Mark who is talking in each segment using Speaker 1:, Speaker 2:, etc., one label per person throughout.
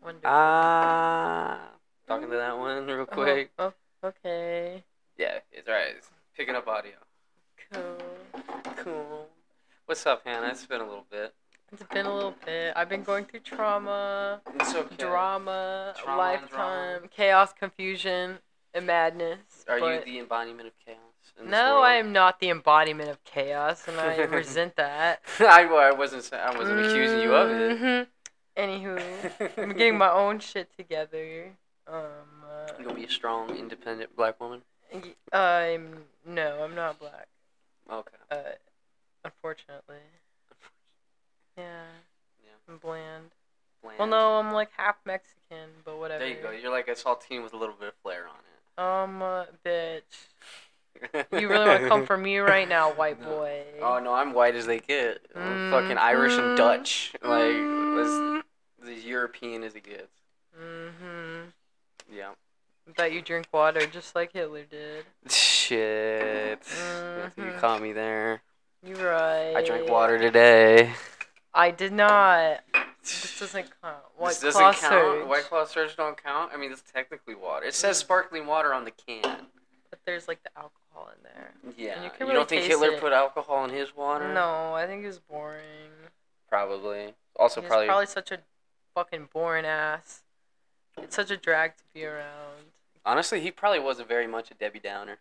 Speaker 1: One big
Speaker 2: Ah, talking to that one real
Speaker 1: Oh,
Speaker 2: quick.
Speaker 1: Oh, okay.
Speaker 2: Yeah, it's alright. It's picking up audio.
Speaker 1: Cool.
Speaker 2: Cool. What's up, Hannah? It's been a little bit.
Speaker 1: It's been a little bit. I've been going through trauma,
Speaker 2: It's okay.
Speaker 1: drama,
Speaker 2: Trauma and drama.
Speaker 1: lifetime, chaos, confusion, and madness.
Speaker 2: Are you
Speaker 1: but-
Speaker 2: the embodiment of chaos? in this
Speaker 1: No,
Speaker 2: world?
Speaker 1: I am not the embodiment of chaos, and I resent that.
Speaker 2: I, well, I wasn't. sa- I wasn't accusing you of it.
Speaker 1: Mhm. Anywho, Mm-hmm. I'm getting my own shit together. Um,
Speaker 2: You gonna be a strong, independent black woman?
Speaker 1: uh, y- I'm no, I'm not black.
Speaker 2: Okay.
Speaker 1: Uh, unfortunately. Yeah.
Speaker 2: Yeah.
Speaker 1: I'm bland.
Speaker 2: Bland.
Speaker 1: Well, no, I'm like half Mexican, but whatever.
Speaker 2: There you go. You're like a saltine with a little bit of flair on
Speaker 1: Um, uh, bitch.
Speaker 2: it.
Speaker 1: You really want to come for me right now, white
Speaker 2: No.
Speaker 1: boy?
Speaker 2: Oh no, I'm white as they get. I'm
Speaker 1: Mm,
Speaker 2: fucking Irish
Speaker 1: mm,
Speaker 2: and Dutch. Like as, as European as it gets.
Speaker 1: Mm-hmm.
Speaker 2: Yeah.
Speaker 1: Bet you drink water just like Hitler did.
Speaker 2: Shit. You
Speaker 1: Mhm.
Speaker 2: caught me there.
Speaker 1: You're right.
Speaker 2: I drank water today.
Speaker 1: I did not. This doesn't count. White
Speaker 2: this doesn't
Speaker 1: claw
Speaker 2: count.
Speaker 1: surge.
Speaker 2: White claw surge don't count. I mean, it's technically water. It says
Speaker 1: Mm.
Speaker 2: sparkling water on the can.
Speaker 1: But there's like the alcohol in there.
Speaker 2: Yeah.
Speaker 1: you
Speaker 2: You,
Speaker 1: can
Speaker 2: don't
Speaker 1: really
Speaker 2: think
Speaker 1: taste
Speaker 2: Hitler
Speaker 1: it.
Speaker 2: put alcohol in his water?
Speaker 1: No, I think it's boring.
Speaker 2: Probably. Also,
Speaker 1: He's
Speaker 2: probably.
Speaker 1: probably... such a fucking boring ass. It's such a drag to be around.
Speaker 2: Honestly, he probably wasn't very much a Debbie Downer.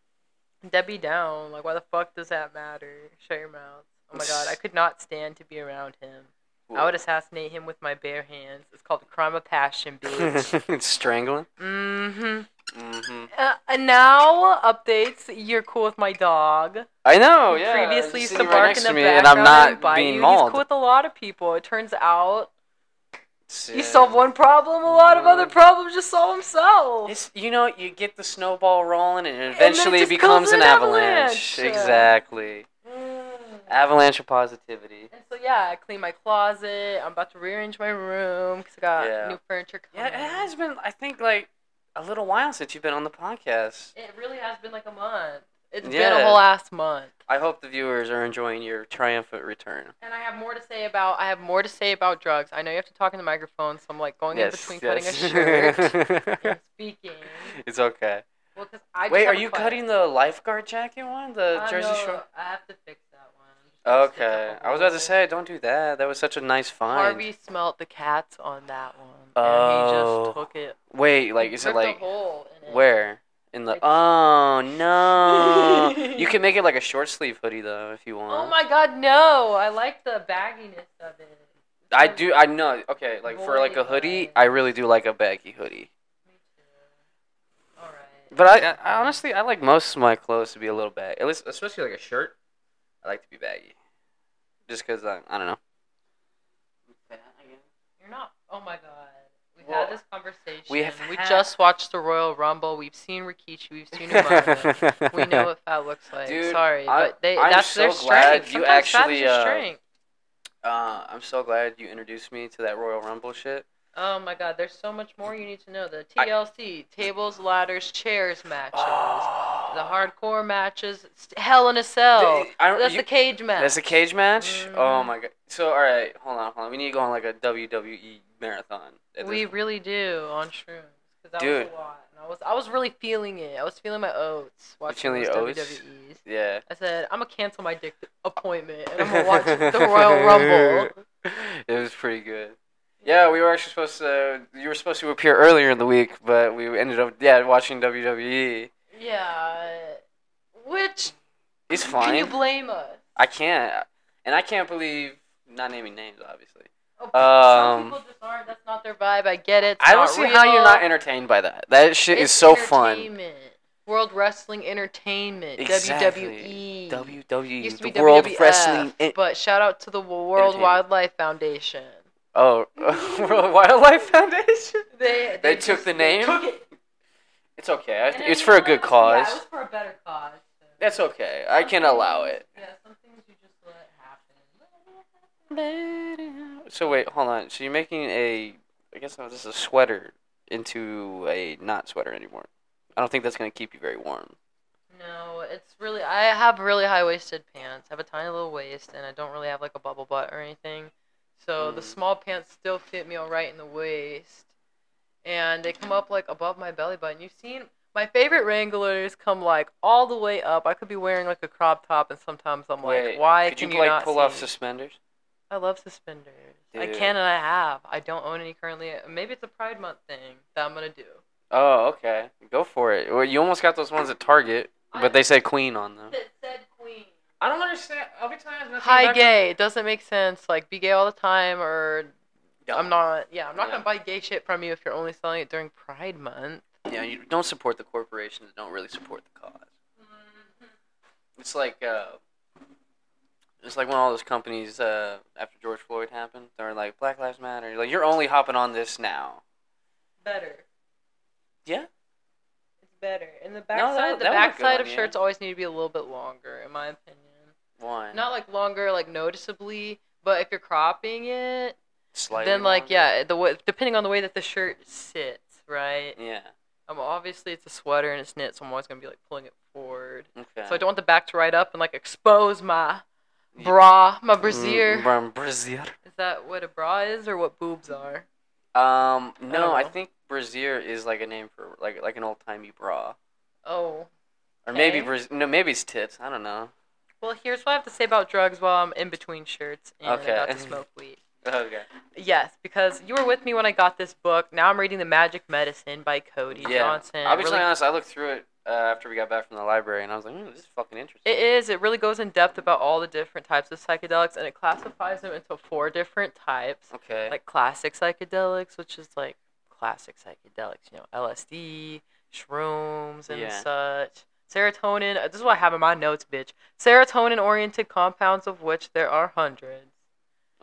Speaker 1: Debbie down. Like, why the fuck does that matter? Shut your mouth. Oh my god, I could not stand to be around him. I would assassinate him with my bare hands. It's called a crime of passion, bitch.
Speaker 2: it's strangling.
Speaker 1: mm-hmm.
Speaker 2: Mm-hmm.
Speaker 1: Uh, and now updates. You're cool with my dog.
Speaker 2: I know.
Speaker 1: He
Speaker 2: Oh, Yeah. I
Speaker 1: Previously, used
Speaker 2: just see
Speaker 1: to
Speaker 2: you right
Speaker 1: bark
Speaker 2: next
Speaker 1: in
Speaker 2: to
Speaker 1: the
Speaker 2: me,
Speaker 1: background
Speaker 2: and I'm
Speaker 1: and
Speaker 2: not
Speaker 1: bite
Speaker 2: being
Speaker 1: you. He's
Speaker 2: mauled.
Speaker 1: cool with a lot of people. It turns out
Speaker 2: It's,
Speaker 1: you
Speaker 2: uh,
Speaker 1: solve one problem, a lot of
Speaker 2: Mhm.
Speaker 1: other problems just solve himself.
Speaker 2: It's, you know, you get the snowball rolling, and
Speaker 1: then it
Speaker 2: eventually
Speaker 1: just
Speaker 2: it becomes
Speaker 1: goes
Speaker 2: an
Speaker 1: an
Speaker 2: avalanche.
Speaker 1: avalanche.
Speaker 2: Exactly.
Speaker 1: Mm.
Speaker 2: Avalanche of positivity.
Speaker 1: And so yeah, I clean my closet. I'm about to rearrange my room because I got
Speaker 2: Yeah.
Speaker 1: new furniture
Speaker 2: Yeah,
Speaker 1: coming.
Speaker 2: it has been. I think like a little while since you've been on the podcast.
Speaker 1: It really has been like a month. It's been
Speaker 2: Yeah.
Speaker 1: a whole ass month.
Speaker 2: I hope the viewers are enjoying your triumphant return.
Speaker 1: And I have more to say about I have more to say about drugs. I know you have to talk in the microphone, so I'm like going
Speaker 2: yes.
Speaker 1: in between
Speaker 2: yes.
Speaker 1: cutting a shirt and speaking.
Speaker 2: it's okay.
Speaker 1: Well, 'cause I just
Speaker 2: Wait, are
Speaker 1: have a
Speaker 2: you
Speaker 1: question.
Speaker 2: cutting the lifeguard jacket one? The
Speaker 1: Uh,
Speaker 2: Jersey
Speaker 1: no,
Speaker 2: Shore.
Speaker 1: I have to fix that one. I'm just gonna stick
Speaker 2: Okay.
Speaker 1: up a
Speaker 2: I was about to
Speaker 1: hole.
Speaker 2: say, don't do that. That was such a nice find.
Speaker 1: Harvey smelt the cats on that one, and he
Speaker 2: Oh.
Speaker 1: just took it.
Speaker 2: Wait, like,
Speaker 1: he
Speaker 2: is it
Speaker 1: ripped a
Speaker 2: like
Speaker 1: hole in it.
Speaker 2: where? In the
Speaker 1: It's-
Speaker 2: oh no! you can make it like a short sleeve hoodie though if you want.
Speaker 1: Oh my God, no! I like the bagginess of it.
Speaker 2: I do. I know. Okay, like for like a
Speaker 1: Boy,
Speaker 2: hoodie,
Speaker 1: bud.
Speaker 2: I really do like a baggy hoodie.
Speaker 1: Me too. All right.
Speaker 2: But I, I honestly, I like most of my clothes to be a little baggy. At least, especially like a shirt, I like to be baggy. Just cause I, I don't know.
Speaker 1: You're not. Oh my God. We've
Speaker 2: Well,
Speaker 1: had this conversation.
Speaker 2: we have
Speaker 1: We
Speaker 2: had-
Speaker 1: just watched the Royal Rumble. We've seen Rikishi. We've seen Umaga. we know what fat looks like.
Speaker 2: Dude,
Speaker 1: Sorry,
Speaker 2: I-
Speaker 1: but they
Speaker 2: I'm
Speaker 1: that's their
Speaker 2: so glad
Speaker 1: strength.
Speaker 2: you
Speaker 1: Sometimes
Speaker 2: actually,
Speaker 1: That's
Speaker 2: uh,
Speaker 1: your strength.
Speaker 2: Uh, I'm so glad you introduced me to that Royal Rumble shit.
Speaker 1: Oh my God! There's so much more you need to know. The
Speaker 2: I-
Speaker 1: TLC tables, ladders, chairs matches,
Speaker 2: Oh.
Speaker 1: the hardcore matches, st- Hell in a Cell.
Speaker 2: I don't-
Speaker 1: Oh, that's
Speaker 2: you-
Speaker 1: the cage match.
Speaker 2: That's a cage match. Oh
Speaker 1: Mhm.
Speaker 2: my god! So all right, hold on, hold on. We need to go on like a WWE marathon. at this
Speaker 1: We
Speaker 2: point.
Speaker 1: really do on shrooms because that was
Speaker 2: Dude.
Speaker 1: a lot. And I was I was really feeling it. I was feeling my oats watching
Speaker 2: feeling
Speaker 1: those E
Speaker 2: your oats?
Speaker 1: WWEs.
Speaker 2: yeah.
Speaker 1: I said I'm gonna cancel my dick appointment and I'm gonna watch the Royal Rumble.
Speaker 2: It was pretty good. Yeah, we were actually supposed to. You were supposed to appear earlier in the week, but we ended up yeah watching E. WWE.
Speaker 1: Yeah. Which
Speaker 2: It's
Speaker 1: can
Speaker 2: fine.
Speaker 1: you blame us?
Speaker 2: I can't, and I can't believe not naming names. Obviously,
Speaker 1: Oh,
Speaker 2: Um,
Speaker 1: some people just aren't. That's not their vibe. I get it. It's
Speaker 2: I don't
Speaker 1: not
Speaker 2: see
Speaker 1: real.
Speaker 2: how you're not entertained by that. That shit is so fun.
Speaker 1: entertainment. World Wrestling Entertainment.
Speaker 2: Exactly.
Speaker 1: WWE.
Speaker 2: WWE,
Speaker 1: Used to be
Speaker 2: E,
Speaker 1: E,
Speaker 2: the World
Speaker 1: WWF,
Speaker 2: Wrestling. En-
Speaker 1: But shout out to the World
Speaker 2: Entertainment.
Speaker 1: Wildlife Foundation.
Speaker 2: Oh, World Wildlife Foundation.
Speaker 1: They,
Speaker 2: They
Speaker 1: just-
Speaker 2: took the
Speaker 1: they
Speaker 2: name?
Speaker 1: took it.
Speaker 2: It's okay. I,
Speaker 1: And
Speaker 2: it's
Speaker 1: I
Speaker 2: for a
Speaker 1: realized-
Speaker 2: good cause.
Speaker 1: Yeah, it was for a better cause. so-
Speaker 2: That's okay. I can
Speaker 1: Some
Speaker 2: allow
Speaker 1: things-
Speaker 2: it.
Speaker 1: Yeah, some things you just let happen.
Speaker 2: So wait, hold on. So you're making a, I guess now this is a sweater into a not sweater anymore. I don't think that's gonna keep you very warm.
Speaker 1: No, it's really I have really high waisted pants. I have a tiny little waist and I don't really have like a bubble butt or anything. So the
Speaker 2: Mm.
Speaker 1: small pants still fit me all right in the waist. and they come up like above my belly button. You've seen my favorite Wranglers come like all the way up. I could be wearing like a crop top, and sometimes I'm like,
Speaker 2: Wait,
Speaker 1: why
Speaker 2: Could
Speaker 1: can
Speaker 2: you, like
Speaker 1: not
Speaker 2: pull
Speaker 1: see
Speaker 2: off
Speaker 1: me?
Speaker 2: suspenders?
Speaker 1: I love suspenders. I
Speaker 2: Dude.
Speaker 1: can and I have. I don't own any currently. Maybe it's a Pride Month thing that I'm gonna do.
Speaker 2: Oh, okay. Go for it. Well, you almost got those ones at Target, but they say Queen on them.
Speaker 1: That said queen.
Speaker 2: I don't understand. I'll be telling you
Speaker 1: Hi, gay. It doesn't make sense. Like, be gay all the time, or I'm not. Yeah, I'm not
Speaker 2: Yeah.
Speaker 1: gonna buy gay shit from you if you're only selling it during Pride Month.
Speaker 2: Yeah, you don't support the corporations that don't really support the because
Speaker 1: Mm-hmm.
Speaker 2: It's like uh, it's like when all those companies uh, after George Floyd happened, they're like Black Lives Matter. Like you're only hopping on this now.
Speaker 1: Better.
Speaker 2: Yeah.
Speaker 1: It's better. And the
Speaker 2: that-
Speaker 1: backside, the
Speaker 2: that would look good
Speaker 1: backside
Speaker 2: on
Speaker 1: of
Speaker 2: you.
Speaker 1: shirts always need to be a little bit longer, in my opinion.
Speaker 2: Why?
Speaker 1: Not like longer, like noticeably, but if you're cropping it,
Speaker 2: Slightly
Speaker 1: then like
Speaker 2: longer.
Speaker 1: yeah, the way, depending on the way that the shirt sits, right?
Speaker 2: Yeah.
Speaker 1: Um, obviously it's a sweater and it's knit, so I'm always gonna be like pulling it forward.
Speaker 2: Okay.
Speaker 1: So I don't want the back to ride up and like expose my
Speaker 2: Yeah.
Speaker 1: bra, my brassiere.
Speaker 2: Mm, bra- brassiere.
Speaker 1: Is that what a bra is or what boobs are?
Speaker 2: Um, no,
Speaker 1: don't
Speaker 2: I,
Speaker 1: know.
Speaker 2: think brassiere is like a name for like like an old timey bra,
Speaker 1: Oh.
Speaker 2: or maybe
Speaker 1: Okay.
Speaker 2: bras- no, maybe it's tits. I don't know.
Speaker 1: Well, here's what I have to say about drugs while I'm in between shirts and
Speaker 2: Okay.
Speaker 1: about to smoke weed.
Speaker 2: Okay.
Speaker 1: Yes, because you were with me when I got this book. Now I'm reading The Magic Medicine by Cody
Speaker 2: Yeah.
Speaker 1: Johnson.
Speaker 2: I'll be
Speaker 1: Really-
Speaker 2: totally honest. I looked through it uh, after we got back from the library, and I was like, mm, "This is fucking interesting."
Speaker 1: It is. It really goes in depth about all the different types of psychedelics, and it classifies them into four different types.
Speaker 2: Okay.
Speaker 1: like classic psychedelics, which is like classic psychedelics, you know, LSD, shrooms, and
Speaker 2: Yeah.
Speaker 1: such. Serotonin, uh, this is what I have in my notes, bitch. Serotonin oriented compounds, of which there are hundreds.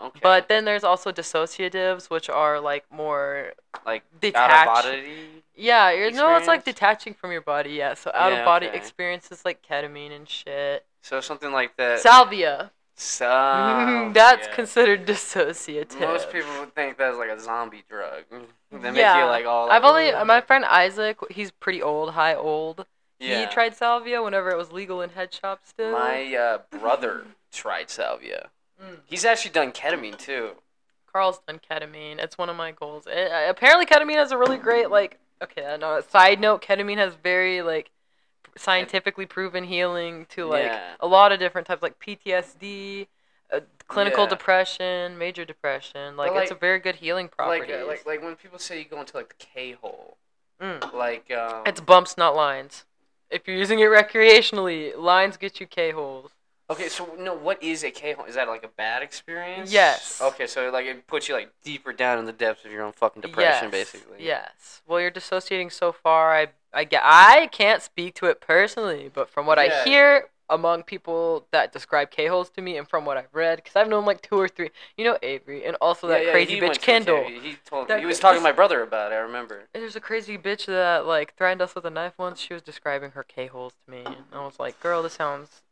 Speaker 2: okay.
Speaker 1: But then there's also dissociatives, which are like more
Speaker 2: like out of
Speaker 1: detached.
Speaker 2: body.
Speaker 1: Yeah, you know, it's like
Speaker 2: experience?
Speaker 1: detaching from your body. Yeah, so out
Speaker 2: Yeah,
Speaker 1: of body
Speaker 2: okay.
Speaker 1: experiences like ketamine and shit.
Speaker 2: So something like that.
Speaker 1: Salvia.
Speaker 2: So,
Speaker 1: That's
Speaker 2: yeah.
Speaker 1: considered dissociative.
Speaker 2: Most people would think that's like a zombie drug. They make
Speaker 1: Yeah.
Speaker 2: you like all.
Speaker 1: I've only
Speaker 2: "Ugh."
Speaker 1: my friend Isaac. He's pretty old, high old.
Speaker 2: yeah.
Speaker 1: He tried salvia whenever it was legal in head shops. Still,
Speaker 2: My uh, brother tried salvia.
Speaker 1: Mm.
Speaker 2: He's actually done ketamine too.
Speaker 1: Carl's done ketamine. It's one of my goals. It, uh, apparently, ketamine has a really great like. Okay, no. Side note: ketamine has very like scientifically proven healing to like
Speaker 2: Yeah.
Speaker 1: a lot of different types, like PTSD, uh, clinical
Speaker 2: Yeah.
Speaker 1: depression, major depression. Like, it's a
Speaker 2: like-
Speaker 1: very good healing property.
Speaker 2: Like, uh, like, like when people say you go into like the K hole,
Speaker 1: Mm.
Speaker 2: like um,
Speaker 1: It's bumps, not lines. If you're using it recreationally, lines get you K holes.
Speaker 2: okay. So no, what is a K hole? Is that like a bad experience?
Speaker 1: Yes.
Speaker 2: Okay, so like it puts you like deeper down in the depths of your own fucking depression, basically.
Speaker 1: Yes. Well, you're dissociating so far. I I get. I can't speak to it personally, but from what
Speaker 2: Yeah.
Speaker 1: I hear among people that describe K holes to me, and from what I've read, because I've known like two or three. You know Avery, and also
Speaker 2: Yeah,
Speaker 1: that
Speaker 2: yeah,
Speaker 1: crazy
Speaker 2: he
Speaker 1: bitch
Speaker 2: went to a K-
Speaker 1: Kendall.
Speaker 2: He told
Speaker 1: That
Speaker 2: he was
Speaker 1: cra-
Speaker 2: talking to
Speaker 1: this-
Speaker 2: my brother about it. I remember.
Speaker 1: And There's a crazy bitch that like threatened us with a knife once. She was describing her K holes to me, and I was like, "Girl, this sounds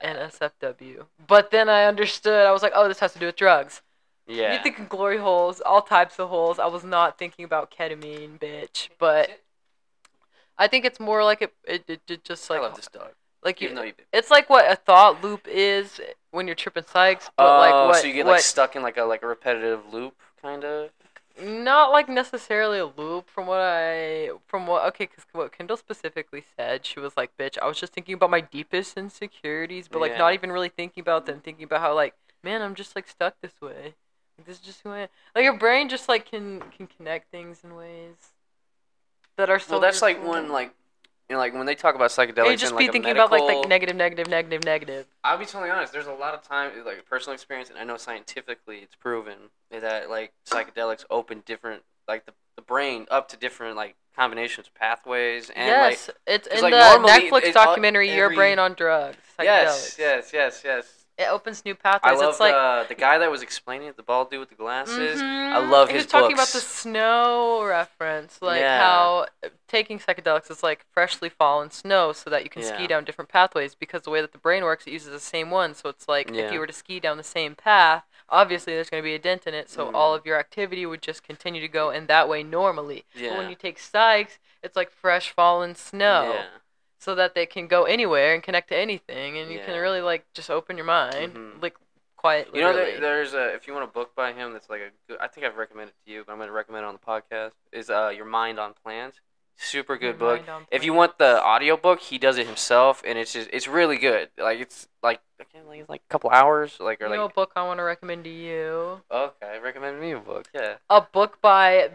Speaker 1: NSFW." But then I understood. I was like, "Oh, this has to do with drugs."
Speaker 2: Yeah.
Speaker 1: You're thinking glory holes, all types of holes. I was not thinking about ketamine, bitch. But I think it's more like it, it, it, it just
Speaker 2: I
Speaker 1: like
Speaker 2: love this dog.
Speaker 1: like
Speaker 2: Even
Speaker 1: you.
Speaker 2: though you.
Speaker 1: It's like what a thought loop is when you're tripping psychs, but like
Speaker 2: Oh,
Speaker 1: what,
Speaker 2: so you get
Speaker 1: what
Speaker 2: like stuck in like a like a repetitive loop, kind of.
Speaker 1: not like necessarily a loop from what I from what okay because what Kendall specifically said she was like bitch I was just thinking about my deepest insecurities but like
Speaker 2: Yeah.
Speaker 1: not even really thinking about them thinking about how like man I'm just like stuck this way like, this is just who I am like your brain just like can can connect things in ways that are so
Speaker 2: well, that's like
Speaker 1: useful.
Speaker 2: when like, you know, like when they talk about
Speaker 1: And
Speaker 2: psychedelics.
Speaker 1: you just
Speaker 2: and,
Speaker 1: be
Speaker 2: like, a
Speaker 1: thinking about like
Speaker 2: medical-
Speaker 1: the negative negative negative negative
Speaker 2: I'll be totally honest. There's a lot of time, like personal experience, and I know scientifically it's proven that like psychedelics open different, like the, the brain up to different like combinations of pathways and
Speaker 1: yes it's
Speaker 2: 'cause,
Speaker 1: in
Speaker 2: like,
Speaker 1: the
Speaker 2: normally
Speaker 1: Netflix
Speaker 2: it's all-
Speaker 1: documentary Your
Speaker 2: every-
Speaker 1: Brain on Drugs
Speaker 2: like yes,
Speaker 1: psychedelics.
Speaker 2: yes, yes, yes.
Speaker 1: it opens new pathways
Speaker 2: I love
Speaker 1: it's like
Speaker 2: uh, the guy that was explaining it, the bald dude with the glasses. I
Speaker 1: Mhm.
Speaker 2: love
Speaker 1: He
Speaker 2: his
Speaker 1: was talking about
Speaker 2: books.
Speaker 1: the snow reference, like
Speaker 2: Yeah.
Speaker 1: how taking psychedelics is like freshly fallen snow, so that you can
Speaker 2: Yeah.
Speaker 1: ski down different pathways. Because the way that the brain works, it uses the same one. So it's like
Speaker 2: Yeah.
Speaker 1: if you were to ski down the same path, obviously there's going to be a dent in it. So
Speaker 2: Mm.
Speaker 1: all of your activity would just continue to go in that way normally. Mm-hmm. But
Speaker 2: Yeah.
Speaker 1: when you take psychs, it's like fresh fallen snow, so that they can go anywhere and connect to anything, and you
Speaker 2: Yeah.
Speaker 1: can really like just open your mind,
Speaker 2: Mhm.
Speaker 1: like Quite
Speaker 2: You know,
Speaker 1: literally.
Speaker 2: there, there's a if you want a book by him that's like a good. I think I've recommended it to you, but I'm gonna recommend it on the podcast. Is uh, Your Mind on Plants. Super good book. If you want the audiobook, he does it himself, and it's just it's really good. Like it's like I can't like it's like a couple hours, like or
Speaker 1: you know a
Speaker 2: like
Speaker 1: book I want to recommend to you.
Speaker 2: okay, recommend me a book. Yeah,
Speaker 1: a book by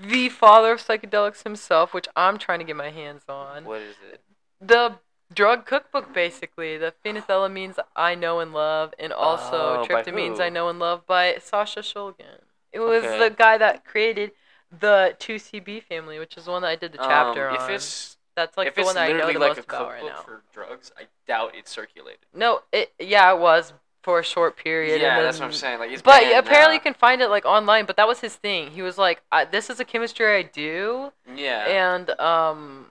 Speaker 1: the father of psychedelics himself, which I'm trying to get my hands on.
Speaker 2: what is it?
Speaker 1: The drug cookbook, basically, the phenethylamines I know and love, and also
Speaker 2: Oh, by
Speaker 1: tryptamines
Speaker 2: who?
Speaker 1: I know and love by Sasha Shulgin. It was
Speaker 2: Okay.
Speaker 1: the guy that created the 2CB family, which is the one that I did the chapter
Speaker 2: Um,
Speaker 1: on.
Speaker 2: If it's
Speaker 1: That's like
Speaker 2: if
Speaker 1: the
Speaker 2: it's
Speaker 1: one that I know
Speaker 2: literally
Speaker 1: the
Speaker 2: like a
Speaker 1: most about right
Speaker 2: cookbook
Speaker 1: now.
Speaker 2: for drugs, I doubt it's circulated.
Speaker 1: No, it yeah, it was for a short period. and
Speaker 2: yeah,
Speaker 1: then
Speaker 2: that's what I'm saying. Like it's
Speaker 1: But
Speaker 2: banned
Speaker 1: apparently, you
Speaker 2: now.
Speaker 1: can find it like online. But that was his thing. He was like, I, "This is a chemistry I do,"
Speaker 2: yeah.
Speaker 1: and um,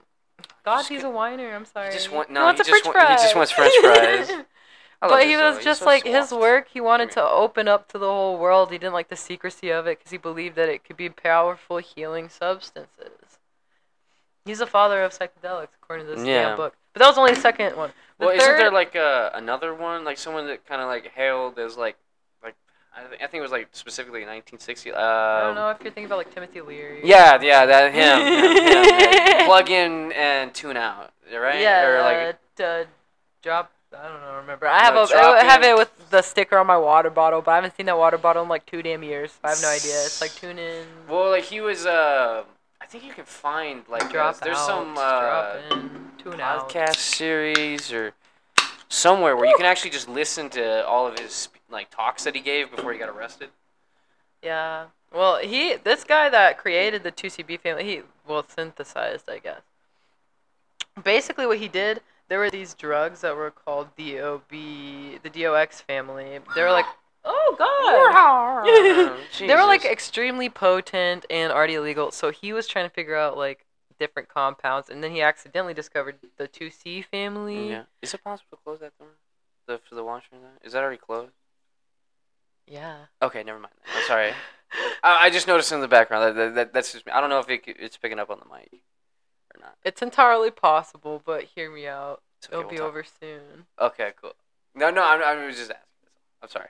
Speaker 1: God,
Speaker 2: Just
Speaker 1: he's
Speaker 2: get-
Speaker 1: a whiner. I'm sorry.
Speaker 2: just want- no,
Speaker 1: he wants
Speaker 2: he
Speaker 1: a
Speaker 2: just
Speaker 1: French
Speaker 2: want-
Speaker 1: fries.
Speaker 2: he just wants French fries. I love
Speaker 1: but he
Speaker 2: this
Speaker 1: was
Speaker 2: though. He's
Speaker 1: just
Speaker 2: so
Speaker 1: like his
Speaker 2: soft.
Speaker 1: work. He wanted
Speaker 2: Come
Speaker 1: to open up to the whole world. He didn't like the secrecy of it because he believed that it could be powerful healing substances. He's a father of psychedelics, according to this
Speaker 2: Yeah.
Speaker 1: damn book. But that was only the second one. The
Speaker 2: Well, is isn't
Speaker 1: third-
Speaker 2: there like uh, another one, like someone that kind of like hailed as like, like I, th- I think it was like specifically 1960. Um,
Speaker 1: I don't know if you're thinking about like Timothy Leary.
Speaker 2: Yeah, yeah, that him. him, him, him. Plug in and tune out, right?
Speaker 1: Yeah,
Speaker 2: Or like,
Speaker 1: uh, uh, drop. I don't know. Remember, I have
Speaker 2: No,
Speaker 1: a I
Speaker 2: drop
Speaker 1: have
Speaker 2: in.
Speaker 1: it with the sticker on my water bottle, but I haven't seen that water bottle in like two damn years. So I have no idea. It's like tune in,
Speaker 2: well, like he was. Uh, I think you can find like uh,
Speaker 1: drop
Speaker 2: there's
Speaker 1: out,
Speaker 2: some
Speaker 1: drop
Speaker 2: uh,
Speaker 1: in, tune out.
Speaker 2: podcast series or somewhere where you can actually just listen to all of his like talks that he gave before he got arrested.
Speaker 1: Yeah. Well, he this guy that created the 2CB family, he well synthesized, I guess. Basically what he did, there were these drugs that were called DOB, the DOX family. They were like, "Oh god." They were like
Speaker 2: Jesus.
Speaker 1: extremely potent and already illegal. So he was trying to figure out like different compounds and then he accidentally discovered the 2C family.
Speaker 2: Yeah. Is it possible to close that door? The for the washroom there? Is that already closed?
Speaker 1: Yeah.
Speaker 2: Okay, never mind. I'm sorry. I, I just noticed in the background that, that, that that's just me. I don't know if it, c- it's picking up on the mic or not.
Speaker 1: It's entirely possible, but hear me out.
Speaker 2: It's okay,
Speaker 1: It'll
Speaker 2: we'll
Speaker 1: be
Speaker 2: talk.
Speaker 1: over soon.
Speaker 2: Okay, cool. No, no, I'm, I'm just asking. I'm sorry.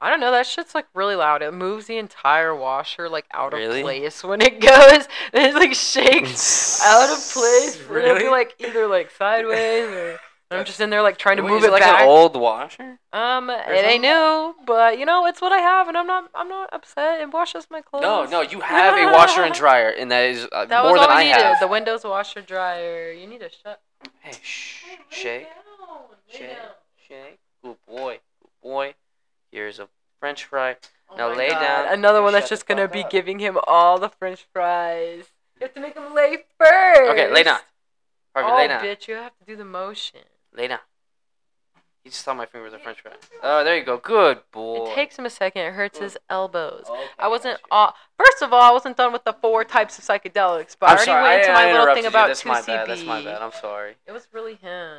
Speaker 1: I don't know. That shit's like really loud. It moves the entire washer like out of
Speaker 2: Really?
Speaker 1: place when it goes. It like shakes out of place. and It'll be like either like sideways or I'm just in there like trying to
Speaker 2: Wait,
Speaker 1: move
Speaker 2: is
Speaker 1: it,
Speaker 2: it like
Speaker 1: back.
Speaker 2: an old washer?
Speaker 1: um, it
Speaker 2: something?
Speaker 1: ain't new, but you know it's what I have, and I'm not I'm not upset. It washes my clothes.
Speaker 2: No, no, you have a washer and dryer, and that is uh,
Speaker 1: That
Speaker 2: more
Speaker 1: was
Speaker 2: than
Speaker 1: all I
Speaker 2: I
Speaker 1: needed.
Speaker 2: have.
Speaker 1: The windows washer dryer. You need to shut.
Speaker 2: Hey, shh, shake,
Speaker 1: Lay
Speaker 2: shake,
Speaker 1: down.
Speaker 2: shake. Good boy, good boy. Here's a French fry.
Speaker 1: Oh
Speaker 2: Now
Speaker 1: my
Speaker 2: lay down
Speaker 1: Another
Speaker 2: and
Speaker 1: one that's
Speaker 2: shut the
Speaker 1: just gonna
Speaker 2: fuck
Speaker 1: be
Speaker 2: up.
Speaker 1: giving him all the French fries. You have to make him lay first.
Speaker 2: Okay, lay down. Harvey,
Speaker 1: oh,
Speaker 2: lay down.
Speaker 1: bitch, you have to do the motion.
Speaker 2: Lay down. He just thought my finger was a french fry. Oh, there you go. Good boy.
Speaker 1: It takes him a second. It hurts his elbows.
Speaker 2: Oh, Okay,
Speaker 1: I wasn't.
Speaker 2: gotcha.
Speaker 1: All, first of all, I wasn't done with the four types of psychedelics, but
Speaker 2: I'm
Speaker 1: I already
Speaker 2: sorry,
Speaker 1: went into
Speaker 2: I, I
Speaker 1: my little
Speaker 2: interrupted
Speaker 1: thing about 2CB.
Speaker 2: you. That's my bad. That's my bad. I'm sorry.
Speaker 1: It was really him.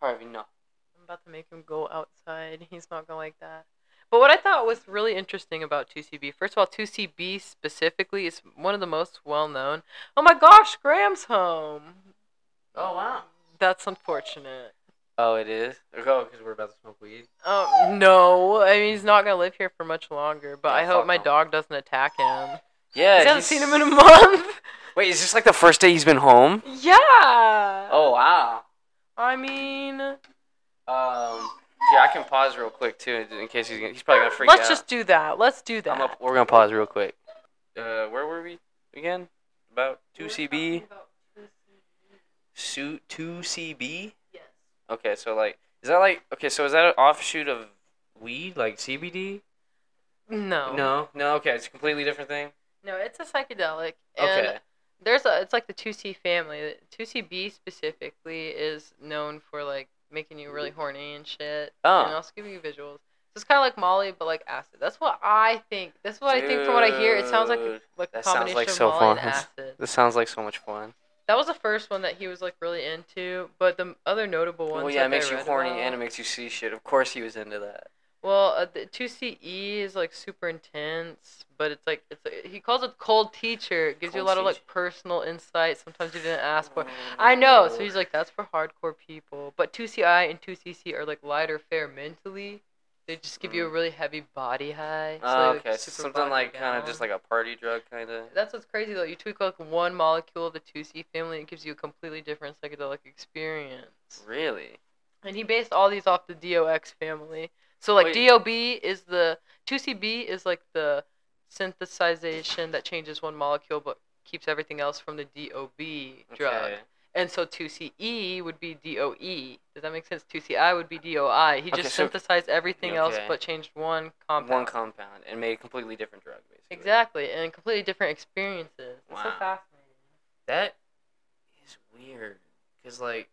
Speaker 2: Harvey, no.
Speaker 1: I'm about to make him go outside. He's not gonna like that. But what I thought was really interesting about 2CB, first of all, 2CB specifically is one of the most well known. Oh my gosh, Graham's home.
Speaker 2: Oh, wow.
Speaker 1: That's unfortunate.
Speaker 2: Oh, it is? Oh, because we're about to smoke weed.
Speaker 1: Um, no, I mean he's not gonna live here for much longer. But I
Speaker 2: Yeah,
Speaker 1: hope
Speaker 2: fuck
Speaker 1: my
Speaker 2: him.
Speaker 1: dog doesn't attack him.
Speaker 2: Yeah.
Speaker 1: I haven't
Speaker 2: he's-
Speaker 1: seen him in a month.
Speaker 2: Wait, is this like the first day he's been home?
Speaker 1: yeah.
Speaker 2: Oh, wow.
Speaker 1: I mean,
Speaker 2: Um, here, I can pause real quick, too, in case he's, gonna, he's probably going to freak
Speaker 1: let's
Speaker 2: out.
Speaker 1: just do that. Let's do that.
Speaker 2: I'm up, we're going to pause real quick. Uh, where were we again? About 2CB? Su- 2CB? Okay, so like, is that like okay? So is that an offshoot of weed, like CBD?
Speaker 1: No.
Speaker 2: No, no. Okay, it's a completely different thing.
Speaker 1: No, it's a psychedelic. And
Speaker 2: Okay,
Speaker 1: there's a it's like the 2c family 2cb specifically is known for like making you really horny and shit and
Speaker 2: Oh.
Speaker 1: also giving you visuals so it's kind of like molly but like acid that's what i think that's what i think from what i hear it sounds like a
Speaker 2: Dude,
Speaker 1: like
Speaker 2: that sounds
Speaker 1: combination
Speaker 2: like
Speaker 1: of
Speaker 2: so
Speaker 1: molly and
Speaker 2: fun.
Speaker 1: acid
Speaker 2: this sounds like so much fun.
Speaker 1: that was the first one that he was like really into but the other notable ones
Speaker 2: Well, yeah,
Speaker 1: that
Speaker 2: it makes
Speaker 1: I
Speaker 2: you
Speaker 1: read
Speaker 2: horny
Speaker 1: about-
Speaker 2: and it makes you see shit. Of course, he was into that.
Speaker 1: well uh, the 2ce is like super intense but it's like it's uh, he calls it cold teacher it gives you a
Speaker 2: Cold
Speaker 1: lot of like
Speaker 2: teacher.
Speaker 1: personal insight sometimes you didn't ask for I know. So he's like, that's for hardcore people. But 2CI and 2CC are like lighter fare mentally. They just give you a really heavy body high. so
Speaker 2: Oh,
Speaker 1: they, like,
Speaker 2: Mm. okay,
Speaker 1: super
Speaker 2: something
Speaker 1: bog
Speaker 2: like
Speaker 1: you
Speaker 2: kind of
Speaker 1: down.
Speaker 2: just like a party drug, kind of.
Speaker 1: That's what's crazy though. You tweak like one molecule of the 2C family, it gives you a completely different psychedelic experience.
Speaker 2: Really?
Speaker 1: And he based all these off the DOX family. So like
Speaker 2: Wait.
Speaker 1: DOB is the 2CB is like the synthesization that changes one molecule but keeps everything else from the DOB drug.
Speaker 2: Okay.
Speaker 1: And so 2CE would be DOE. Does that make sense? 2CI would be DOI. He
Speaker 2: Okay,
Speaker 1: just
Speaker 2: so-
Speaker 1: synthesized everything else
Speaker 2: Okay.
Speaker 1: but changed one compound.
Speaker 2: One compound and made a completely different drug, basically.
Speaker 1: exactly, and completely different experiences. It's so
Speaker 2: Wow.
Speaker 1: fascinating.
Speaker 2: That is weird. Cause like,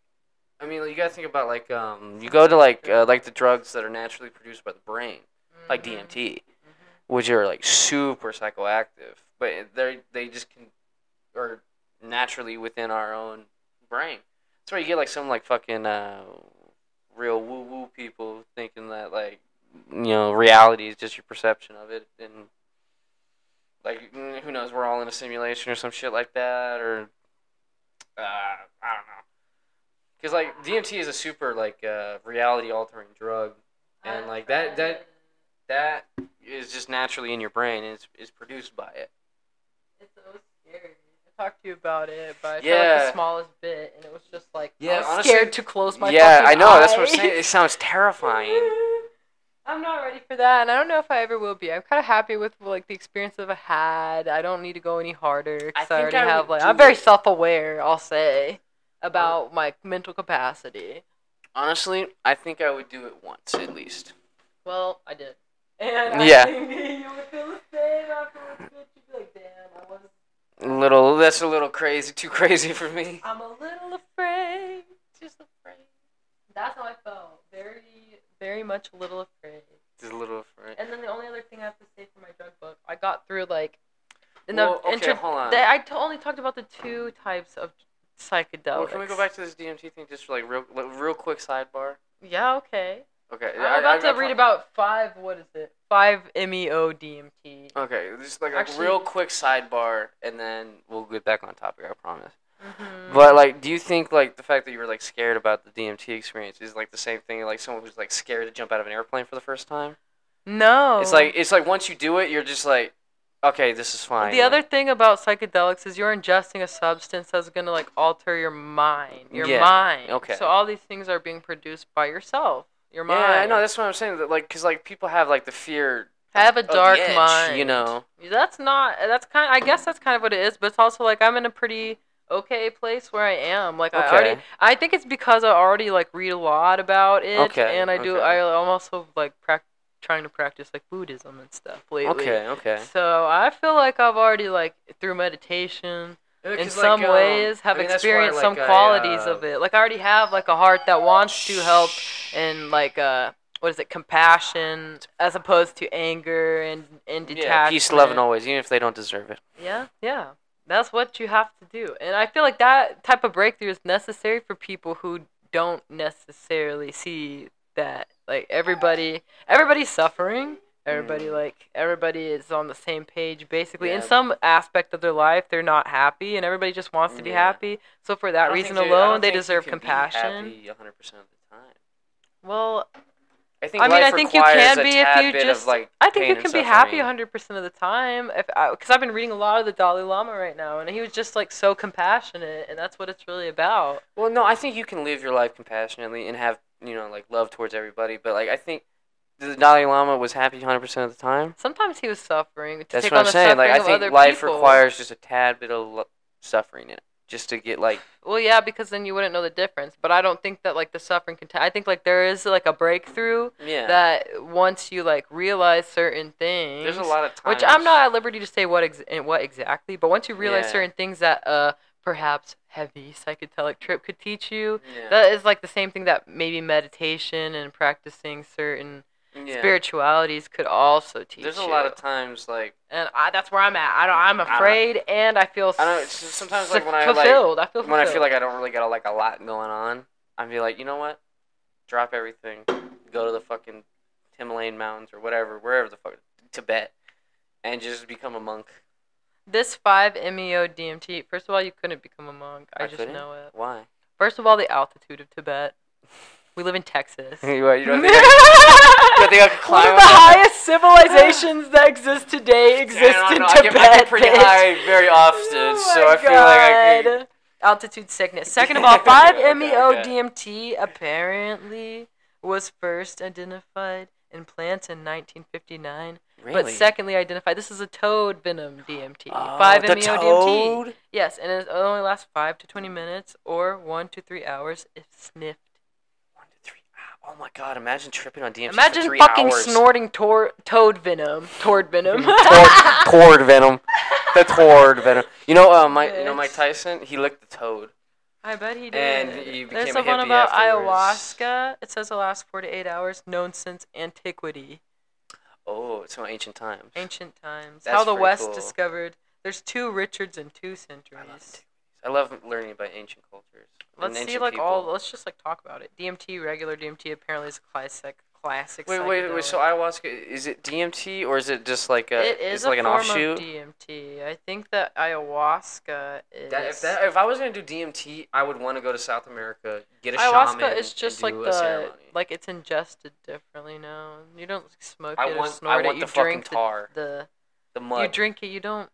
Speaker 2: I mean, you gotta think about like, um, you go to like, uh, like the drugs that are naturally produced by the brain, like
Speaker 1: Mhm.
Speaker 2: DMT,
Speaker 1: Mhm.
Speaker 2: which are like super psychoactive, but they they just can, are naturally within our own brain. That's why you get like some like fucking uh, real woo woo people thinking that like, you know, reality is just your perception of it and. Like mm, who knows? We're all in a simulation or some shit like that, or uh, I don't know. Because like DMT is a super like uh, reality altering drug, and like that that that is just naturally in your brain and it's, it's produced by it.
Speaker 1: It's so scary. I talked to you about it, but I felt like
Speaker 2: Yeah.
Speaker 1: the smallest bit, and it was just like
Speaker 2: Yeah,
Speaker 1: I was
Speaker 2: honestly-
Speaker 1: scared to close my.
Speaker 2: yeah, I
Speaker 1: fucking
Speaker 2: know. That's what I'm
Speaker 1: eyes.
Speaker 2: saying. It sounds terrifying.
Speaker 1: I'm not ready for that, and I don't know if I ever will be. I'm kind of happy with like the experience that I had. I don't need to go any harder 'cause
Speaker 2: I
Speaker 1: I,
Speaker 2: think
Speaker 1: already
Speaker 2: I would
Speaker 1: have like
Speaker 2: do Oh.
Speaker 1: I'm very
Speaker 2: it.
Speaker 1: self-aware. I'll say about my mental capacity.
Speaker 2: Honestly, I think I would do it once at least.
Speaker 1: Well, I did, and I
Speaker 2: Yeah.
Speaker 1: think you would feel the same afterwards. bitch. You'd be like, damn, I was.
Speaker 2: A little. That's a little crazy. Too crazy for me.
Speaker 1: I'm a little afraid, just afraid. That's how I felt. Very, very much a little afraid.
Speaker 2: Just a little afraid.
Speaker 1: And then the only other thing I have to say for my drug book, I got through like, in
Speaker 2: Well,
Speaker 1: the
Speaker 2: okay,
Speaker 1: intro,
Speaker 2: hold on.
Speaker 1: the- I t- only talked about the two types of psychedelics.
Speaker 2: Well, Oh, can we go back to this DMT thing just for like real, like, real quick sidebar?
Speaker 1: Yeah, okay.
Speaker 2: Okay.
Speaker 1: I'm about to read about five. What is it? Five E MEO DMT.
Speaker 2: Okay, just like
Speaker 1: Actually-
Speaker 2: a real quick sidebar, and then we'll get back on topic. I promise.
Speaker 1: Mhm.
Speaker 2: But like, do you think like the fact that you were like scared about the DMT experience is like the same thing like someone who's like scared to jump out of an airplane for the first time?
Speaker 1: no,
Speaker 2: It's like it's like once you do it, you're just like, okay, this is
Speaker 1: Oh.
Speaker 2: fine.
Speaker 1: The other thing about psychedelics is you're ingesting a substance that's going to like alter your mind. Your
Speaker 2: Yeah,
Speaker 1: mind.
Speaker 2: okay.
Speaker 1: So all these things are being produced by yourself. Your
Speaker 2: yeah,
Speaker 1: mind.
Speaker 2: I know that's what I'm saying. That like, cause like people have like the fear.
Speaker 1: I have a
Speaker 2: of the
Speaker 1: dark
Speaker 2: edge,
Speaker 1: mind.
Speaker 2: you know.
Speaker 1: That's not. That's kind. I guess that's kind of what it is. But it's also like I'm in a pretty okay place where I am. Like I already.
Speaker 2: Okay.
Speaker 1: I think it's because I already like read a lot about it.
Speaker 2: Okay,
Speaker 1: And I do.
Speaker 2: okay.
Speaker 1: I am also like prac- trying to practice like Buddhism and stuff lately.
Speaker 2: Okay, okay.
Speaker 1: So I feel like I've already like through meditation in some
Speaker 2: um,
Speaker 1: ways have experienced
Speaker 2: uh,
Speaker 1: some qualities of it like i already have like a heart that wants to help and like uh what is it compassion as opposed to anger and and detachment
Speaker 2: Yeah, peace, love, and always, even if they don't deserve it.
Speaker 1: yeah yeah that's what you have to do and i feel like that type of breakthrough is necessary for people who don't necessarily see that like everybody everybody's suffering everybody
Speaker 2: Mm.
Speaker 1: like everybody is on the same page basically in
Speaker 2: Yeah.
Speaker 1: some aspect of their life they're not happy and everybody just wants to be
Speaker 2: Yeah.
Speaker 1: happy so for
Speaker 2: I
Speaker 1: that
Speaker 2: don't
Speaker 1: reason
Speaker 2: think you- I
Speaker 1: alone
Speaker 2: don't
Speaker 1: they
Speaker 2: think you
Speaker 1: deserve
Speaker 2: can be
Speaker 1: compassion
Speaker 2: happy 100% of the time.
Speaker 1: well
Speaker 2: I think
Speaker 1: I mean,
Speaker 2: life
Speaker 1: I think you
Speaker 2: requires
Speaker 1: can
Speaker 2: a
Speaker 1: be if
Speaker 2: tad
Speaker 1: you
Speaker 2: bit
Speaker 1: just-
Speaker 2: Of, like,
Speaker 1: I think
Speaker 2: pain
Speaker 1: you
Speaker 2: and
Speaker 1: can be happy
Speaker 2: suffering.
Speaker 1: 100% of the time. If Because I've been reading a lot of the Dalai Lama right now, and he was just like so compassionate, and that's what it's really about.
Speaker 2: Well, no, I think you can live your life compassionately and have you know like love towards everybody. But like I think the Dalai Lama was happy hundred percent of the time.
Speaker 1: Sometimes he was suffering. To
Speaker 2: That's
Speaker 1: take
Speaker 2: what
Speaker 1: on
Speaker 2: I'm
Speaker 1: the
Speaker 2: saying. Like
Speaker 1: suffering
Speaker 2: I
Speaker 1: of other
Speaker 2: think life
Speaker 1: people.
Speaker 2: requires just a tad bit of lo- suffering in it, just to get like
Speaker 1: Well, yeah, because then you wouldn't know the difference. But I don't think that like the suffering can. T- I think like there is like a breakthrough
Speaker 2: yeah.
Speaker 1: that once you like realize certain things.
Speaker 2: There's a lot of times.
Speaker 1: Which I'm not at liberty to say what ex- and what exactly, but once you realize
Speaker 2: Yeah.
Speaker 1: certain things that uh perhaps heavy psychedelic trip could teach you,
Speaker 2: Yeah.
Speaker 1: that is like the same thing that maybe meditation and practicing certain
Speaker 2: yeah.
Speaker 1: spiritualities could also teach.
Speaker 2: There's a lot
Speaker 1: you.
Speaker 2: of times like
Speaker 1: and I, that's where I'm at. I don't, I'm
Speaker 2: don't-
Speaker 1: afraid, and I feel
Speaker 2: I don't- it's just sometimes, like,
Speaker 1: s-
Speaker 2: when I, like-
Speaker 1: fulfilled. I feel
Speaker 2: when I feel
Speaker 1: fulfilled.
Speaker 2: like I don't really got like a lot going on, I'd be like, you know what? Drop everything, go to the fucking Himalayan mountains or whatever, wherever the fuck Tibet, and just become a monk.
Speaker 1: this five E meo DMT. First of all, you couldn't become a monk. I,
Speaker 2: I
Speaker 1: just
Speaker 2: couldn't?
Speaker 1: know it.
Speaker 2: Why?
Speaker 1: First of all, the altitude of Tibet. We live in Texas.
Speaker 2: you are- you don't
Speaker 1: One
Speaker 2: think I, you don't think I could climb
Speaker 1: of
Speaker 2: up
Speaker 1: the
Speaker 2: that?
Speaker 1: highest civilizations that exist today exist
Speaker 2: Yeah, I don't
Speaker 1: in
Speaker 2: know. I
Speaker 1: Tibet.
Speaker 2: get, I get pretty
Speaker 1: bitch.
Speaker 2: high very often,
Speaker 1: Oh
Speaker 2: so
Speaker 1: my
Speaker 2: I feel like I could.
Speaker 1: God. Altitude sickness. Second of all, E 5
Speaker 2: Okay,
Speaker 1: MEO
Speaker 2: okay.
Speaker 1: DMT apparently was first identified in plants in 1959,
Speaker 2: Really?
Speaker 1: but secondly identified. This is a toad venom DMT.
Speaker 2: Oh,
Speaker 1: 5
Speaker 2: the
Speaker 1: MEO DMT.
Speaker 2: toad?
Speaker 1: Yes, and it only lasts 5 to 20 minutes or 1 to 3 hours if sniffed.
Speaker 2: One, two, three. Oh my god, imagine tripping on DMT.
Speaker 1: Imagine
Speaker 2: for three
Speaker 1: fucking
Speaker 2: hours.
Speaker 1: snorting tor- toad venom. Toad venom.
Speaker 2: Tord, tord venom. The tord venom. You know, uh, Mike, you know
Speaker 1: Bitch.
Speaker 2: Mike Tyson. He licked the toad.
Speaker 1: I bet he did.
Speaker 2: And he
Speaker 1: There's
Speaker 2: became a
Speaker 1: the one
Speaker 2: hippie
Speaker 1: about
Speaker 2: afterwards.
Speaker 1: ayahuasca. It says the last 48 hours, known since antiquity,
Speaker 2: Oh, it's from ancient times.
Speaker 1: ancient times.
Speaker 2: That's
Speaker 1: how the
Speaker 2: pretty
Speaker 1: West
Speaker 2: cool.
Speaker 1: discovered. There's two Richards in two
Speaker 2: I love
Speaker 1: centuries.
Speaker 2: antiquities. I love learning about ancient cultures. and
Speaker 1: Let's see,
Speaker 2: ancient
Speaker 1: like
Speaker 2: people.
Speaker 1: all. Let's just like talk about it. DMT, regular DMT, apparently is a classic, classic.
Speaker 2: Wait, wait, wait. So
Speaker 1: psychedelic.
Speaker 2: ayahuasca is it DMT or is it just like a?
Speaker 1: it
Speaker 2: it's
Speaker 1: is a
Speaker 2: like an
Speaker 1: form
Speaker 2: offshoot.
Speaker 1: of DMT. I think that ayahuasca is.
Speaker 2: That, if that if I was gonna do DMT, I would want to go to South America, get a shaman,
Speaker 1: ayahuasca is
Speaker 2: and
Speaker 1: just
Speaker 2: do
Speaker 1: like
Speaker 2: a
Speaker 1: the
Speaker 2: ceremony.
Speaker 1: like it's ingested differently now. You don't smoke
Speaker 2: I
Speaker 1: it
Speaker 2: want-
Speaker 1: or
Speaker 2: I
Speaker 1: snort
Speaker 2: want
Speaker 1: it.
Speaker 2: the
Speaker 1: You
Speaker 2: fucking
Speaker 1: drink the-
Speaker 2: tar.
Speaker 1: the
Speaker 2: the mud.
Speaker 1: You drink it, you don't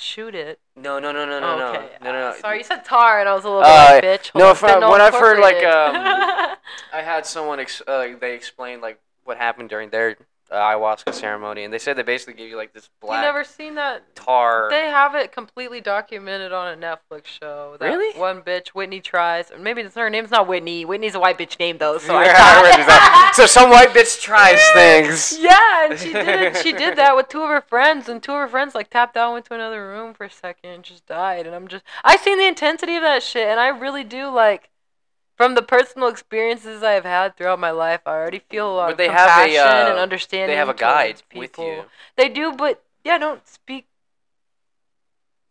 Speaker 1: shoot it.
Speaker 2: no, no, no, no, no, no,
Speaker 1: okay.
Speaker 2: no, no,
Speaker 1: Uh,
Speaker 2: no.
Speaker 1: Sorry, you said tar, and I was a little
Speaker 2: Uh,
Speaker 1: bit like, bitch.
Speaker 2: no,
Speaker 1: Hold on,
Speaker 2: from
Speaker 1: fentanyl
Speaker 2: what I've heard, like, um,
Speaker 1: incorporated.
Speaker 2: I had someone ex- uh, like, they explained like what happened during their uh, ayahuasca ceremony, and they said they basically give you like this
Speaker 1: you
Speaker 2: black
Speaker 1: never seen that?
Speaker 2: tar.
Speaker 1: They have it completely documented on a Netflix show. That
Speaker 2: Really?
Speaker 1: One bitch, Whitney tries. Maybe it's, her name's not Whitney. Whitney's a white bitch name though, so
Speaker 2: Yeah,
Speaker 1: I
Speaker 2: I read that.
Speaker 1: thought.
Speaker 2: so some white bitch tries things.
Speaker 1: Yeah, and she did it. She did that with two of her friends, and two of her friends like tapped out, went to another room for a second, and just died. And I'm just, I seen the intensity of that shit, and I really do like, from the personal experiences I have had throughout my life, I already feel a lot
Speaker 2: But
Speaker 1: of
Speaker 2: they have a,
Speaker 1: compassion
Speaker 2: uh,
Speaker 1: and understanding.
Speaker 2: They have a
Speaker 1: towards
Speaker 2: guide with
Speaker 1: people.
Speaker 2: you.
Speaker 1: They do, but yeah, don't speak.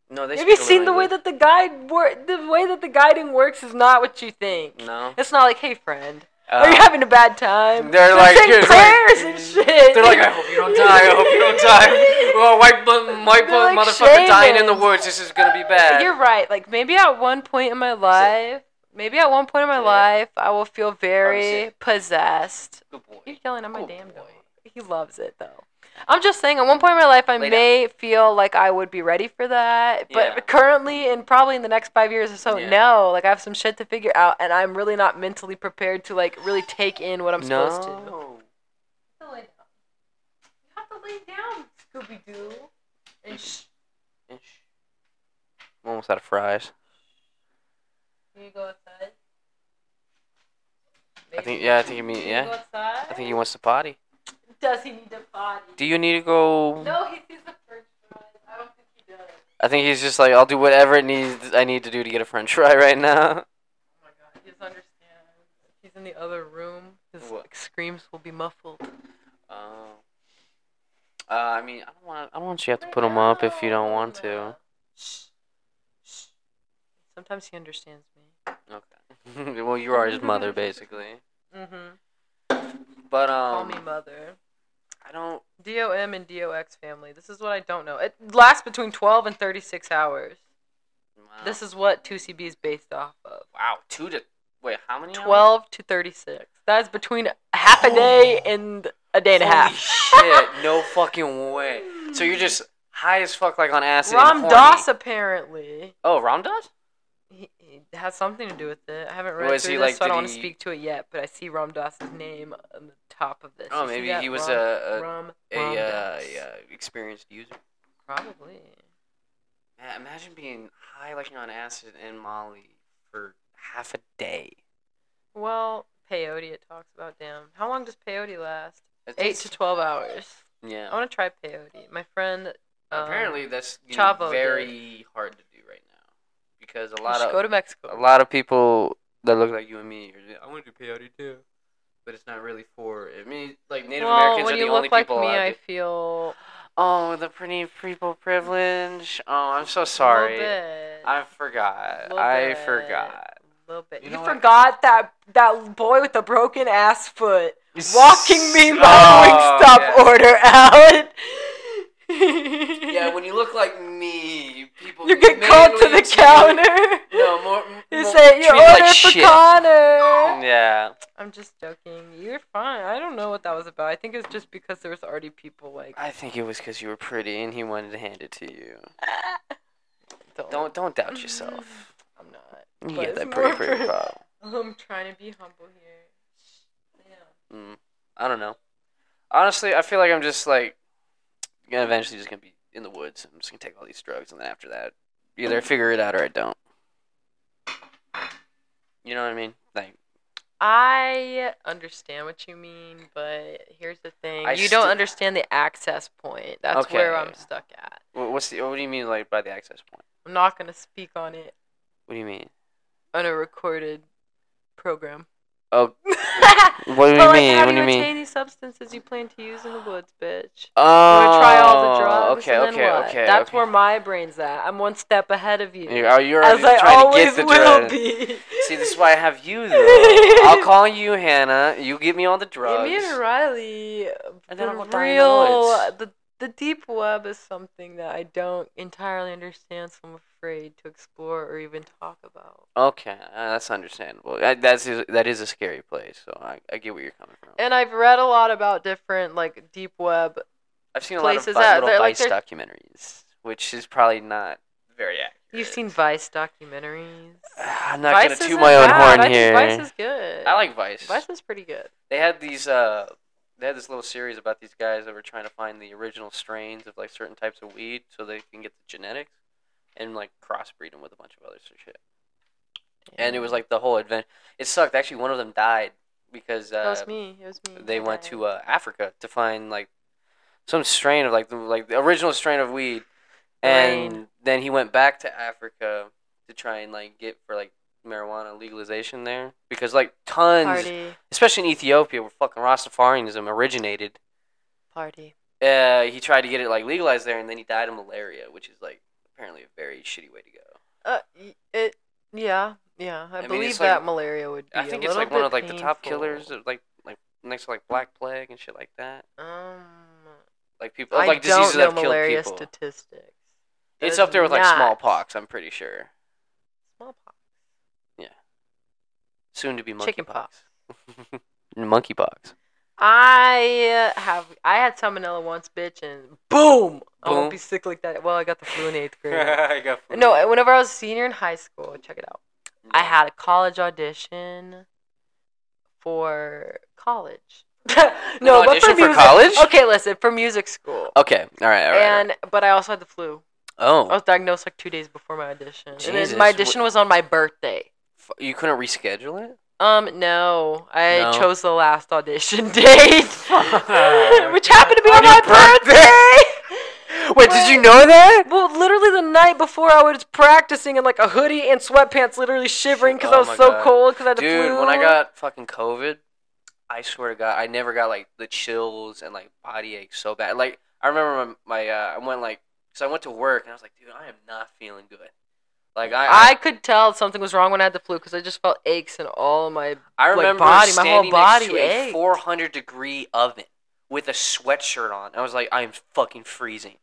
Speaker 2: No, they.
Speaker 1: have
Speaker 2: speak
Speaker 1: you
Speaker 2: a
Speaker 1: seen the way
Speaker 2: language.
Speaker 1: that the guide work? The way that the guiding works is not what you think.
Speaker 2: No.
Speaker 1: It's not like, hey friend, are
Speaker 2: Uh,
Speaker 1: you having a bad time?
Speaker 2: They're like-
Speaker 1: saying
Speaker 2: it's like-
Speaker 1: prayers and shit.
Speaker 2: They're like, I hope you don't die. I hope you don't die. Well, white, bu- white bu-
Speaker 1: They're like
Speaker 2: motherfucker dying in the
Speaker 1: shamans.
Speaker 2: woods. This is gonna be bad.
Speaker 1: You're right. Like maybe at one point in my life, maybe at one point in my
Speaker 2: Yeah.
Speaker 1: life, I will feel
Speaker 2: Obviously.
Speaker 1: very possessed.
Speaker 2: Good boy.
Speaker 1: You're yelling at my
Speaker 2: Good
Speaker 1: damn
Speaker 2: boy.
Speaker 1: dog. He loves it though. I'm just saying, at one point in my life, I
Speaker 2: Lay down.
Speaker 1: may feel like I would be ready for that, but
Speaker 2: Yeah.
Speaker 1: currently, and probably in the next five years or so,
Speaker 2: Yeah.
Speaker 1: no. Like I have some shit to figure out, and I'm really not mentally prepared to like really take in what I'm supposed to.
Speaker 2: No.
Speaker 1: You have to lay down, Scooby Doo. And shh,
Speaker 2: Ish. I'm almost out of fries.
Speaker 1: you go outside.
Speaker 2: I think. Yeah, I think you mean. Yeah, I think he wants to potty.
Speaker 1: Does he need a body?
Speaker 2: Do you need to go?
Speaker 1: No, he sees the French fries. I don't think he does. Oh
Speaker 2: I think he's just like, I'll do whatever it needs. I need to do to get a French fry right now.
Speaker 1: my god, he doesn't understand. He's in the other room. His
Speaker 2: What?
Speaker 1: screams will be muffled.
Speaker 2: Oh. Uh, I mean, I don't want. I don't want you to have to put him up if you don't want to.
Speaker 1: Shh. Shh. Sometimes he understands me.
Speaker 2: Okay. well, you are his mother, basically.
Speaker 1: Mm-hmm.
Speaker 2: But
Speaker 1: Call
Speaker 2: um,
Speaker 1: me mother.
Speaker 2: I don't.
Speaker 1: DOM and DOX family. This is what I don't know. It lasts between 12 and 36 hours.
Speaker 2: Wow.
Speaker 1: This is what 2CB is based off of.
Speaker 2: Wow, two to wait, how many? hours?
Speaker 1: 12 to 36. That's between half a day and a day and a
Speaker 2: Holy
Speaker 1: half.
Speaker 2: shit! No fucking way. So you're just high as fuck, like on acid. and
Speaker 1: Ram
Speaker 2: horny.
Speaker 1: Dass apparently
Speaker 2: Oh, Ram Dass?
Speaker 1: he, he has something to do with it. I haven't read
Speaker 2: Was
Speaker 1: through
Speaker 2: he,
Speaker 1: this,
Speaker 2: like,
Speaker 1: so I
Speaker 2: did
Speaker 1: don't want to
Speaker 2: he-
Speaker 1: speak to it yet. But I see Ram Dass's name on the top of this.
Speaker 2: Oh,
Speaker 1: You see
Speaker 2: maybe
Speaker 1: that?
Speaker 2: he was
Speaker 1: Ram, Ram,
Speaker 2: a a,
Speaker 1: Ram
Speaker 2: a, uh,
Speaker 1: Dass.
Speaker 2: a, uh, experienced user.
Speaker 1: Probably.
Speaker 2: Man, imagine being high like you're on acid and Molly for half a day.
Speaker 1: Well, peyote it talks about. Damn, how long does peyote last?
Speaker 2: That's-
Speaker 1: Eight to oh, twelve hours. I
Speaker 2: Yeah.
Speaker 1: want to try peyote. My friend. Um,
Speaker 2: Apparently, that's you know,
Speaker 1: Chavo did.
Speaker 2: very hard to do right now because a
Speaker 1: we
Speaker 2: lot
Speaker 1: should
Speaker 2: of
Speaker 1: go to Mexico.
Speaker 2: a lot of people that look like you and me are just, I want to do peyote too. But it's not really for I mean like Native
Speaker 1: well,
Speaker 2: Americans
Speaker 1: when
Speaker 2: are
Speaker 1: you
Speaker 2: the
Speaker 1: look
Speaker 2: only
Speaker 1: like
Speaker 2: people
Speaker 1: me,
Speaker 2: allowed
Speaker 1: I
Speaker 2: to-
Speaker 1: feel
Speaker 2: Oh, the pretty people privilege. Oh, I'm so
Speaker 1: A
Speaker 2: sorry.
Speaker 1: little bit.
Speaker 2: I forgot.
Speaker 1: Little
Speaker 2: I
Speaker 1: bit.
Speaker 2: forgot.
Speaker 1: little bit.
Speaker 2: You
Speaker 1: You,
Speaker 2: know what?
Speaker 1: forgot that that boy with the broken ass foot walking me my
Speaker 2: Oh,
Speaker 1: Wingstop
Speaker 2: yeah.
Speaker 1: order out.
Speaker 2: Yeah, when you look like me, people
Speaker 1: you get called to
Speaker 2: mainly
Speaker 1: the
Speaker 2: treat-
Speaker 1: counter.
Speaker 2: No, more.
Speaker 1: You
Speaker 2: more
Speaker 1: say you
Speaker 2: treat me
Speaker 1: order
Speaker 2: like Oh,
Speaker 1: for
Speaker 2: shit.
Speaker 1: Connor.
Speaker 2: Yeah.
Speaker 1: I'm just joking. You're fine. I don't know what that was about. I think it's just because there was already people like.
Speaker 2: I think it was because you were pretty and he wanted to hand it to you. Don't don't doubt yourself.
Speaker 1: I'm not.
Speaker 2: You
Speaker 1: Mm-hmm. But
Speaker 2: get that
Speaker 1: it's
Speaker 2: pretty
Speaker 1: more
Speaker 2: pretty
Speaker 1: for-
Speaker 2: problem.
Speaker 1: I'm trying to be humble here. Yeah.
Speaker 2: Mm, I don't know. Honestly, I feel like I'm just like gonna eventually just gonna be in the woods. I'm just gonna take all these drugs, and then after that, either I figure it out or I don't. You know what I mean? Like
Speaker 1: I understand what you mean, but here's the thing:
Speaker 2: I
Speaker 1: you don't
Speaker 2: sti-
Speaker 1: understand the access point. That's where
Speaker 2: Okay.
Speaker 1: I'm stuck at.
Speaker 2: Wha- What's the? What do you mean, like by the access point?
Speaker 1: I'm not gonna speak on it
Speaker 2: What do you mean?
Speaker 1: on a recorded program.
Speaker 2: Oh,
Speaker 1: what
Speaker 2: what do you
Speaker 1: but like,
Speaker 2: mean?
Speaker 1: how
Speaker 2: What do you
Speaker 1: retain
Speaker 2: mean?
Speaker 1: these substances you plan to use in the woods, bitch?
Speaker 2: Oh,
Speaker 1: We're gonna try all the drugs.
Speaker 2: Okay,
Speaker 1: and then
Speaker 2: okay,
Speaker 1: what?
Speaker 2: okay.
Speaker 1: That's
Speaker 2: okay.
Speaker 1: where my brain's at. I'm one step ahead of you,
Speaker 2: You're, oh, you're
Speaker 1: as
Speaker 2: already
Speaker 1: I
Speaker 2: trying to
Speaker 1: always
Speaker 2: get the
Speaker 1: will
Speaker 2: drugs.
Speaker 1: be.
Speaker 2: See, this is why I have you though. I'll call you, Hannah. You give me all the drugs.
Speaker 1: Me and Riley,
Speaker 2: And then
Speaker 1: the
Speaker 2: I'll go die in the
Speaker 1: real,
Speaker 2: woods.
Speaker 1: the, the deep web is something that I don't entirely understand, so I'm afraid to explore or even talk about.
Speaker 2: Okay, uh, that's understandable. That, that's that is a scary place, so I, I get where you're coming from.
Speaker 1: And I've read a lot about different like deep web.
Speaker 2: I've seen a
Speaker 1: places
Speaker 2: lot
Speaker 1: that-
Speaker 2: of vi-
Speaker 1: they're
Speaker 2: little
Speaker 1: like
Speaker 2: Vice documentaries, which is probably not very accurate.
Speaker 1: You've seen Vice documentaries.
Speaker 2: I'm not
Speaker 1: Vice
Speaker 2: gonna toot
Speaker 1: isn't
Speaker 2: my own
Speaker 1: bad. I
Speaker 2: horn
Speaker 1: think
Speaker 2: here.
Speaker 1: Vice is good.
Speaker 2: I like Vice.
Speaker 1: Vice is pretty good.
Speaker 2: They had these. Uh, they had this little series about these guys that were trying to find the original strains of like certain types of weed, so they can get the genetics, and like crossbreed them with a bunch of other shit. And it was like the whole adventure. It sucked. Actually, one of them died because uh,
Speaker 1: that was me. It was me.
Speaker 2: they
Speaker 1: I
Speaker 2: went
Speaker 1: died.
Speaker 2: to uh, Africa to find like some strain of like the like the original strain of weed, and
Speaker 1: Rain.
Speaker 2: then he went back to Africa to try and like get for like marijuana legalization there because like tons,
Speaker 1: party,
Speaker 2: especially in Ethiopia where fucking Rastafarianism originated.
Speaker 1: party.
Speaker 2: Uh, he tried to get it like legalized there, and then he died of malaria, which is like apparently a very shitty way to go.
Speaker 1: Uh, y- it. Yeah, yeah. I,
Speaker 2: mean,
Speaker 1: believe
Speaker 2: it's like-
Speaker 1: that malaria would be.
Speaker 2: I think
Speaker 1: a
Speaker 2: it's
Speaker 1: little
Speaker 2: like one
Speaker 1: bit
Speaker 2: of like the top killers,
Speaker 1: painful.
Speaker 2: of, like like next to like black plague and shit like that.
Speaker 1: Um,
Speaker 2: Like people,
Speaker 1: I
Speaker 2: like
Speaker 1: don't
Speaker 2: diseases that
Speaker 1: know
Speaker 2: have killed
Speaker 1: malaria
Speaker 2: people.
Speaker 1: statistics.
Speaker 2: It's
Speaker 1: does
Speaker 2: up there with like
Speaker 1: not-
Speaker 2: smallpox. I'm pretty sure.
Speaker 1: Smallpox.
Speaker 2: Soon to be monkeypox.
Speaker 1: Chickenpox.
Speaker 2: monkeypox.
Speaker 1: I have. I had salmonella once, bitch, and boom. I
Speaker 2: Boom.
Speaker 1: won't be sick like that. Well, I got the flu in eighth grade.
Speaker 2: I got flu.
Speaker 1: no, uh, whenever I was a senior in high school, check it out. I had a college audition for college. no, but
Speaker 2: audition
Speaker 1: for,
Speaker 2: for
Speaker 1: music.
Speaker 2: college?
Speaker 1: Okay, listen, for music school.
Speaker 2: Okay. All right. All right.
Speaker 1: and but I also had the flu. I
Speaker 2: oh,
Speaker 1: was diagnosed like two days before my audition, and
Speaker 2: Jesus,
Speaker 1: then my audition
Speaker 2: wh-
Speaker 1: was on my birthday.
Speaker 2: f- you couldn't reschedule it.
Speaker 1: Um, no, I
Speaker 2: No?
Speaker 1: chose the last audition date, which happened to be on,
Speaker 2: On
Speaker 1: my
Speaker 2: your
Speaker 1: birthday.
Speaker 2: Wait,
Speaker 1: did you
Speaker 2: know that?
Speaker 1: Well, literally the night before, I was practicing in like a hoodie and sweatpants, literally shivering because
Speaker 2: Oh
Speaker 1: I was
Speaker 2: my
Speaker 1: so
Speaker 2: God.
Speaker 1: cold because I had the
Speaker 2: Dude,
Speaker 1: flu.
Speaker 2: when I got fucking COVID, I swear to God, I never got like the chills and like body aches so bad. Like I remember my, my uh, I went like, cause I went to work and I was like, dude, I am not feeling good. Like I,
Speaker 1: I could tell something was wrong when I had the flu because I just felt aches in all of my.
Speaker 2: I
Speaker 1: like,
Speaker 2: remember
Speaker 1: body- my whole
Speaker 2: standing
Speaker 1: body
Speaker 2: next to a
Speaker 1: ached.
Speaker 2: 400 degree oven with a sweatshirt on. I was like, I'm fucking freezing.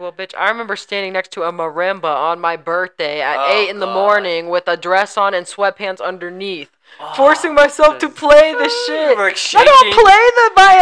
Speaker 1: Well, bitch, I remember standing next to a marimba on my birthday at
Speaker 2: Oh,
Speaker 1: eight in the
Speaker 2: God.
Speaker 1: morning with a dress on and sweatpants underneath, forcing
Speaker 2: Ah,
Speaker 1: myself to
Speaker 2: this-
Speaker 1: play the shit.
Speaker 2: Like
Speaker 1: I don't
Speaker 2: shaking.
Speaker 1: play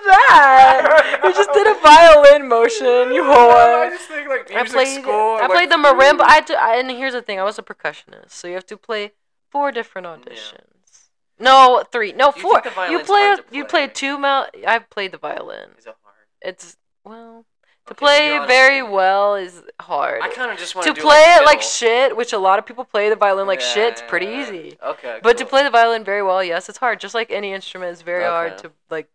Speaker 1: the violin. What was that? you just did a violin motion, you
Speaker 2: I
Speaker 1: whore.
Speaker 2: just think like
Speaker 1: I
Speaker 2: music
Speaker 1: played.
Speaker 2: school.
Speaker 1: I
Speaker 2: like,
Speaker 1: played the marimba. I, had to, I and here's the thing. I was a percussionist, so you have to play four different auditions. No, three. No,
Speaker 2: think
Speaker 1: four.
Speaker 2: the
Speaker 1: You
Speaker 2: violin's
Speaker 1: play.
Speaker 2: hard
Speaker 1: a-
Speaker 2: to
Speaker 1: You
Speaker 2: play?
Speaker 1: play two. Mel- I've played the violin.
Speaker 2: Is it hard?
Speaker 1: It's well to
Speaker 2: Okay, you're
Speaker 1: play
Speaker 2: honest
Speaker 1: very
Speaker 2: with me.
Speaker 1: well is hard.
Speaker 2: I kind of just want
Speaker 1: To
Speaker 2: do,
Speaker 1: play it like
Speaker 2: fiddle.
Speaker 1: shit, which a lot of people play the violin like
Speaker 2: Yeah,
Speaker 1: shit's pretty
Speaker 2: yeah, yeah.
Speaker 1: easy.
Speaker 2: Okay.
Speaker 1: But to
Speaker 2: cool.
Speaker 1: play the violin very well, yes, it's hard. Just like any instrument, it's very hard
Speaker 2: Okay.
Speaker 1: to like.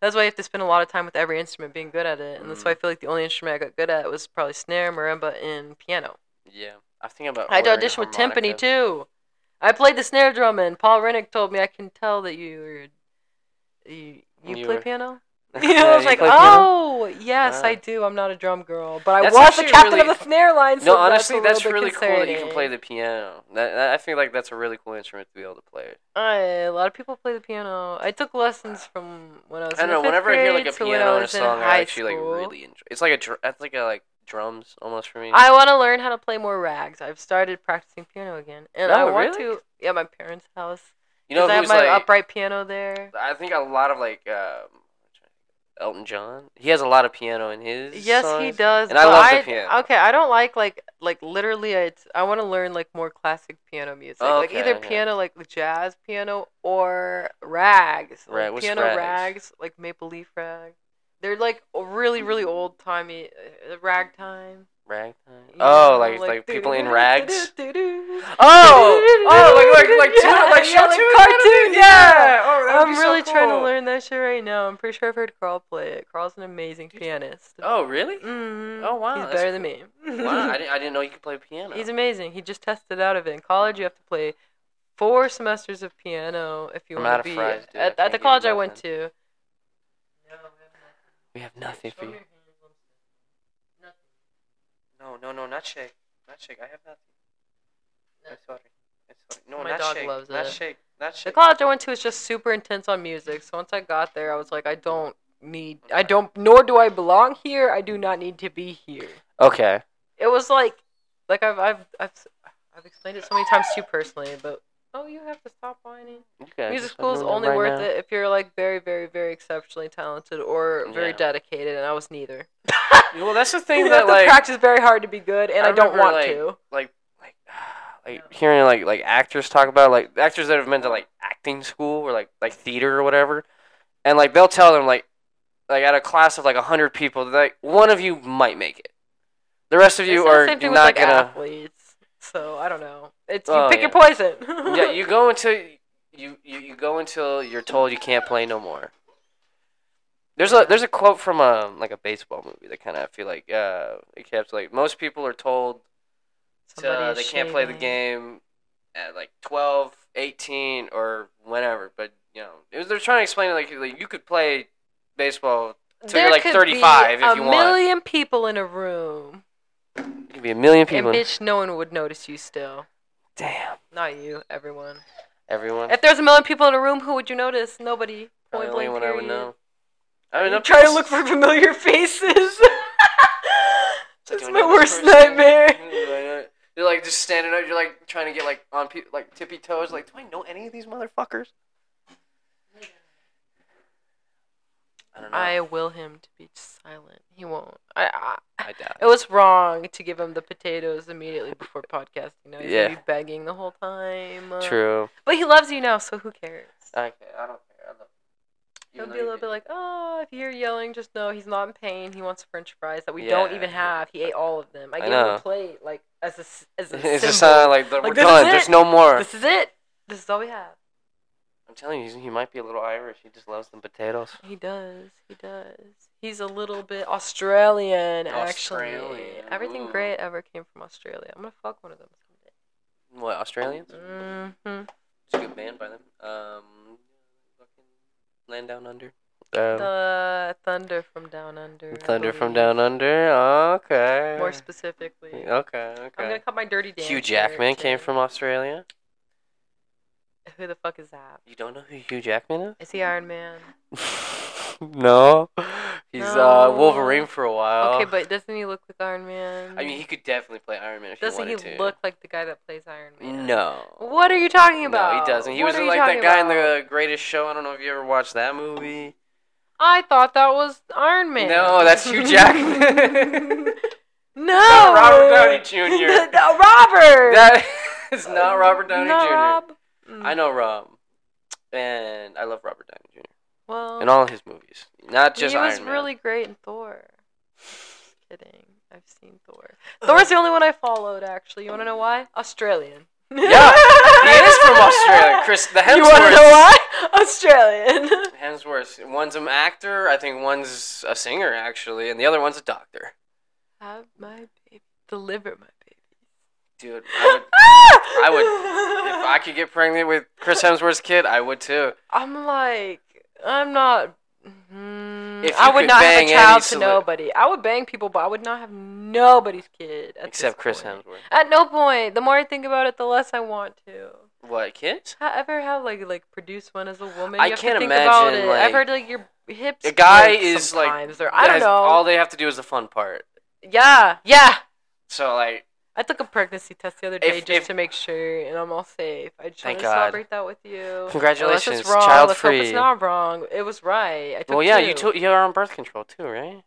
Speaker 1: That's why you have to spend a lot of time with every instrument being good at it, and that's why I
Speaker 2: Mm.
Speaker 1: feel like the only instrument I got good at was probably snare, marimba, and piano.
Speaker 2: Yeah, I think about.
Speaker 1: I had to
Speaker 2: ordering
Speaker 1: audition with
Speaker 2: harmonica.
Speaker 1: timpani too. I played the snare drum, and Paul Rennick told me I can tell that you were, you, you,
Speaker 2: You
Speaker 1: play
Speaker 2: were-
Speaker 1: piano.
Speaker 2: Yeah,
Speaker 1: I was
Speaker 2: you
Speaker 1: like,
Speaker 2: play piano?
Speaker 1: oh yes,
Speaker 2: Ah.
Speaker 1: I do. I'm not a drum girl, but I
Speaker 2: That's
Speaker 1: was the
Speaker 2: actually
Speaker 1: captain
Speaker 2: really-
Speaker 1: of the snare line. So
Speaker 2: No, honestly, that's,
Speaker 1: that's, a little
Speaker 2: really
Speaker 1: bit
Speaker 2: cool that you can
Speaker 1: concerning.
Speaker 2: play the piano. That, that- I feel like that's a really cool instrument to be able to play.
Speaker 1: I, a lot of people play the piano. I took lessons from when I was.
Speaker 2: I don't
Speaker 1: in
Speaker 2: know.
Speaker 1: the fifth
Speaker 2: Whenever I hear like a
Speaker 1: grade to when I
Speaker 2: piano and a
Speaker 1: was in
Speaker 2: song,
Speaker 1: high
Speaker 2: I actually
Speaker 1: school.
Speaker 2: like really enjoy. It's like a dr- that's like a like drums almost for me.
Speaker 1: I want to learn how to play more rags. I've started practicing piano again, and I
Speaker 2: Oh,
Speaker 1: want
Speaker 2: really?
Speaker 1: to. Yeah, my parents' house
Speaker 2: You know
Speaker 1: Is that
Speaker 2: who's
Speaker 1: my
Speaker 2: like?
Speaker 1: upright piano there?
Speaker 2: I think a lot of like um, Elton John. He has a lot of piano in his.
Speaker 1: Yes, he
Speaker 2: songs.
Speaker 1: does.
Speaker 2: And I
Speaker 1: but
Speaker 2: love the piano.
Speaker 1: Okay, I don't like like like literally. It's I want to learn like more classic piano music, like
Speaker 2: Okay,
Speaker 1: either
Speaker 2: okay.
Speaker 1: piano like jazz piano or rags, like,
Speaker 2: Right, what's
Speaker 1: piano
Speaker 2: rags?
Speaker 1: like maple leaf rags. They're like really really old timey uh, ragtime.
Speaker 2: Ragtime.
Speaker 1: you
Speaker 2: Oh,
Speaker 1: know,
Speaker 2: like like people in rags.
Speaker 1: Oh,
Speaker 2: Oh, oh, like like like
Speaker 1: Yeah,
Speaker 2: tuna, like
Speaker 1: yeah,
Speaker 2: show
Speaker 1: like
Speaker 2: tuna
Speaker 1: cartoon,
Speaker 2: kinda thing?
Speaker 1: yeah.
Speaker 2: Oh, that would
Speaker 1: I'm
Speaker 2: be so
Speaker 1: really trying to
Speaker 2: cool.
Speaker 1: learn that shit right now. I'm pretty sure I've heard Carl play it. Carl's an amazing
Speaker 2: Dude.
Speaker 1: pianist.
Speaker 2: Oh, really?
Speaker 1: Mhm.
Speaker 2: Oh, wow,
Speaker 1: He's
Speaker 2: that's
Speaker 1: better than me.
Speaker 2: Wow, I didn't, I didn't know you could play piano.
Speaker 1: He's amazing. He just tested out of it. In college, you have to play four semesters of piano if you
Speaker 2: I'm out
Speaker 1: want
Speaker 2: of
Speaker 1: to be
Speaker 2: fries, dude. I
Speaker 1: at,
Speaker 2: can't
Speaker 1: at
Speaker 2: give
Speaker 1: the
Speaker 2: you
Speaker 1: college I went
Speaker 2: nothing.
Speaker 1: to.
Speaker 2: we have nothing for you. No, no, no, not shake, not shake. I have nothing. I'm sorry. I'm sorry. No,
Speaker 1: My
Speaker 2: not
Speaker 1: dog
Speaker 2: shake.
Speaker 1: loves
Speaker 2: not
Speaker 1: it.
Speaker 2: shake. Not
Speaker 1: The
Speaker 2: shake.
Speaker 1: college I went to is just super intense on music. So once I got there, I was like, I don't need, I don't, nor do I belong here. I do not need to be here.
Speaker 2: Okay.
Speaker 1: It was like, like I've, I've, I've, I've explained it so many times to you personally, but oh, you have to stop whining.
Speaker 2: You guys
Speaker 1: Music
Speaker 2: just
Speaker 1: school is
Speaker 2: doing it
Speaker 1: only
Speaker 2: right
Speaker 1: worth
Speaker 2: now.
Speaker 1: it if you're like very, very, very exceptionally talented or very
Speaker 2: Yeah.
Speaker 1: dedicated, and I was neither.
Speaker 2: Well, that's the
Speaker 1: You
Speaker 2: thing
Speaker 1: have
Speaker 2: that
Speaker 1: to
Speaker 2: like
Speaker 1: practice very hard to be good, and
Speaker 2: I
Speaker 1: I, don't
Speaker 2: remember,
Speaker 1: want to.
Speaker 2: like- like like like hearing like like actors talk about like actors that have been to like acting school or like like theater or whatever, and like they'll tell them like like at a class of like hundred people, like one of you might make it, the rest of
Speaker 1: It's
Speaker 2: you
Speaker 1: the
Speaker 2: are
Speaker 1: same thing
Speaker 2: not
Speaker 1: with, like,
Speaker 2: gonna.
Speaker 1: athletes, so I don't know. It's you
Speaker 2: Oh,
Speaker 1: pick
Speaker 2: yeah.
Speaker 1: your poison.
Speaker 2: yeah, you go until you, you you go until you're told you can't play no more. There's a there's a quote from a like a baseball movie that kind of I feel like uh it kept like most people are told to,
Speaker 1: Somebody is
Speaker 2: they can't play the
Speaker 1: shaving.
Speaker 2: game at like 12, 18, or whenever. But you know, it was, they're trying to explain like, you- like you could play baseball. So you're,
Speaker 1: There
Speaker 2: like,
Speaker 1: could
Speaker 2: 35
Speaker 1: be
Speaker 2: if you
Speaker 1: a
Speaker 2: want.
Speaker 1: million people in a room,
Speaker 2: It could be a million people.
Speaker 1: and bitch, no one would notice you still.
Speaker 2: Damn,
Speaker 1: Not you, everyone.
Speaker 2: everyone.
Speaker 1: If there's a million people in a room, who would you notice? Nobody.
Speaker 2: Probably
Speaker 1: Point
Speaker 2: the only
Speaker 1: blank.
Speaker 2: one I would
Speaker 1: period.
Speaker 2: know. I mean,
Speaker 1: You
Speaker 2: up
Speaker 1: try to
Speaker 2: s-
Speaker 1: look for familiar faces.
Speaker 2: like, do
Speaker 1: That's
Speaker 2: I
Speaker 1: my
Speaker 2: know this
Speaker 1: worst
Speaker 2: person?
Speaker 1: nightmare.
Speaker 2: Do I know- You're like just standing up. You're like trying to get like on pe- like tippy toes. Like, do I know any of these motherfuckers? I don't know.
Speaker 1: I will him to be silent. He won't. I, I.
Speaker 2: I doubt.
Speaker 1: It was wrong to give him the potatoes immediately before podcasting. You know, he's
Speaker 2: Yeah.
Speaker 1: gonna be begging the whole time. Uh,
Speaker 2: it. True.
Speaker 1: But he loves you now, so who cares?
Speaker 2: Okay, I don't care. I love
Speaker 1: He'll be a little bit like, oh, if you hear yelling, just know he's not in pain. He wants French fries that we don't
Speaker 2: Yeah.
Speaker 1: even have. He ate all of them. I,
Speaker 2: I
Speaker 1: gave him
Speaker 2: know.
Speaker 1: a plate, like as a s- as a
Speaker 2: it's just
Speaker 1: symbol.
Speaker 2: uh, like, the,
Speaker 1: Like,
Speaker 2: we're
Speaker 1: this is
Speaker 2: done.
Speaker 1: it.
Speaker 2: There's no more.
Speaker 1: This is it. This is all we have.
Speaker 2: I'm telling you, he's- he might be a little Irish. He just loves them potatoes.
Speaker 1: He does. He does. He's a little bit Australian, actually.
Speaker 2: Australian,
Speaker 1: Everything
Speaker 2: ooh.
Speaker 1: great ever came from Australia. I'm gonna fuck one of them
Speaker 2: What Australians?
Speaker 1: someday.
Speaker 2: Mm-hmm.
Speaker 1: hmm
Speaker 2: It's a good band by them. Um, fucking land down under. Um,
Speaker 1: The thunder from down under. I
Speaker 2: Thunder from
Speaker 1: believe.
Speaker 2: down under. Okay.
Speaker 1: More specifically,
Speaker 2: Okay.
Speaker 1: I'm gonna
Speaker 2: Okay.
Speaker 1: cut my dirty dance.
Speaker 2: Hugh Jackman
Speaker 1: shirt
Speaker 2: came
Speaker 1: to-
Speaker 2: from Australia.
Speaker 1: Who the fuck is that?
Speaker 2: You don't know who Hugh Jackman is?
Speaker 1: Is he Iron Man?
Speaker 2: no. He's uh
Speaker 1: No.
Speaker 2: Wolverine for a while.
Speaker 1: Okay, but doesn't he look like Iron Man?
Speaker 2: Oh. I mean, he could definitely play Iron Man if
Speaker 1: doesn't
Speaker 2: he
Speaker 1: he
Speaker 2: wanted to.
Speaker 1: look like the guy that plays Iron Man?
Speaker 2: No.
Speaker 1: What are you talking about?
Speaker 2: No, he doesn't. He
Speaker 1: What
Speaker 2: was
Speaker 1: are you
Speaker 2: like that
Speaker 1: talking
Speaker 2: guy
Speaker 1: about?
Speaker 2: in the Greatest Show. I don't know if you ever watched that movie.
Speaker 1: I thought that was Iron Man.
Speaker 2: No, that's Hugh Jackman.
Speaker 1: no,
Speaker 2: Robert Downey Jr..
Speaker 1: No, Robert.
Speaker 2: that is not Robert Downey
Speaker 1: Not
Speaker 2: Jr.
Speaker 1: Rob. Mm.
Speaker 2: I know Rob, and I love Robert Downey Jr.
Speaker 1: Mm. Well,
Speaker 2: in all his movies, not just
Speaker 1: Oh. he
Speaker 2: Iron
Speaker 1: was
Speaker 2: Man.
Speaker 1: really great in Thor. Kidding. I've seen Thor. Thor's the only one I followed. Actually, you want to know why? Australian.
Speaker 2: Yeah, he is from Australia. Chris the Hemsworth.
Speaker 1: You want to know why? Australian.
Speaker 2: Hemsworth. One's an actor. I think one's a singer actually, and the other one's a doctor.
Speaker 1: Have my baby. Deliver my baby.
Speaker 2: Dude, I would, if I could get pregnant with Chris Hemsworth's kid, I would too.
Speaker 1: I'm like, I'm not. Mm,
Speaker 2: If
Speaker 1: I
Speaker 2: you
Speaker 1: would
Speaker 2: could
Speaker 1: not have
Speaker 2: bang
Speaker 1: a child
Speaker 2: any
Speaker 1: to
Speaker 2: cele-
Speaker 1: nobody. I would bang people, but I would not have nobody's kid. At
Speaker 2: Except
Speaker 1: this
Speaker 2: Chris
Speaker 1: point.
Speaker 2: Hemsworth.
Speaker 1: At no point. The more I think about it, the less I want to.
Speaker 2: What kids?
Speaker 1: I ever have like like produce one as a woman.
Speaker 2: I
Speaker 1: you have
Speaker 2: can't
Speaker 1: to think about
Speaker 2: imagine,
Speaker 1: it. I've
Speaker 2: like-
Speaker 1: heard like your hips.
Speaker 2: A guy
Speaker 1: break
Speaker 2: is, like,
Speaker 1: sometimes, or I don't
Speaker 2: Guys,
Speaker 1: know.
Speaker 2: All they have to do is the fun part.
Speaker 1: yeah, yeah.
Speaker 2: So like,
Speaker 1: I took a pregnancy test the other day
Speaker 2: If-
Speaker 1: just
Speaker 2: if-
Speaker 1: to make sure, and I'm all safe. I just
Speaker 2: Thank
Speaker 1: want to
Speaker 2: God.
Speaker 1: celebrate that with you. Unless
Speaker 2: Congratulations,
Speaker 1: it's wrong,
Speaker 2: child
Speaker 1: let's Hope
Speaker 2: free.
Speaker 1: it's not wrong. It was right. I took
Speaker 2: Well, yeah, you
Speaker 1: two.
Speaker 2: took you're on birth control too, right?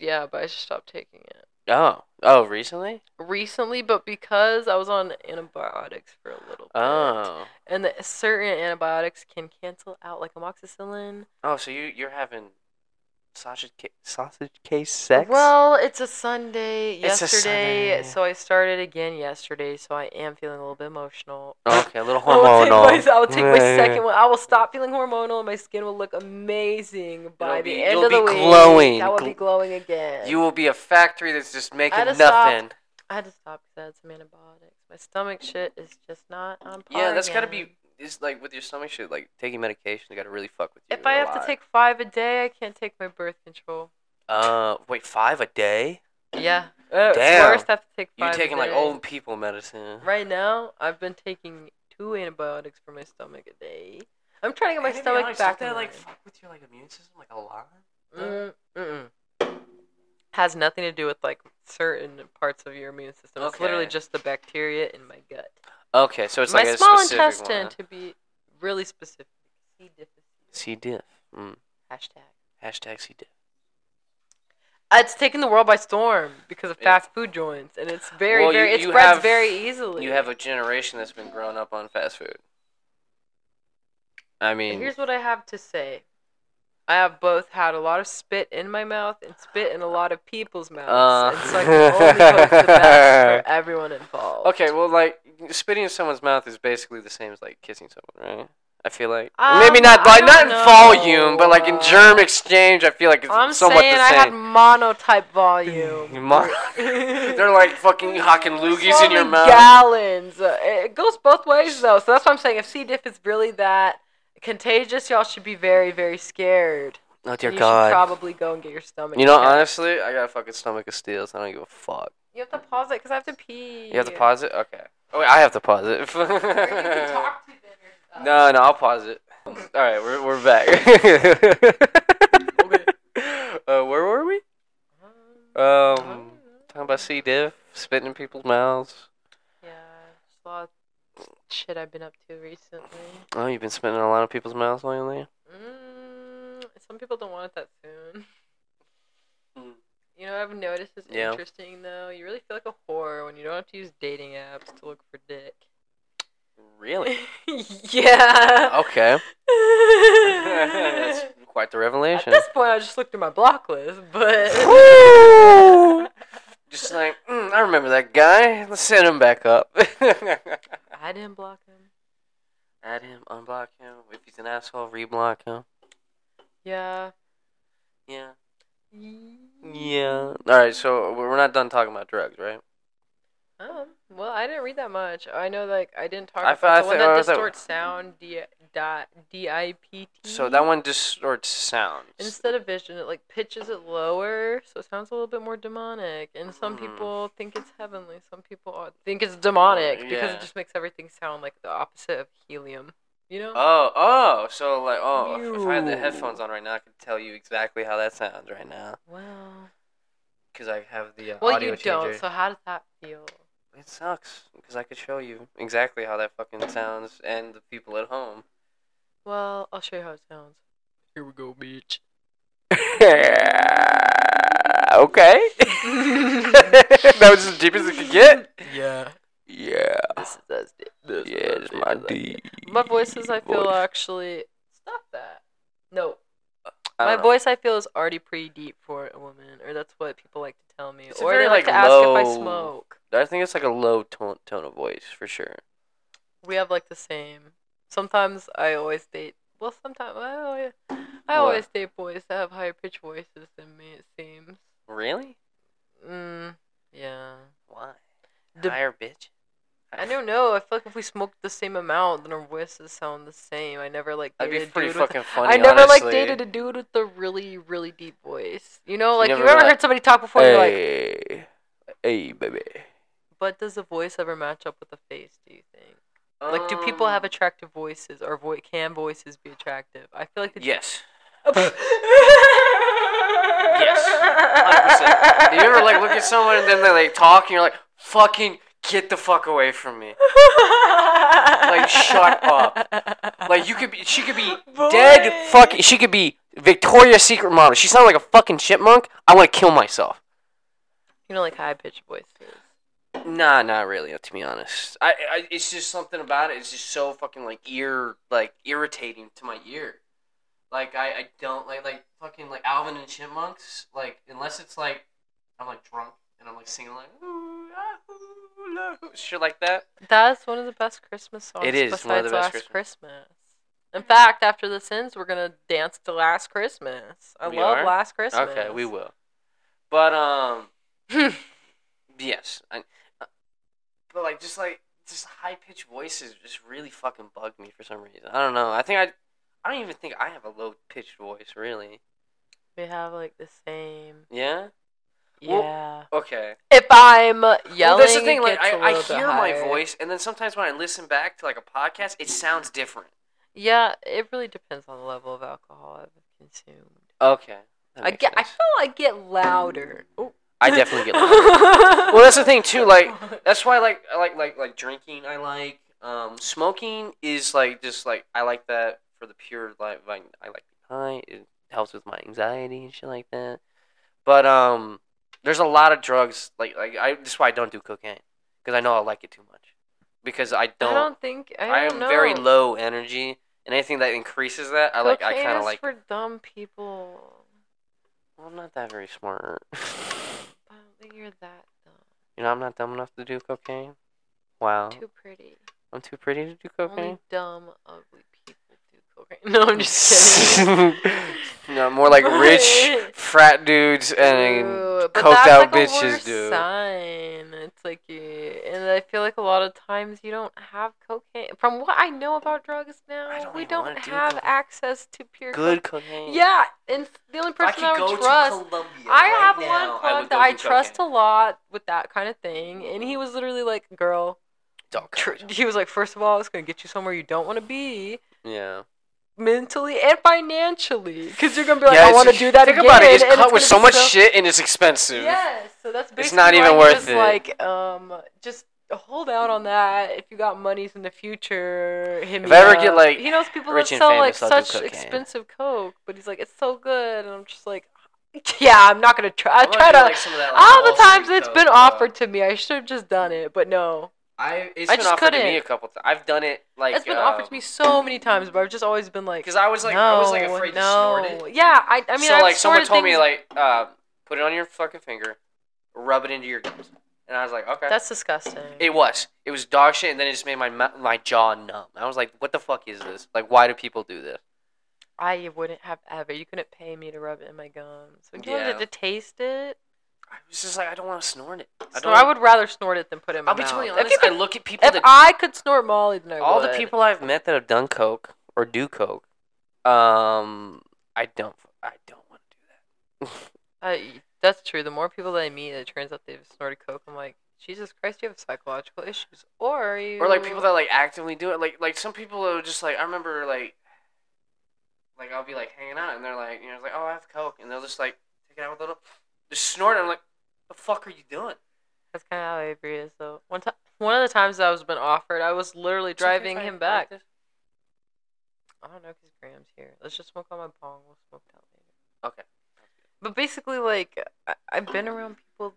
Speaker 1: Yeah, but I just stopped taking it
Speaker 2: Oh, oh, recently?
Speaker 1: recently, but because I was on antibiotics for a little bit,
Speaker 2: Oh,
Speaker 1: and the, certain antibiotics can cancel out, like amoxicillin.
Speaker 2: oh, so you you're having sausage ca- sausage case sex?
Speaker 1: Well, it's a Sunday.
Speaker 2: It's a
Speaker 1: yesterday,
Speaker 2: Sunday.
Speaker 1: so I started again yesterday. So I am feeling a little bit emotional.
Speaker 2: Oh, okay, a little
Speaker 1: I will take
Speaker 2: hormonal.
Speaker 1: my, I will take my
Speaker 2: Yeah.
Speaker 1: second one. I will stop feeling hormonal. and My skin will look amazing by
Speaker 2: It'll
Speaker 1: the
Speaker 2: be-
Speaker 1: end
Speaker 2: you'll
Speaker 1: of the
Speaker 2: be
Speaker 1: week.
Speaker 2: glowing.
Speaker 1: I will
Speaker 2: Gl-
Speaker 1: be glowing again.
Speaker 2: You will be a factory that's just making
Speaker 1: had to
Speaker 2: nothing.
Speaker 1: stop. I had to stop because I had some antibiotics. My stomach shit is just not on par.
Speaker 2: Yeah, that's gotta
Speaker 1: again.
Speaker 2: be. It's like with your stomach shit, like taking medication, they gotta really fuck with you.
Speaker 1: If I
Speaker 2: a
Speaker 1: have to
Speaker 2: lot.
Speaker 1: take five a day, I can't take my birth control.
Speaker 2: uh, wait, five a day?
Speaker 1: Yeah. Uh,
Speaker 2: Damn.
Speaker 1: Worst, I have to take
Speaker 2: You're
Speaker 1: five. a
Speaker 2: taking like
Speaker 1: day.
Speaker 2: old people medicine.
Speaker 1: Right now, I've been taking two antibiotics for my stomach a day. I'm trying to get my stomach back. in line.
Speaker 2: fuck with your like immune system like a lot?
Speaker 1: Mm, mm-mm. Has nothing to do with like certain parts of your immune system. It's literally
Speaker 2: Okay.
Speaker 1: just the bacteria in my gut.
Speaker 2: Okay, so it's
Speaker 1: my
Speaker 2: like a
Speaker 1: small
Speaker 2: specific
Speaker 1: intestine,
Speaker 2: One.
Speaker 1: to be really specific. C. difficile.
Speaker 2: C diff. Mm.
Speaker 1: Hashtag.
Speaker 2: Hashtag C diff.
Speaker 1: Uh, It's taken the world by storm because of
Speaker 2: It-
Speaker 1: fast food joints, and it's very,
Speaker 2: Well, you-
Speaker 1: very. It
Speaker 2: you
Speaker 1: spreads
Speaker 2: have-
Speaker 1: very easily.
Speaker 2: You have a generation that's been growing up on fast food. I
Speaker 1: But
Speaker 2: mean,
Speaker 1: Here's what I have to say. I have both had a lot of spit in my mouth and spit in a lot of people's mouths,
Speaker 2: Uh.
Speaker 1: and so I can only hope the best for everyone involved.
Speaker 2: okay, well, like spitting in someone's mouth is basically the same as like kissing someone, right? I feel like
Speaker 1: Um,
Speaker 2: maybe not
Speaker 1: I
Speaker 2: by not
Speaker 1: don't
Speaker 2: in volume, but like in
Speaker 1: know.
Speaker 2: germ exchange, I feel like it's
Speaker 1: I'm
Speaker 2: somewhat
Speaker 1: saying
Speaker 2: the
Speaker 1: I
Speaker 2: same.
Speaker 1: had monotype volume.
Speaker 2: Mon- They're like fucking hocking loogies in your
Speaker 1: Swallowing
Speaker 2: mouth.
Speaker 1: Gallons. Uh, It goes both ways though, so that's what I'm saying. If C. diff is really that contagious, y'all should be very, very scared.
Speaker 2: Oh
Speaker 1: And
Speaker 2: dear
Speaker 1: you
Speaker 2: God!
Speaker 1: should probably go and get your stomach.
Speaker 2: you know,
Speaker 1: checked.
Speaker 2: honestly, I got a fucking stomach of steel, so I don't give a fuck.
Speaker 1: you have to pause it because I have to pee.
Speaker 2: You have to pause it. Okay. Oh wait, I have to pause it.
Speaker 1: Or you can talk to them yourself.
Speaker 2: No, no, I'll pause it. All right, we're we're back. Uh, where were we? Um, talking about C diff, spitting in people's mouths.
Speaker 1: Yeah, just a lot of shit I've been up to recently.
Speaker 2: Oh, you've been spitting in a lot of people's mouths lately.
Speaker 1: Mm, some people don't want it that soon.
Speaker 2: Mm.
Speaker 1: You know, what I've noticed is
Speaker 2: Yeah.
Speaker 1: interesting though. You really feel like a whore when you don't have to use dating apps to look for dick.
Speaker 2: Really?
Speaker 1: yeah.
Speaker 2: Okay. Oh. That's
Speaker 1: At
Speaker 2: quite the revelation.
Speaker 1: this point, I just looked through my block list, but
Speaker 2: Woo! Just like mm, I remember that guy. Let's send him back up.
Speaker 1: I didn't block him.
Speaker 2: Add him, unblock him. If he's an asshole, reblock him.
Speaker 1: Yeah.
Speaker 2: Yeah. Yeah. All right, so we're not done talking about drugs, right?
Speaker 1: Oh, well, I didn't read that much. I know, like, I didn't talk
Speaker 2: I
Speaker 1: about
Speaker 2: thought- I
Speaker 1: the one
Speaker 2: thought- I
Speaker 1: that
Speaker 2: was like-
Speaker 1: distorts sound, D, dot, D-I-P-T.
Speaker 2: So
Speaker 1: Mm-hmm.
Speaker 2: that one distorts sounds.
Speaker 1: Instead of vision, it, like, pitches it lower, so it sounds a little bit more demonic. And some
Speaker 2: Hmm.
Speaker 1: people think it's heavenly. Some people are- think it's demonic because
Speaker 2: Oh, yeah.
Speaker 1: it just makes everything sound like the opposite of helium. You know?
Speaker 2: Oh, oh, so like, oh, if- if I had the
Speaker 1: Ew.
Speaker 2: headphones on right now, I could tell you exactly how that sounds right now.
Speaker 1: wow.
Speaker 2: Because I have the uh,
Speaker 1: Well,
Speaker 2: audio
Speaker 1: you
Speaker 2: changer.
Speaker 1: don't, so how does that feel?
Speaker 2: It sucks, because I could show you exactly how that fucking sounds and the people at home.
Speaker 1: Well, I'll show you how it sounds. Here we go, bitch.
Speaker 2: okay. that was as deep as it could get.
Speaker 1: Yeah.
Speaker 2: Yeah.
Speaker 1: This is as deep. This is as deep as I can
Speaker 2: D.
Speaker 1: My voices, I feel, actually. Stop that. No. My
Speaker 2: voice.
Speaker 1: voice, I feel, is already pretty deep for a woman, or that's what people like to tell me.
Speaker 2: It's a
Speaker 1: or
Speaker 2: very,
Speaker 1: they like,
Speaker 2: like,
Speaker 1: to ask if I
Speaker 2: low-
Speaker 1: smoke.
Speaker 2: I think it's like a low tone tone of voice for sure.
Speaker 1: We have like the same. Sometimes I always date. Well, sometimes I always, I always date boys that have higher pitched voices than me. It seems.
Speaker 2: Really?
Speaker 1: Mm, yeah.
Speaker 2: Why?
Speaker 1: The-
Speaker 2: Higher bitch.
Speaker 1: I don't know. I feel like if we smoked the same amount, then our voices sound the same. I never like
Speaker 2: That'd
Speaker 1: dated
Speaker 2: be
Speaker 1: a
Speaker 2: pretty
Speaker 1: dude with
Speaker 2: fucking funny.
Speaker 1: I never
Speaker 2: honestly.
Speaker 1: like dated a dude with a really really deep voice. You know,
Speaker 2: You
Speaker 1: like you,
Speaker 2: never
Speaker 1: ever
Speaker 2: like-
Speaker 1: heard somebody talk before? You're like,
Speaker 2: Hey, hey, baby.
Speaker 1: but does the voice ever match up with the face? Do you think? Like, do people
Speaker 2: Um.
Speaker 1: have attractive voices, or vo- can voices be attractive? I feel like the
Speaker 2: Yes. Yes, 100%. Do you ever like look at someone and then they like talk and you're like, fucking get the fuck away from me.
Speaker 1: like
Speaker 2: shut up. Like you could be, she could be dead. Fucking, she could be Victoria's Secret model. She sounds like a fucking chipmunk. I want to kill myself.
Speaker 1: You know, like high pitched voices.
Speaker 2: Nah, not really. To be honest, I, I it's just something about it. It's just so fucking like ear like irritating to my ear. Like I, I don't like like fucking like Alvin and Chipmunks. Like unless it's like I'm like drunk and I'm like singing like ooh, ah, ooh, ah, ooh, shit like that.
Speaker 1: That's one of the best Christmas songs.
Speaker 2: It is
Speaker 1: besides
Speaker 2: one of the best
Speaker 1: Last Christmas. In fact, after the sins, we're gonna dance to Last Christmas. I
Speaker 2: We
Speaker 1: love
Speaker 2: are?
Speaker 1: Last Christmas.
Speaker 2: Okay, we will. But um,
Speaker 1: will.
Speaker 2: yes, I, uh, but like just like just high pitched voices just really fucking bug me for some reason. I don't know. I think I, I don't even think I have a low pitched voice really.
Speaker 1: we have like the same.
Speaker 2: Yeah. Well,
Speaker 1: Yeah.
Speaker 2: Okay.
Speaker 1: if I'm yelling,
Speaker 2: Well, that's the thing.
Speaker 1: it
Speaker 2: Like
Speaker 1: gets
Speaker 2: I,
Speaker 1: a
Speaker 2: I
Speaker 1: little bit
Speaker 2: hear my
Speaker 1: higher.
Speaker 2: voice, and then sometimes when I listen back to like a podcast, it sounds different.
Speaker 1: Yeah, it really depends on the level of alcohol I've consumed.
Speaker 2: Okay.
Speaker 1: I get, I feel I get louder. Ooh.
Speaker 2: I definitely get. Louder. well, that's the thing too. Like that's why like I like like like drinking. I like um smoking is like just like I like that for the pure like like I like being high. It helps with my anxiety and shit like that. But um, there's a lot of drugs like like I that's why I don't do cocaine because I know I like it too much because I
Speaker 1: I
Speaker 2: don't.
Speaker 1: don't think I,
Speaker 2: I
Speaker 1: don't
Speaker 2: am
Speaker 1: know.
Speaker 2: very low energy, and anything that increases that, I like. I
Speaker 1: Cocaine
Speaker 2: kind of
Speaker 1: is
Speaker 2: like.
Speaker 1: for dumb people.
Speaker 2: Well, I'm not that very smart.
Speaker 1: I don't think you're that dumb.
Speaker 2: you know, I'm not dumb enough to do cocaine. Wow,
Speaker 1: Too pretty.
Speaker 2: I'm too pretty to do cocaine.
Speaker 1: Only dumb, ugly people do cocaine. No, I'm just kidding.
Speaker 2: no, more like rich frat dudes and
Speaker 1: Ooh, but
Speaker 2: coked
Speaker 1: that's
Speaker 2: out
Speaker 1: like
Speaker 2: bitches
Speaker 1: a worse
Speaker 2: do.
Speaker 1: Sign. It's like, you, and I feel like a lot of times you don't have cocaine. From what I know about drugs now,
Speaker 2: I don't
Speaker 1: we
Speaker 2: even
Speaker 1: don't
Speaker 2: wanna do
Speaker 1: have
Speaker 2: cocaine.
Speaker 1: access to pure
Speaker 2: good
Speaker 1: cocaine.
Speaker 2: cocaine.
Speaker 1: Yeah, and the only
Speaker 2: If I
Speaker 1: person I,
Speaker 2: could
Speaker 1: would
Speaker 2: go
Speaker 1: trust.
Speaker 2: to Colombia
Speaker 1: I
Speaker 2: right
Speaker 1: have
Speaker 2: now,
Speaker 1: one
Speaker 2: I
Speaker 1: plug
Speaker 2: would
Speaker 1: that
Speaker 2: go
Speaker 1: I
Speaker 2: do
Speaker 1: trust
Speaker 2: cocaine.
Speaker 1: a lot with that kind of thing, and he was literally like, "Girl,"
Speaker 2: Don't
Speaker 1: tr-
Speaker 2: go.
Speaker 1: he was like, first of all, it's gonna get you somewhere you don't want to be."
Speaker 2: Yeah.
Speaker 1: Mentally and financially, because you're gonna be like,
Speaker 2: yeah,
Speaker 1: "I
Speaker 2: it's-
Speaker 1: want to do that
Speaker 2: Think
Speaker 1: again."
Speaker 2: about it. It's
Speaker 1: and
Speaker 2: cut with
Speaker 1: gonna
Speaker 2: so
Speaker 1: be
Speaker 2: much shit, and it's expensive.
Speaker 1: Yes, so that's basically
Speaker 2: It's not even
Speaker 1: why he
Speaker 2: worth
Speaker 1: was
Speaker 2: it.
Speaker 1: Like, um, just hold out on that. If you got monies in the future, hit
Speaker 2: If
Speaker 1: me
Speaker 2: I ever
Speaker 1: up.
Speaker 2: get, like,
Speaker 1: he knows people that
Speaker 2: rich and
Speaker 1: sell like
Speaker 2: famous, I'll do
Speaker 1: such
Speaker 2: cocaine.
Speaker 1: expensive coke, but he's like, it's so good, and I'm just like, yeah, I'm not gonna try. I
Speaker 2: I'm gonna
Speaker 1: try
Speaker 2: do,
Speaker 1: to.
Speaker 2: like, "Oh, some of that, like,
Speaker 1: All the
Speaker 2: Wall Street
Speaker 1: times it's
Speaker 2: coke,
Speaker 1: been
Speaker 2: uh,
Speaker 1: offered to me, I should have just done it, but no.
Speaker 2: I it's
Speaker 1: I
Speaker 2: been
Speaker 1: just
Speaker 2: offered to
Speaker 1: couldn't.
Speaker 2: me a couple times. I've done it like um,
Speaker 1: it's been offered to me so many times, but I've just always been like,
Speaker 2: because I was like
Speaker 1: no,
Speaker 2: I was like afraid
Speaker 1: no.
Speaker 2: to snort it.
Speaker 1: Yeah, I, I mean,
Speaker 2: so
Speaker 1: I've
Speaker 2: like someone
Speaker 1: sorted
Speaker 2: told me
Speaker 1: things-
Speaker 2: like uh, put it on your fucking finger, rub it into your gums, and I was like okay.
Speaker 1: that's disgusting.
Speaker 2: it was it was dog shit, and then it just made my mou- my jaw numb. I was like, what the fuck is this? Like, why do people do this?
Speaker 1: I wouldn't have ever. You couldn't pay me to rub it in my gums. If you
Speaker 2: Yeah.
Speaker 1: wanted to taste it,
Speaker 2: I was just like, I don't want to snort it. I
Speaker 1: I,
Speaker 2: don't.
Speaker 1: I would rather snort it than put it in my
Speaker 2: I'll be
Speaker 1: mouth.
Speaker 2: totally
Speaker 1: if you
Speaker 2: honest. I
Speaker 1: could,
Speaker 2: look at people
Speaker 1: if
Speaker 2: that
Speaker 1: I could snort Molly, then I
Speaker 2: all the
Speaker 1: would.
Speaker 2: people I've met that have done coke or do coke, um, I don't I don't want to do that.
Speaker 1: I, that's true. The more people that I meet, it turns out they've snorted coke. I'm like, Jesus Christ, you have psychological issues, or you,
Speaker 2: or like people that like actively do it. Like like some people are just like I remember like like I'll be like hanging out and they're like you know it's like oh I have coke and they'll just like take it out with a little just snort it. I'm like the fuck are you doing?
Speaker 1: That's kind of how Avery is, though. One time, one of the times that I was been offered, I was literally
Speaker 2: It's okay if
Speaker 1: driving
Speaker 2: I
Speaker 1: him
Speaker 2: like
Speaker 1: back.
Speaker 2: this?
Speaker 1: I don't know because Graham's here. Let's just smoke on my bong. We'll smoke that later.
Speaker 2: Okay.
Speaker 1: But basically, like I- I've been around people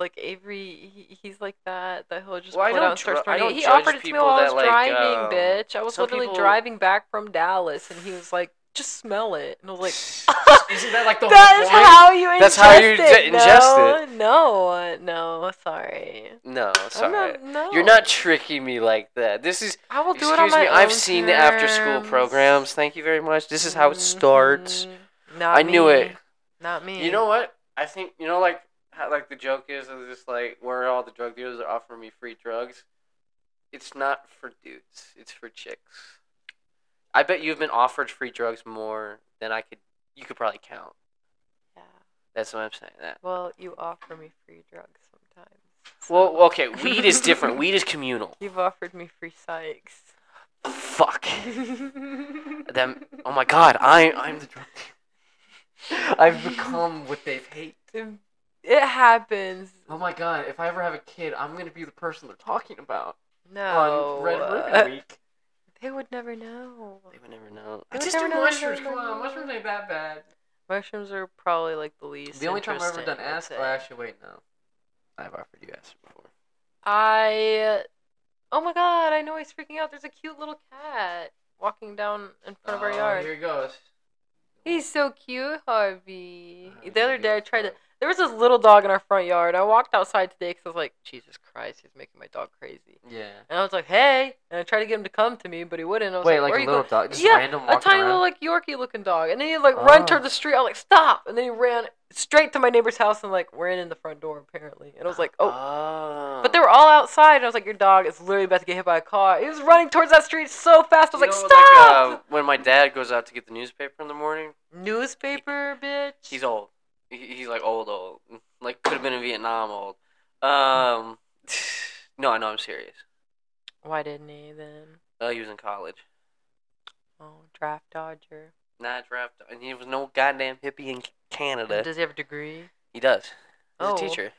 Speaker 1: like Avery. He- he's like that. That he'll just
Speaker 2: Well, I
Speaker 1: pull it
Speaker 2: don't
Speaker 1: out and start
Speaker 2: dr- I
Speaker 1: snorting.
Speaker 2: don't
Speaker 1: He
Speaker 2: judge
Speaker 1: offered it to me
Speaker 2: people
Speaker 1: while I was
Speaker 2: that, like,
Speaker 1: driving,
Speaker 2: um,
Speaker 1: bitch. I was
Speaker 2: some
Speaker 1: literally
Speaker 2: people-
Speaker 1: driving back from Dallas, and he was like, "Just smell it," and I was like.
Speaker 2: Isn't that like the
Speaker 1: That
Speaker 2: whole
Speaker 1: is
Speaker 2: point?
Speaker 1: how you ingest
Speaker 2: That's how you
Speaker 1: it.
Speaker 2: d- ingest
Speaker 1: no, no, no, sorry.
Speaker 2: no,
Speaker 1: I'm
Speaker 2: sorry.
Speaker 1: not, no.
Speaker 2: You're not tricking me like that. This is
Speaker 1: I will do
Speaker 2: excuse
Speaker 1: it on my
Speaker 2: me. I've
Speaker 1: own
Speaker 2: seen the after school
Speaker 1: terms.
Speaker 2: programs. Thank you very much. This is how it starts.
Speaker 1: Mhm. Not
Speaker 2: I knew
Speaker 1: me.
Speaker 2: it.
Speaker 1: Not me.
Speaker 2: You know what? I think you know like how, like the joke is is just like where all the drug dealers are offering me free drugs. It's not for dudes. It's for chicks. I bet you've been offered free drugs more than I could. You could probably count.
Speaker 1: Yeah.
Speaker 2: That's what I'm saying. That.
Speaker 1: Well, you offer me free drugs sometimes.
Speaker 2: Well, okay. Weed is different. weed is communal.
Speaker 1: You've offered me free psychs.
Speaker 2: Fuck.
Speaker 1: Them.
Speaker 2: Them. Oh my God. I I'm the drug. I've become what they've hate.
Speaker 1: It happens.
Speaker 2: Oh my god, if I ever have a kid, I'm gonna be the person they're talking about
Speaker 1: No.
Speaker 2: on Red
Speaker 1: uh,
Speaker 2: Ribbon Week.
Speaker 1: They would never know.
Speaker 2: They would never know.
Speaker 1: They would
Speaker 2: just
Speaker 1: never
Speaker 2: do
Speaker 1: know, they would
Speaker 2: mushrooms.
Speaker 1: never
Speaker 2: Come on,
Speaker 1: know.
Speaker 2: mushrooms ain't that bad.
Speaker 1: Mushrooms are probably like the least.
Speaker 2: The only time I've ever
Speaker 1: interesting,
Speaker 2: done
Speaker 1: I'd
Speaker 2: acid.
Speaker 1: say.
Speaker 2: Oh, actually, wait, no. I've offered you acid before.
Speaker 1: I. Oh my god, I know he's freaking out. There's a cute little cat walking down in front of our
Speaker 2: Oh,
Speaker 1: yard.
Speaker 2: Here it goes. Oh,
Speaker 1: He's so cute, Harvey.
Speaker 2: Harvey's
Speaker 1: The
Speaker 2: a
Speaker 1: other day I
Speaker 2: beautiful
Speaker 1: tried to.
Speaker 2: dog.
Speaker 1: There was this little dog in our front yard. I walked outside today because I was like, Jesus Christ, he's making my dog crazy.
Speaker 2: Yeah.
Speaker 1: And I was like, hey. And I tried to get him to come to me, but he wouldn't. I was
Speaker 2: Wait,
Speaker 1: like,
Speaker 2: like
Speaker 1: where
Speaker 2: a
Speaker 1: are you
Speaker 2: little
Speaker 1: going?
Speaker 2: dog, just
Speaker 1: Yeah,
Speaker 2: random
Speaker 1: A
Speaker 2: walking
Speaker 1: tiny
Speaker 2: around.
Speaker 1: little like Yorkie looking dog. And then he like run
Speaker 2: Oh.
Speaker 1: toward the street. I was like, stop. And then he ran straight to my neighbor's house and like ran in the front door apparently. And I was like, oh.
Speaker 2: oh.
Speaker 1: But they were all outside, and I was like, "Your dog is literally about to get hit by a car." He was running towards that street so fast. I was
Speaker 2: You
Speaker 1: like,
Speaker 2: know,
Speaker 1: "Stop!"
Speaker 2: uh, when my dad goes out to get the newspaper in the morning,
Speaker 1: Newspaper, bitch.
Speaker 2: he's old. He, he's like old, old. Like could have been in Vietnam, old. Um, no, no, I'm serious.
Speaker 1: Why didn't he then?
Speaker 2: Uh, he was in college.
Speaker 1: Oh, draft dodger.
Speaker 2: Not draft, and he was no goddamn hippie in Canada.
Speaker 1: Does he have a degree?
Speaker 2: he does. He's
Speaker 1: Oh.
Speaker 2: a teacher.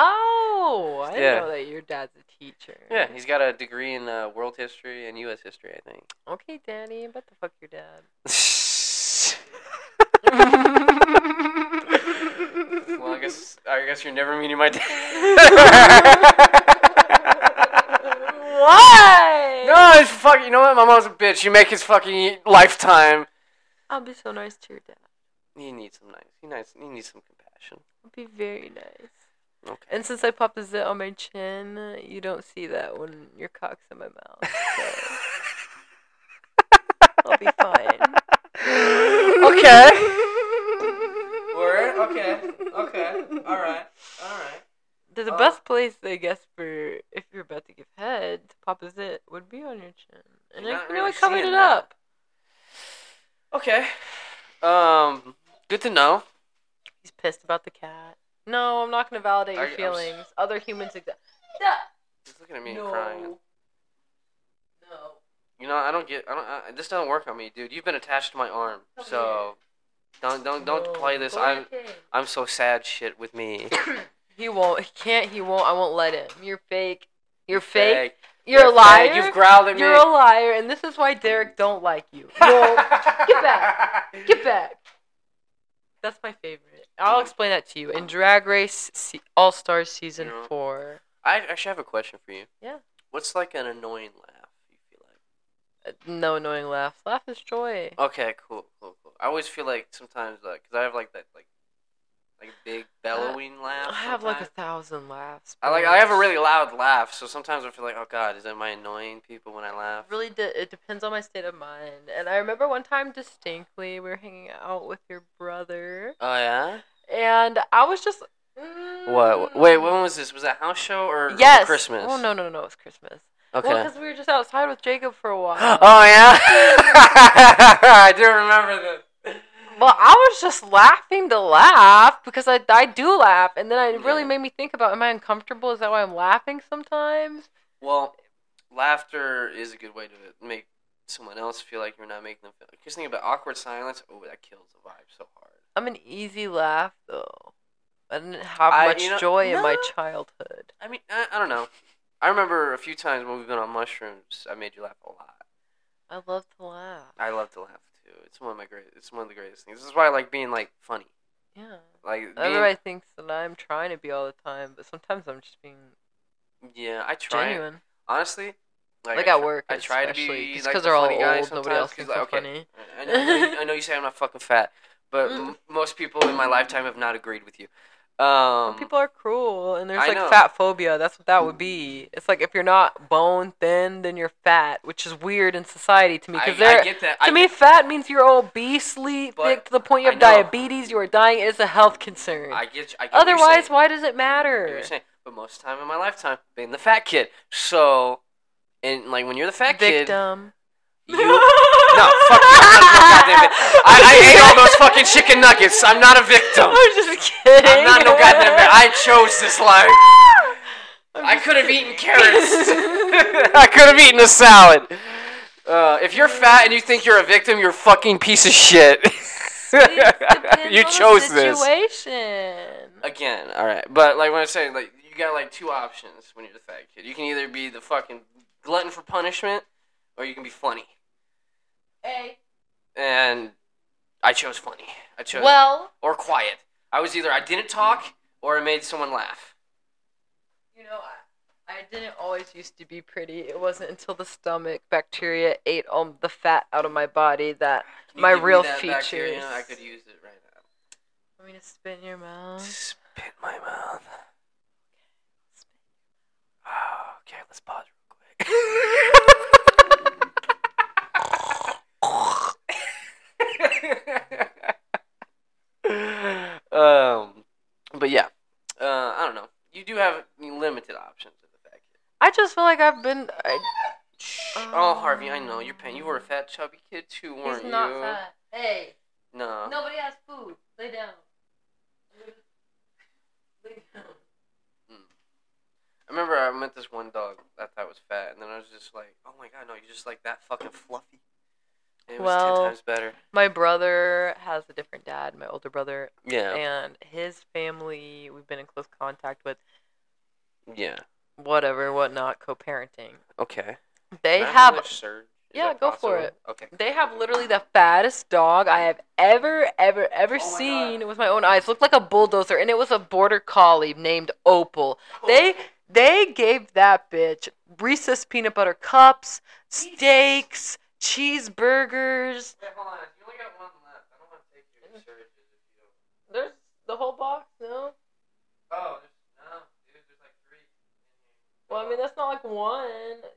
Speaker 1: Oh, I
Speaker 2: Yeah.
Speaker 1: didn't know that your dad's a teacher.
Speaker 2: Yeah, he's got a degree in uh, world history and U.S. history, I think.
Speaker 1: Okay, Danny, but the fuck your dad.
Speaker 2: well, I guess I guess you're never meeting my dad.
Speaker 1: Why?
Speaker 2: No, it's fucking. You know what? My mom's a bitch. You make his fucking lifetime.
Speaker 1: I'll be so nice to your dad.
Speaker 2: He needs some nice. He nice. He needs some compassion.
Speaker 1: I'll be very nice.
Speaker 2: Okay.
Speaker 1: And since I popped a zit on my chin, you don't see that when your cock's in my mouth. I'll be fine.
Speaker 2: okay. Word. Okay. Okay. All right. All right.
Speaker 1: The, the
Speaker 2: Oh.
Speaker 1: best place, I guess, for if you're about to give head to pop a zit would be on your chin, and
Speaker 2: You're
Speaker 1: I
Speaker 2: not
Speaker 1: can
Speaker 2: really
Speaker 1: really covered
Speaker 2: seeing
Speaker 1: it
Speaker 2: that.
Speaker 1: up.
Speaker 2: Okay. Um. Good to know.
Speaker 1: He's pissed about the cat. No, I'm not gonna validate
Speaker 2: I-
Speaker 1: your
Speaker 2: I'm s-
Speaker 1: feelings. Other humans exist.
Speaker 2: He's looking at me
Speaker 1: no.
Speaker 2: and crying.
Speaker 1: No.
Speaker 2: You know, I don't get. I don't. I, this doesn't work on me, dude. You've been attached to my arm,
Speaker 1: Come
Speaker 2: so don't don't don't
Speaker 1: No.
Speaker 2: play this.
Speaker 1: Go to
Speaker 2: I'm
Speaker 1: your cave.
Speaker 2: I'm so sad. Shit with me.
Speaker 1: He won't. He can't. He won't. I won't let him. You're fake. You're fake.
Speaker 2: Fag.
Speaker 1: You're, a
Speaker 2: fag.
Speaker 1: liar.
Speaker 2: You've growled at me.
Speaker 1: You're a liar, and this is why Derek don't like you. No, Get
Speaker 2: back.
Speaker 1: get back. That's my favorite. I'll explain that to you in Drag Race se- All Star Season
Speaker 2: You know.
Speaker 1: Four.
Speaker 2: I actually have a question for you.
Speaker 1: Yeah.
Speaker 2: What's like an annoying laugh you feel like?
Speaker 1: Uh, No annoying laughs. Laugh is joy.
Speaker 2: Okay, cool, cool, cool. I always feel like sometimes like because I have like that like like big bellowing laugh.
Speaker 1: Uh, I have like a
Speaker 2: sometimes.
Speaker 1: thousand laughs.
Speaker 2: I like I have a
Speaker 1: bro.
Speaker 2: really loud laugh, so sometimes I feel like, oh god, is am I annoying people when I laugh?
Speaker 1: really de- it depends on my state of mind. And I remember one time distinctly we were hanging out with your brother,
Speaker 2: Oh yeah.
Speaker 1: and I was just mm.
Speaker 2: What? Wait, when was this? Was that house show or
Speaker 1: Yes.
Speaker 2: Christmas?
Speaker 1: Oh no no no! It was Christmas.
Speaker 2: Okay.
Speaker 1: Well, because we were just outside with Jacob for a while.
Speaker 2: oh yeah. I do remember this.
Speaker 1: Well, I was just laughing to laugh because I, I do laugh, and then it really
Speaker 2: Yeah.
Speaker 1: made me think about: Am I uncomfortable? Is that why I'm laughing sometimes?
Speaker 2: Well, laughter is a good way to make someone else feel like you're not making them feel. Because think about awkward silence. Oh, that kills the vibe so hard.
Speaker 1: I'm an easy laugh though. I didn't have
Speaker 2: I-
Speaker 1: much
Speaker 2: you know-
Speaker 1: joy in my
Speaker 2: No.
Speaker 1: childhood.
Speaker 2: I mean, I, I don't know. I remember a few times when we've been on mushrooms, I made you laugh a lot.
Speaker 1: I love to laugh.
Speaker 2: I love to laugh too. It's one of my great. It's one of the greatest things. This is why I like being like funny.
Speaker 1: Yeah.
Speaker 2: Like being,
Speaker 1: Everybody thinks that I'm trying to be all the time, but sometimes I'm just being
Speaker 2: yeah, I try.
Speaker 1: genuine.
Speaker 2: Honestly, like,
Speaker 1: Like
Speaker 2: I
Speaker 1: at
Speaker 2: tr-
Speaker 1: work,
Speaker 2: I try to
Speaker 1: especially,
Speaker 2: be
Speaker 1: just
Speaker 2: like
Speaker 1: 'cause
Speaker 2: the
Speaker 1: they're all
Speaker 2: funny guy
Speaker 1: old, nobody
Speaker 2: sometimes,
Speaker 1: else
Speaker 2: 'cause,
Speaker 1: thinks
Speaker 2: like,
Speaker 1: I'm
Speaker 2: okay,
Speaker 1: funny.
Speaker 2: I I know, I know you- I know you say I'm not fucking fat, but
Speaker 1: Mm.
Speaker 2: m- most people in my lifetime have not agreed with you. Um,
Speaker 1: People are cruel, and there's
Speaker 2: I
Speaker 1: like
Speaker 2: know.
Speaker 1: fat phobia. That's what that would be. It's like if you're not bone thin, then you're fat, which is weird in society to me.
Speaker 2: I,
Speaker 1: Because they're
Speaker 2: I get that.
Speaker 1: to
Speaker 2: I
Speaker 1: me, fat means you're obesely
Speaker 2: But
Speaker 1: thick to the point you
Speaker 2: I
Speaker 1: have
Speaker 2: know.
Speaker 1: diabetes. You are dying. It's a health concern.
Speaker 2: Get, I get. I get what you're
Speaker 1: Otherwise,
Speaker 2: saying.
Speaker 1: why does it
Speaker 2: I get what
Speaker 1: matter?
Speaker 2: you're saying. But most of the time in my lifetime, been the fat kid. So, and like when you're the fat
Speaker 1: Victim.
Speaker 2: kid, you. No, fuck you. I'm not no goddamn vic- I, I ate all those fucking chicken nuggets. I'm not a victim.
Speaker 1: I'm just kidding.
Speaker 2: I'm not no goddamn vic- I chose this life.
Speaker 1: I'm
Speaker 2: I
Speaker 1: just
Speaker 2: could have
Speaker 1: kidding.
Speaker 2: eaten carrots. I could have eaten a salad. Uh, if you're fat and you think you're a victim, you're a fucking piece of shit.
Speaker 1: It
Speaker 2: You
Speaker 1: depends on the
Speaker 2: chose this.
Speaker 1: situation.
Speaker 2: Again, all right, but like when I say like you got like two options when you're a fag kid. You can either be the fucking glutton for punishment, or you can be funny.
Speaker 1: Hey.
Speaker 2: And I chose funny. I chose
Speaker 1: Well,
Speaker 2: or quiet. I was either I didn't talk or I made someone laugh.
Speaker 1: you know, I, I didn't always used to be pretty. It wasn't until the stomach bacteria ate all the fat out of my body that.
Speaker 2: Can you
Speaker 1: My
Speaker 2: give me
Speaker 1: real
Speaker 2: that bacteria?
Speaker 1: features.
Speaker 2: I could use it right now.
Speaker 1: I mean, to spit in your mouth.
Speaker 2: Spit in my mouth. Oh, okay, let's pause real quick. um, but yeah, uh, I don't know. You do have limited options with the fat kid.
Speaker 1: I just feel like I've been. I,
Speaker 2: Shh. Oh, Harvey, I know you're paying. You were a fat chubby kid too, weren't you?
Speaker 1: Hey,
Speaker 2: No.
Speaker 1: nobody has food. Lay down. Lay down.
Speaker 2: I remember I met this one dog that I thought was fat, and then I was just like, "Oh my god, no! You're just like that fucking fluffy." And it was
Speaker 1: Well,
Speaker 2: ten times better.
Speaker 1: My brother has a different dad, my older brother,
Speaker 2: Yeah,
Speaker 1: and his family we've been in close contact with,
Speaker 2: yeah.
Speaker 1: whatever, whatnot, co parenting.
Speaker 2: Okay.
Speaker 1: They
Speaker 2: Can I
Speaker 1: have
Speaker 2: another surge? Is
Speaker 1: Yeah,
Speaker 2: that
Speaker 1: go for
Speaker 2: possible?
Speaker 1: it.
Speaker 2: Okay.
Speaker 1: they have literally the fattest dog I have ever, ever, ever
Speaker 2: Oh my
Speaker 1: seen with my own eyes. Looked like a bulldozer, and it was a border collie named Opal.
Speaker 2: Oh,
Speaker 1: They they gave that bitch Reese's peanut butter cups, steaks, cheeseburgers.
Speaker 2: Wait, hold on. You only got one left. I don't want to take your surges if you don't.
Speaker 1: There's the whole box, no?
Speaker 2: Oh, there's no, dude. There's like three.
Speaker 1: Well, I mean that's not like one.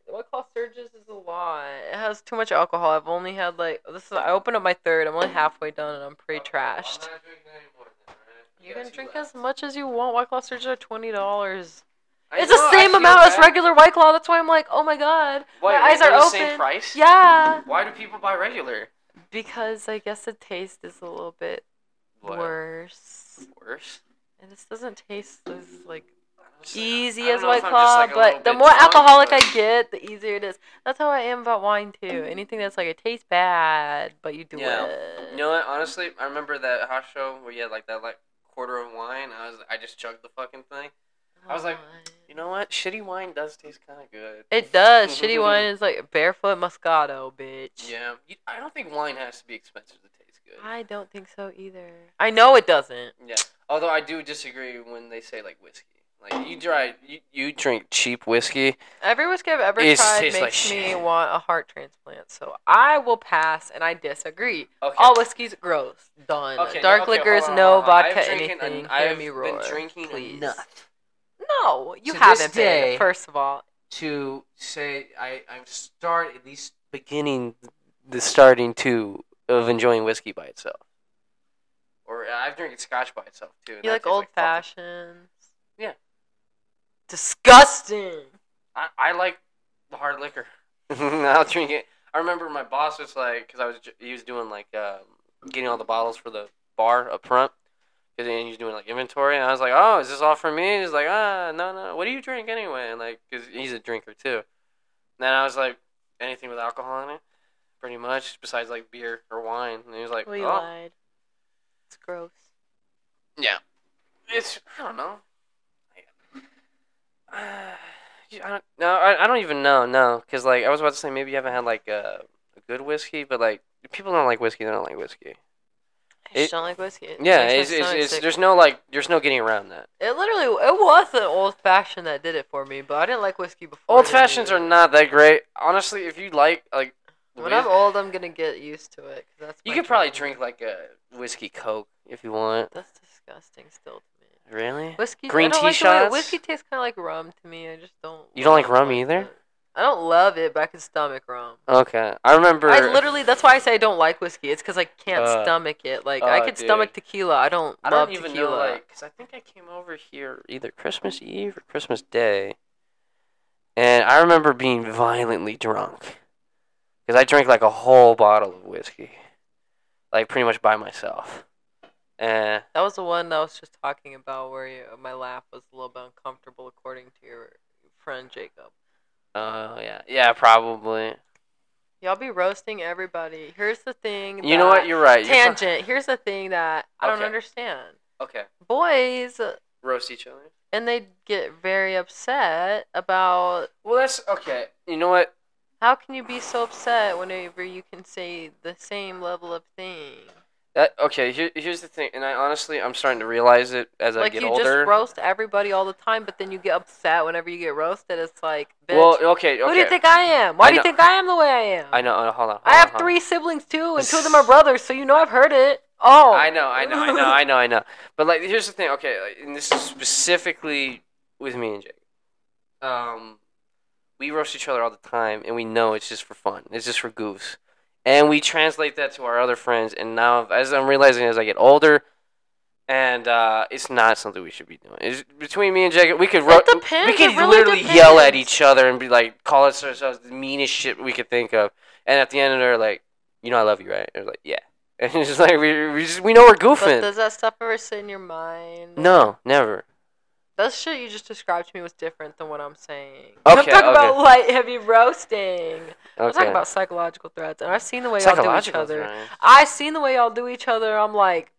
Speaker 1: What class surges is a lot. It has too much alcohol. I've only had like this is I opened up my third. I'm only halfway done, and I'm pretty trashed.
Speaker 2: I'm not drinking anymore. Then, all right?
Speaker 1: You
Speaker 2: got
Speaker 1: can
Speaker 2: two
Speaker 1: drink
Speaker 2: left.
Speaker 1: as much as you want. White Claw surges are twenty dollars.
Speaker 2: I
Speaker 1: It's
Speaker 2: know,
Speaker 1: the
Speaker 2: I
Speaker 1: same
Speaker 2: feel
Speaker 1: amount as
Speaker 2: bad.
Speaker 1: regular White Claw. That's why I'm like, oh my god,
Speaker 2: Wait,
Speaker 1: my eyes
Speaker 2: they're
Speaker 1: are
Speaker 2: the
Speaker 1: open.
Speaker 2: Same price?
Speaker 1: Yeah,
Speaker 2: Why do people buy regular?
Speaker 1: because I guess the taste is a little bit
Speaker 2: What?
Speaker 1: worse,
Speaker 2: Worse.
Speaker 1: and this doesn't taste as like
Speaker 2: I'm just like, I
Speaker 1: easy
Speaker 2: don't
Speaker 1: as
Speaker 2: know
Speaker 1: White
Speaker 2: if I'm just,
Speaker 1: Claw.
Speaker 2: like, a little
Speaker 1: but the
Speaker 2: bit
Speaker 1: more
Speaker 2: drunk,
Speaker 1: alcoholic
Speaker 2: but- Mm-hmm.
Speaker 1: I get, the easier it is. That's how I am about wine too. Anything that's like it tastes bad, but you do
Speaker 2: Yeah.
Speaker 1: it.
Speaker 2: You know what? Honestly, I remember that hot show where you had like that like quarter of wine. I was I just chugged the fucking thing. I was like- You know what? Shitty wine does taste kind of good.
Speaker 1: It does. Shitty wine is like barefoot Moscato, bitch.
Speaker 2: Yeah, you, I don't think wine has to be expensive to taste good.
Speaker 1: I don't think so either. I know it doesn't.
Speaker 2: Yeah. Although I do disagree when they say like whiskey. Like you try you, you drink cheap whiskey.
Speaker 1: Every whiskey I've ever
Speaker 2: It
Speaker 1: tried
Speaker 2: tastes
Speaker 1: makes
Speaker 2: like
Speaker 1: me
Speaker 2: shit.
Speaker 1: want a heart transplant, so I will pass and I disagree.
Speaker 2: Okay.
Speaker 1: All whiskeys, gross. Done.
Speaker 2: Okay,
Speaker 1: Dark
Speaker 2: okay,
Speaker 1: liquors,
Speaker 2: hold on,
Speaker 1: no
Speaker 2: hold on. I've
Speaker 1: vodka,
Speaker 2: drinking an-
Speaker 1: anything. Hear
Speaker 2: I've
Speaker 1: me
Speaker 2: been
Speaker 1: roar.
Speaker 2: drinking
Speaker 1: please.
Speaker 2: enough.
Speaker 1: No, you
Speaker 2: To this
Speaker 1: haven't
Speaker 2: day-
Speaker 1: been. First of all,
Speaker 2: to say I I'm start at least beginning the starting to of enjoying whiskey by itself. Or uh, I've drinking scotch by itself too. and
Speaker 1: you
Speaker 2: that
Speaker 1: like
Speaker 2: tastes
Speaker 1: old
Speaker 2: fucking-
Speaker 1: fashions.
Speaker 2: Yeah.
Speaker 1: Disgusting.
Speaker 2: I, I like the hard liquor. I'll drink it. I remember my boss was like, because I was ju- he was doing like um, getting all the bottles for the bar up front, 'Cause then he was doing like inventory, and I was like, oh, is this all for me? And he's like, ah, no, no. What do you drink anyway? And like, because he's a drinker too. And then I was like, anything with alcohol in it, pretty much, besides like beer or wine. And he was like,
Speaker 1: Well, you
Speaker 2: oh,
Speaker 1: lied. It's gross.
Speaker 2: yeah. It's I don't know. I, uh, I don't, no, I, I don't even know. No, because like I was about to say, maybe you haven't had like uh, a good whiskey, but like people don't like whiskey. They don't like whiskey.
Speaker 1: I just
Speaker 2: It-
Speaker 1: don't like whiskey. It
Speaker 2: Yeah, it's,
Speaker 1: makes my
Speaker 2: it's,
Speaker 1: stomach
Speaker 2: it's
Speaker 1: sick.
Speaker 2: there's no like there's no getting around that.
Speaker 1: It literally it was an old fashioned that did it for me, but I didn't like whiskey before.
Speaker 2: Old
Speaker 1: then
Speaker 2: fashions are
Speaker 1: either.
Speaker 2: not that great, honestly. If you like like,
Speaker 1: When I'm
Speaker 2: whis-
Speaker 1: old, I'm gonna get used to it. 'cause that's
Speaker 2: you
Speaker 1: my
Speaker 2: could probably
Speaker 1: jam.
Speaker 2: drink like a whiskey coke if you want.
Speaker 1: That's disgusting still to me.
Speaker 2: Really?
Speaker 1: Whiskey.
Speaker 2: Green
Speaker 1: I don't
Speaker 2: tea
Speaker 1: like the way-
Speaker 2: shots?
Speaker 1: Whiskey tastes kind of like rum to me. I just don't.
Speaker 2: You don't like rum
Speaker 1: it.
Speaker 2: either?
Speaker 1: I don't love it, but I can stomach rum.
Speaker 2: Okay, I remember.
Speaker 1: I literally. That's why I say I don't like whiskey. It's because I can't
Speaker 2: Uh,
Speaker 1: stomach it. Like I
Speaker 2: uh,
Speaker 1: could stomach tequila. I don't
Speaker 2: I
Speaker 1: love
Speaker 2: don't even
Speaker 1: tequila.
Speaker 2: know, like, because I think I came over here either Christmas Eve or Christmas Day, and I remember being violently drunk because I drank like a whole bottle of whiskey, like pretty much by myself. Eh, And
Speaker 1: That was the one that I was just talking about where you, my laugh was a little bit uncomfortable, according to your friend Jacob.
Speaker 2: oh yeah, yeah, probably.
Speaker 1: Y'all be roasting everybody. Here's the thing.
Speaker 2: You know what?
Speaker 1: that-
Speaker 2: You're right. You're pro-
Speaker 1: tangent. Here's the thing that I don't
Speaker 2: Okay.
Speaker 1: understand.
Speaker 2: okay.
Speaker 1: Boys,
Speaker 2: Roast each other.
Speaker 1: and they get very upset about
Speaker 2: Well, that's okay. You know what?
Speaker 1: how can you be so upset whenever you can say the same level of thing.
Speaker 2: That okay. Here, here's the thing, and I honestly, I'm starting to realize it as I
Speaker 1: like
Speaker 2: get
Speaker 1: you
Speaker 2: older.
Speaker 1: just roast everybody all the time, but then you get upset whenever you get roasted. It's like, bitch,
Speaker 2: well, okay, okay.
Speaker 1: who do you think I am? Why
Speaker 2: I
Speaker 1: do you
Speaker 2: know-
Speaker 1: think I am the way I am?
Speaker 2: I know. uh, Hold on.
Speaker 1: I
Speaker 2: hold
Speaker 1: have
Speaker 2: on, hold on.
Speaker 1: three siblings too, and two of them are brothers, so you know I've heard it. Oh,
Speaker 2: I know, I know, I know, I know, I know. But like, here's the thing. Okay, like, and this is specifically with me and Jake. Um, we roast each other all the time, and we know it's just for fun. It's just for goofs, and we translate that to our other friends. And now, as I'm realizing as I get older, and uh, it's not something we should be doing. It's, between me and Jake, we could ro-
Speaker 1: It depends,
Speaker 2: we could
Speaker 1: it really
Speaker 2: literally yell at
Speaker 1: depends.
Speaker 2: each other and be like, call us ourselves the meanest shit we could think of. And at the end of it, they're like, you know, I love you, right? And we're like, yeah. And it's just like we, we just we know we're
Speaker 1: But
Speaker 2: goofing.
Speaker 1: does that stuff ever sit in your mind?
Speaker 2: No, never.
Speaker 1: That shit you just described to me was different than what I'm saying. I'm
Speaker 2: Okay,
Speaker 1: talking about light heavy roasting. I'm
Speaker 2: Okay.
Speaker 1: talking about psychological threats, and I've seen the way y'all do each
Speaker 2: Psychological
Speaker 1: other.
Speaker 2: threat.
Speaker 1: I've seen the way y'all do each other. I'm like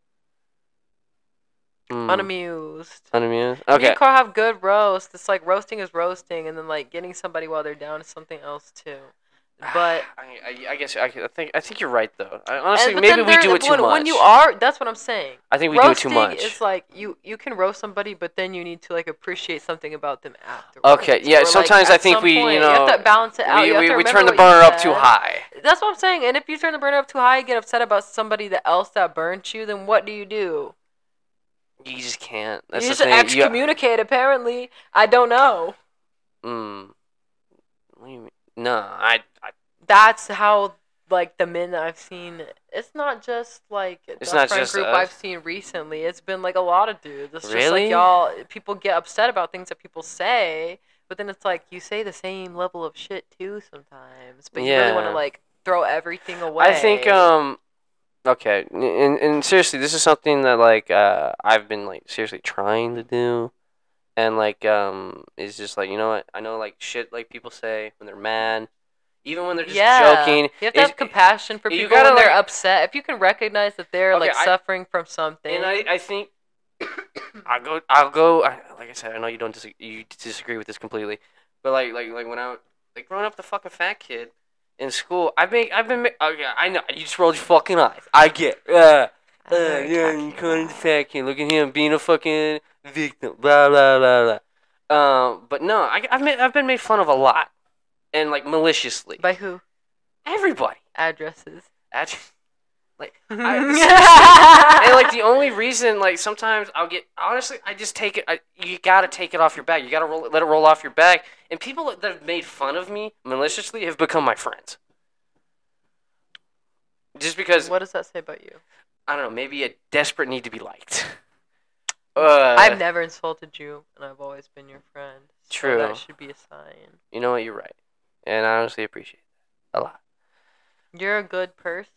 Speaker 2: Mm.
Speaker 1: unamused.
Speaker 2: Unamused.
Speaker 1: If
Speaker 2: Okay.
Speaker 1: You can't have good roast. It's like roasting is roasting, and then like getting somebody while they're down is something else too. But
Speaker 2: I, I, I guess I, I think I think you're right though. I, honestly,
Speaker 1: and- but
Speaker 2: maybe
Speaker 1: then
Speaker 2: we
Speaker 1: there-
Speaker 2: do it too
Speaker 1: when,
Speaker 2: much.
Speaker 1: When you are, that's what I'm saying.
Speaker 2: I think we do it too
Speaker 1: Roasting
Speaker 2: much.
Speaker 1: is like you you can roast somebody, but then you need to like appreciate something about them afterwards.
Speaker 2: Okay, yeah,
Speaker 1: Or, like,
Speaker 2: sometimes I
Speaker 1: at
Speaker 2: think
Speaker 1: some
Speaker 2: we, you
Speaker 1: point, you
Speaker 2: know,
Speaker 1: have to balance it out.
Speaker 2: we
Speaker 1: You have
Speaker 2: we,
Speaker 1: to
Speaker 2: we
Speaker 1: remember
Speaker 2: turn the
Speaker 1: what you
Speaker 2: burner up too
Speaker 1: said.
Speaker 2: high.
Speaker 1: That's what I'm saying. And if you turn the burner up too high, you get upset about somebody that else that burnt you, then what do you do?
Speaker 2: You just can't. That's
Speaker 1: you
Speaker 2: the
Speaker 1: just
Speaker 2: thing. You-
Speaker 1: excommunicate. Apparently, I don't know.
Speaker 2: Mm. What do you mean? No, I, I.
Speaker 1: That's how like the men that I've seen. It's not just like the
Speaker 2: not
Speaker 1: friend
Speaker 2: just
Speaker 1: group
Speaker 2: us.
Speaker 1: I've seen recently. It's been like a lot of dudes. It's just
Speaker 2: Really?
Speaker 1: like y'all people get upset about things that people say, but then it's like you say the same level of shit too sometimes. But you really want to
Speaker 2: Yeah.
Speaker 1: like throw everything away.
Speaker 2: I think. Um. Okay, n- and and seriously, this is something that like uh I've been like seriously trying to do, and like um is just like you know what I know like shit like people say when they're mad, even when they're just
Speaker 1: yeah.
Speaker 2: joking.
Speaker 1: You have to
Speaker 2: is-
Speaker 1: have compassion for
Speaker 2: you
Speaker 1: people
Speaker 2: gotta,
Speaker 1: when they're
Speaker 2: like-
Speaker 1: upset. If you can recognize that they're
Speaker 2: Okay,
Speaker 1: like
Speaker 2: I-
Speaker 1: suffering from something,
Speaker 2: And I, uh, I think I go I'll go I, like I said I know you don't disagree, you disagree with this completely, but like like like when I like growing up the fucking fat kid in school I've been I've been ma- okay I know you just rolled your fucking eyes I get uh,
Speaker 1: I
Speaker 2: uh
Speaker 1: know what you're
Speaker 2: yeah
Speaker 1: talking
Speaker 2: you calling the
Speaker 1: about.
Speaker 2: fat kid look at him being a fucking victim blah blah blah blah um but no I I've been I've been made fun of a lot and like maliciously
Speaker 1: by who
Speaker 2: everybody
Speaker 1: addresses.
Speaker 2: Actually, like I, and like the only reason, like sometimes I'll get honestly, I just take it. I, you gotta take it off your back. You gotta roll, it- let it roll off your back. And people that have made fun of me maliciously have become my friends. Just because
Speaker 1: what does that say about you?
Speaker 2: I don't know, maybe a desperate need to be liked. Uh,
Speaker 1: I've never insulted you, and I've always been your friend. so
Speaker 2: True.
Speaker 1: that should be a sign.
Speaker 2: you know what? You're right, and I honestly appreciate that a lot.
Speaker 1: You're a good person.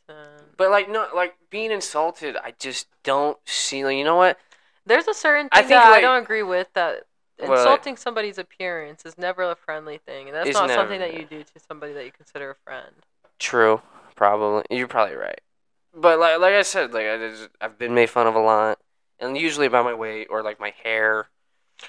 Speaker 2: But like, no, like being insulted, I just don't see. Like, you know what?
Speaker 1: There's a certain
Speaker 2: I
Speaker 1: thing
Speaker 2: think,
Speaker 1: that I
Speaker 2: like-
Speaker 1: don't agree with that.
Speaker 2: What?
Speaker 1: Insulting somebody's appearance is never a friendly thing, and that's
Speaker 2: It's
Speaker 1: not something
Speaker 2: never.
Speaker 1: that you do to somebody that you consider a friend.
Speaker 2: True, probably. You're probably right. But like like I said, like I just, I've been made fun of a lot, and usually about my weight or like my hair.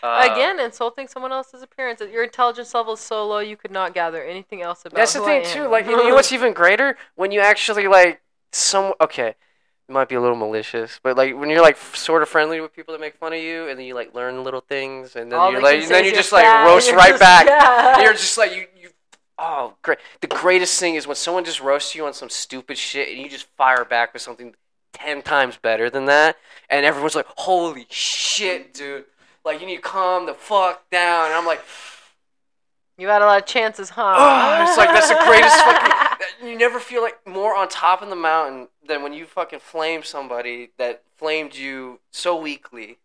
Speaker 2: Uh,
Speaker 1: Again, insulting someone else's appearance. Your intelligence level is so low, you could not gather anything else about.
Speaker 2: that's the
Speaker 1: who
Speaker 2: thing
Speaker 1: I
Speaker 2: too.
Speaker 1: am.
Speaker 2: Like you know what's even greater when you actually like some. Okay, it might be a little malicious, but like when you're like sort of friendly with people that make fun of you, and then you like learn little things, and then
Speaker 1: All
Speaker 2: you're
Speaker 1: they can
Speaker 2: like,
Speaker 1: say
Speaker 2: then
Speaker 1: is
Speaker 2: you
Speaker 1: you're
Speaker 2: just like
Speaker 1: fat,
Speaker 2: roast
Speaker 1: you're
Speaker 2: right
Speaker 1: just-
Speaker 2: back.
Speaker 1: yeah.
Speaker 2: You're just like you you. Oh, great! The greatest thing is when someone just roasts you on some stupid shit, and you just fire back with something ten times better than that, and everyone's like, "Holy shit, dude!" Like you need to calm the fuck down. And I'm like,
Speaker 1: You had a lot of chances, huh?
Speaker 2: "Oh, it's like that's the greatest fucking." You never feel like more on top of the mountain than when you fucking flame somebody that flamed you so weakly.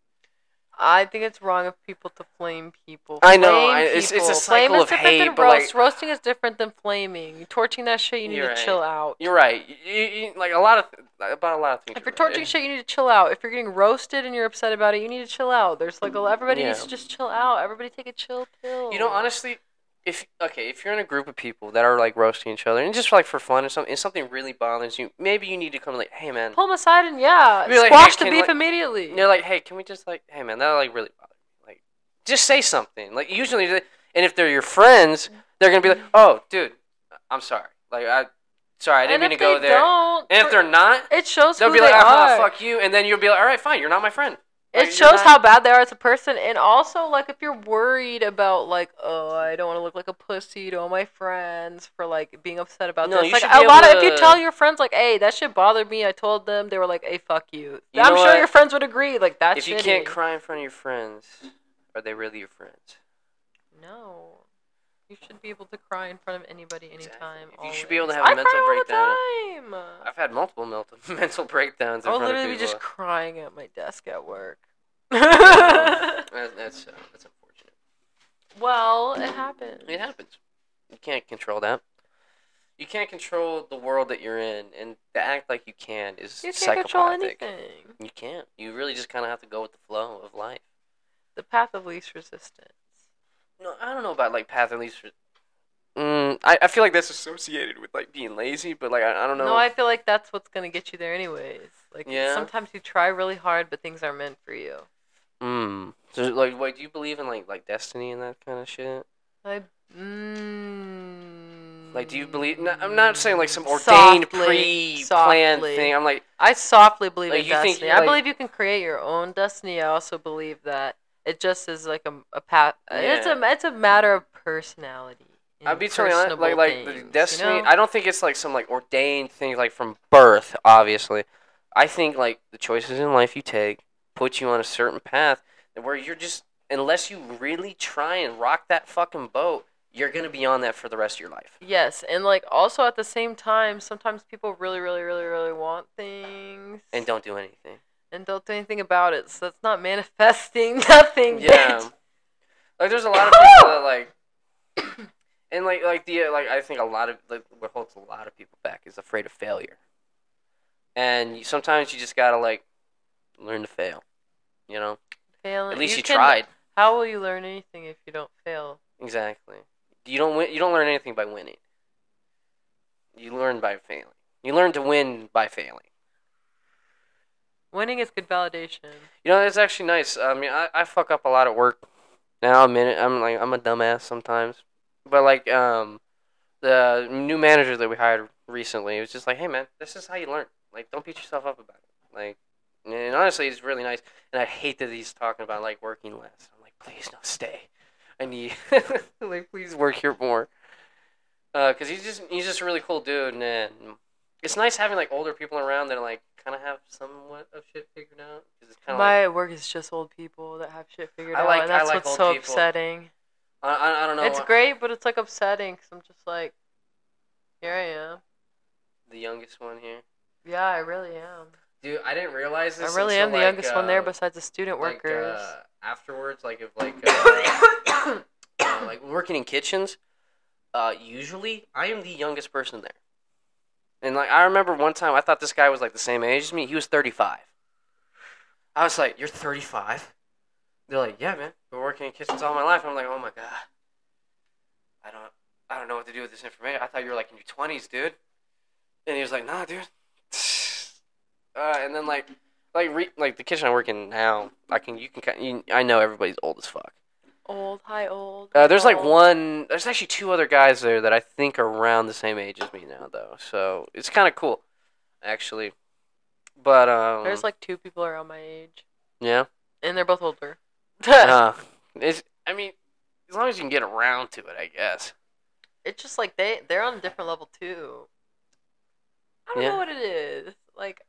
Speaker 1: I think it's wrong of people to flame people.
Speaker 2: I know,
Speaker 1: Flame
Speaker 2: I- it's- it's a
Speaker 1: people.
Speaker 2: cycle
Speaker 1: flame
Speaker 2: of
Speaker 1: is different
Speaker 2: hate,
Speaker 1: than
Speaker 2: but, like-
Speaker 1: roast. Roasting is different than flaming. Torching that shit, you need
Speaker 2: You're
Speaker 1: to
Speaker 2: right.
Speaker 1: chill out.
Speaker 2: You're right. You- you- you- like a lot of th- about a lot of things.
Speaker 1: If you're
Speaker 2: right.
Speaker 1: torching shit, you need to chill out. If you're getting roasted and you're upset about it, you need to chill out. There's like, a- everybody needs
Speaker 2: Yeah.
Speaker 1: to just chill out. Everybody take a chill pill.
Speaker 2: You know, honestly, if okay, if you're in a group of people that are like roasting each other and just like for fun or something, if something really bothers you, maybe you need to come like, hey man,
Speaker 1: Pull them aside and yeah,
Speaker 2: Be like,
Speaker 1: squash the
Speaker 2: "Hey, can,
Speaker 1: beef
Speaker 2: like-"
Speaker 1: immediately.
Speaker 2: And they're like, hey, can we just like, hey man, that like really bothers me. Like, just say something. Like usually, they- and if they're your friends, they're gonna be like, oh dude, I'm sorry. Like I, sorry, I
Speaker 1: and
Speaker 2: didn't mean
Speaker 1: if
Speaker 2: to go
Speaker 1: they
Speaker 2: there.
Speaker 1: Don't,
Speaker 2: and if
Speaker 1: for-
Speaker 2: they're not,
Speaker 1: it shows
Speaker 2: they'll
Speaker 1: who
Speaker 2: be like,
Speaker 1: they
Speaker 2: ah,
Speaker 1: are.
Speaker 2: fuck you, and then you'll be like, all right, fine, you're not my friend. Like,
Speaker 1: It
Speaker 2: you're
Speaker 1: shows
Speaker 2: not-
Speaker 1: how bad they are as a person, and also like if you're worried about like, oh, I don't want to look like a pussy to all my friends for like being upset about
Speaker 2: No,
Speaker 1: this.
Speaker 2: you
Speaker 1: like
Speaker 2: should be
Speaker 1: a lot of if you
Speaker 2: able to-
Speaker 1: tell your friends like, hey, that shit bothered me. I told them they were like, hey, fuck you.
Speaker 2: You
Speaker 1: I'm
Speaker 2: know
Speaker 1: sure
Speaker 2: what?
Speaker 1: your friends would agree. Like that's
Speaker 2: If you can't
Speaker 1: shitty.
Speaker 2: cry in front of your friends, are they really your friends?
Speaker 1: no, you should be able to cry in front of anybody anytime.
Speaker 2: Exactly. You should be able to
Speaker 1: always.
Speaker 2: have a
Speaker 1: I
Speaker 2: mental
Speaker 1: cry all the time.
Speaker 2: I've had multiple mental mental breakdowns. In
Speaker 1: I would
Speaker 2: front of
Speaker 1: literally be
Speaker 2: people.
Speaker 1: just crying at my desk at work.
Speaker 2: That- that's uh, that's unfortunate.
Speaker 1: well, it happens.
Speaker 2: It happens. You can't control that. You can't control the world that you're in, and to act like you can is
Speaker 1: You can't
Speaker 2: psychopathic.
Speaker 1: control anything.
Speaker 2: You can't. You really just kind of have to go with the flow of life.
Speaker 1: The path of least resistance.
Speaker 2: No, I don't know about like path and least. Re- mm, I I feel like that's associated with like being lazy, but like I, I don't know.
Speaker 1: No, I feel like that's what's gonna get you there anyways. Like
Speaker 2: Yeah.
Speaker 1: sometimes you try really hard, but things aren't meant for you.
Speaker 2: Mm. So like, wait, do you believe in like like destiny and that kind of shit?
Speaker 1: I. Mm,
Speaker 2: Like, do you believe? No, I'm not saying like some ordained,
Speaker 1: Softly,
Speaker 2: pre-planned
Speaker 1: softly.
Speaker 2: thing. I'm like,
Speaker 1: I softly believe
Speaker 2: Like,
Speaker 1: in
Speaker 2: you think-
Speaker 1: destiny. I
Speaker 2: like-
Speaker 1: believe you can create your own destiny. I also believe that it just is like a, a path. It's a it's a matter of personality.
Speaker 2: I'd
Speaker 1: and
Speaker 2: be totally honest, like
Speaker 1: personable
Speaker 2: like
Speaker 1: things,
Speaker 2: the
Speaker 1: you
Speaker 2: destiny.
Speaker 1: know?
Speaker 2: I don't think it's like some like ordained thing like from birth. Obviously, I think like the choices in life you take put you on a certain path where you're just unless you really try and rock that fucking boat, you're gonna be on that for the rest of your life.
Speaker 1: Yes, and like also at the same time, sometimes people really, really, really, really want things
Speaker 2: And don't do anything.
Speaker 1: and don't do anything about it. So that's not manifesting nothing.
Speaker 2: Yeah.
Speaker 1: bitch.
Speaker 2: Like there's a lot of people that like and like like the uh, like I think a lot of like what holds a lot of people back is afraid of failure. And you, sometimes you just got to like learn to fail. You know?
Speaker 1: Failing.
Speaker 2: At least you,
Speaker 1: can-
Speaker 2: tried.
Speaker 1: How will you learn anything if you don't fail?
Speaker 2: Exactly. You don't win you don't learn anything by winning. You learn by failing. You learn to win by failing.
Speaker 1: Winning is good validation.
Speaker 2: You know, that's actually nice. I mean, I, I fuck up a lot at work. Now I'm in it. I'm like I'm a dumbass sometimes, but like um, the new manager that we hired recently was just like, hey man, this is how you learn. Like, don't beat yourself up about it. Like, and honestly, he's really nice. And I hate that he's talking about like working less. I'm like, please no, stay. I need like please work here more. Uh, cause he's just he's just a really cool dude, and, and it's nice having like older people around that like kind of have somewhat of shit figured out. 'Cause it's kind of
Speaker 1: My work is just old people that have shit figured
Speaker 2: I
Speaker 1: out,
Speaker 2: like-
Speaker 1: and
Speaker 2: I
Speaker 1: that's
Speaker 2: like
Speaker 1: what's
Speaker 2: old
Speaker 1: so
Speaker 2: people.
Speaker 1: upsetting.
Speaker 2: I, I, I don't know.
Speaker 1: It's
Speaker 2: why-
Speaker 1: great, but it's like upsetting because I'm just like, here I am.
Speaker 2: The youngest one here.
Speaker 1: Yeah, I really am.
Speaker 2: Dude, I didn't realize
Speaker 1: I
Speaker 2: this.
Speaker 1: really
Speaker 2: until,
Speaker 1: am the
Speaker 2: like,
Speaker 1: youngest one there,
Speaker 2: uh,
Speaker 1: besides the student
Speaker 2: like,
Speaker 1: workers.
Speaker 2: uh, afterwards, like if like uh, uh, like working in kitchens, uh, usually I am the youngest person there. And like I remember one time, I thought this guy was like the same age as me. He was thirty five. I was like, "You're thirty five? They're like, "Yeah, man. Been working in kitchens all my life." I'm like, "Oh my god, I don't, I don't know what to do with this information. I thought you were like in your twenties, dude." And he was like, "Nah, dude." Uh, and then like, like re- like the kitchen I work in now, I can you can kind you, I know everybody's old as fuck.
Speaker 1: old, high old.
Speaker 2: Uh, there's like
Speaker 1: old.
Speaker 2: one. There's actually two other guys there that I think are around the same age as me now, though. So it's kind of cool, actually. But um,
Speaker 1: There's like two people around my age,
Speaker 2: yeah.
Speaker 1: and they're both older.
Speaker 2: Uh, it's. I mean, as long as you can get around to it, I guess.
Speaker 1: it's just like they they're on a different level too. I don't
Speaker 2: Yeah.
Speaker 1: know what it is. Like,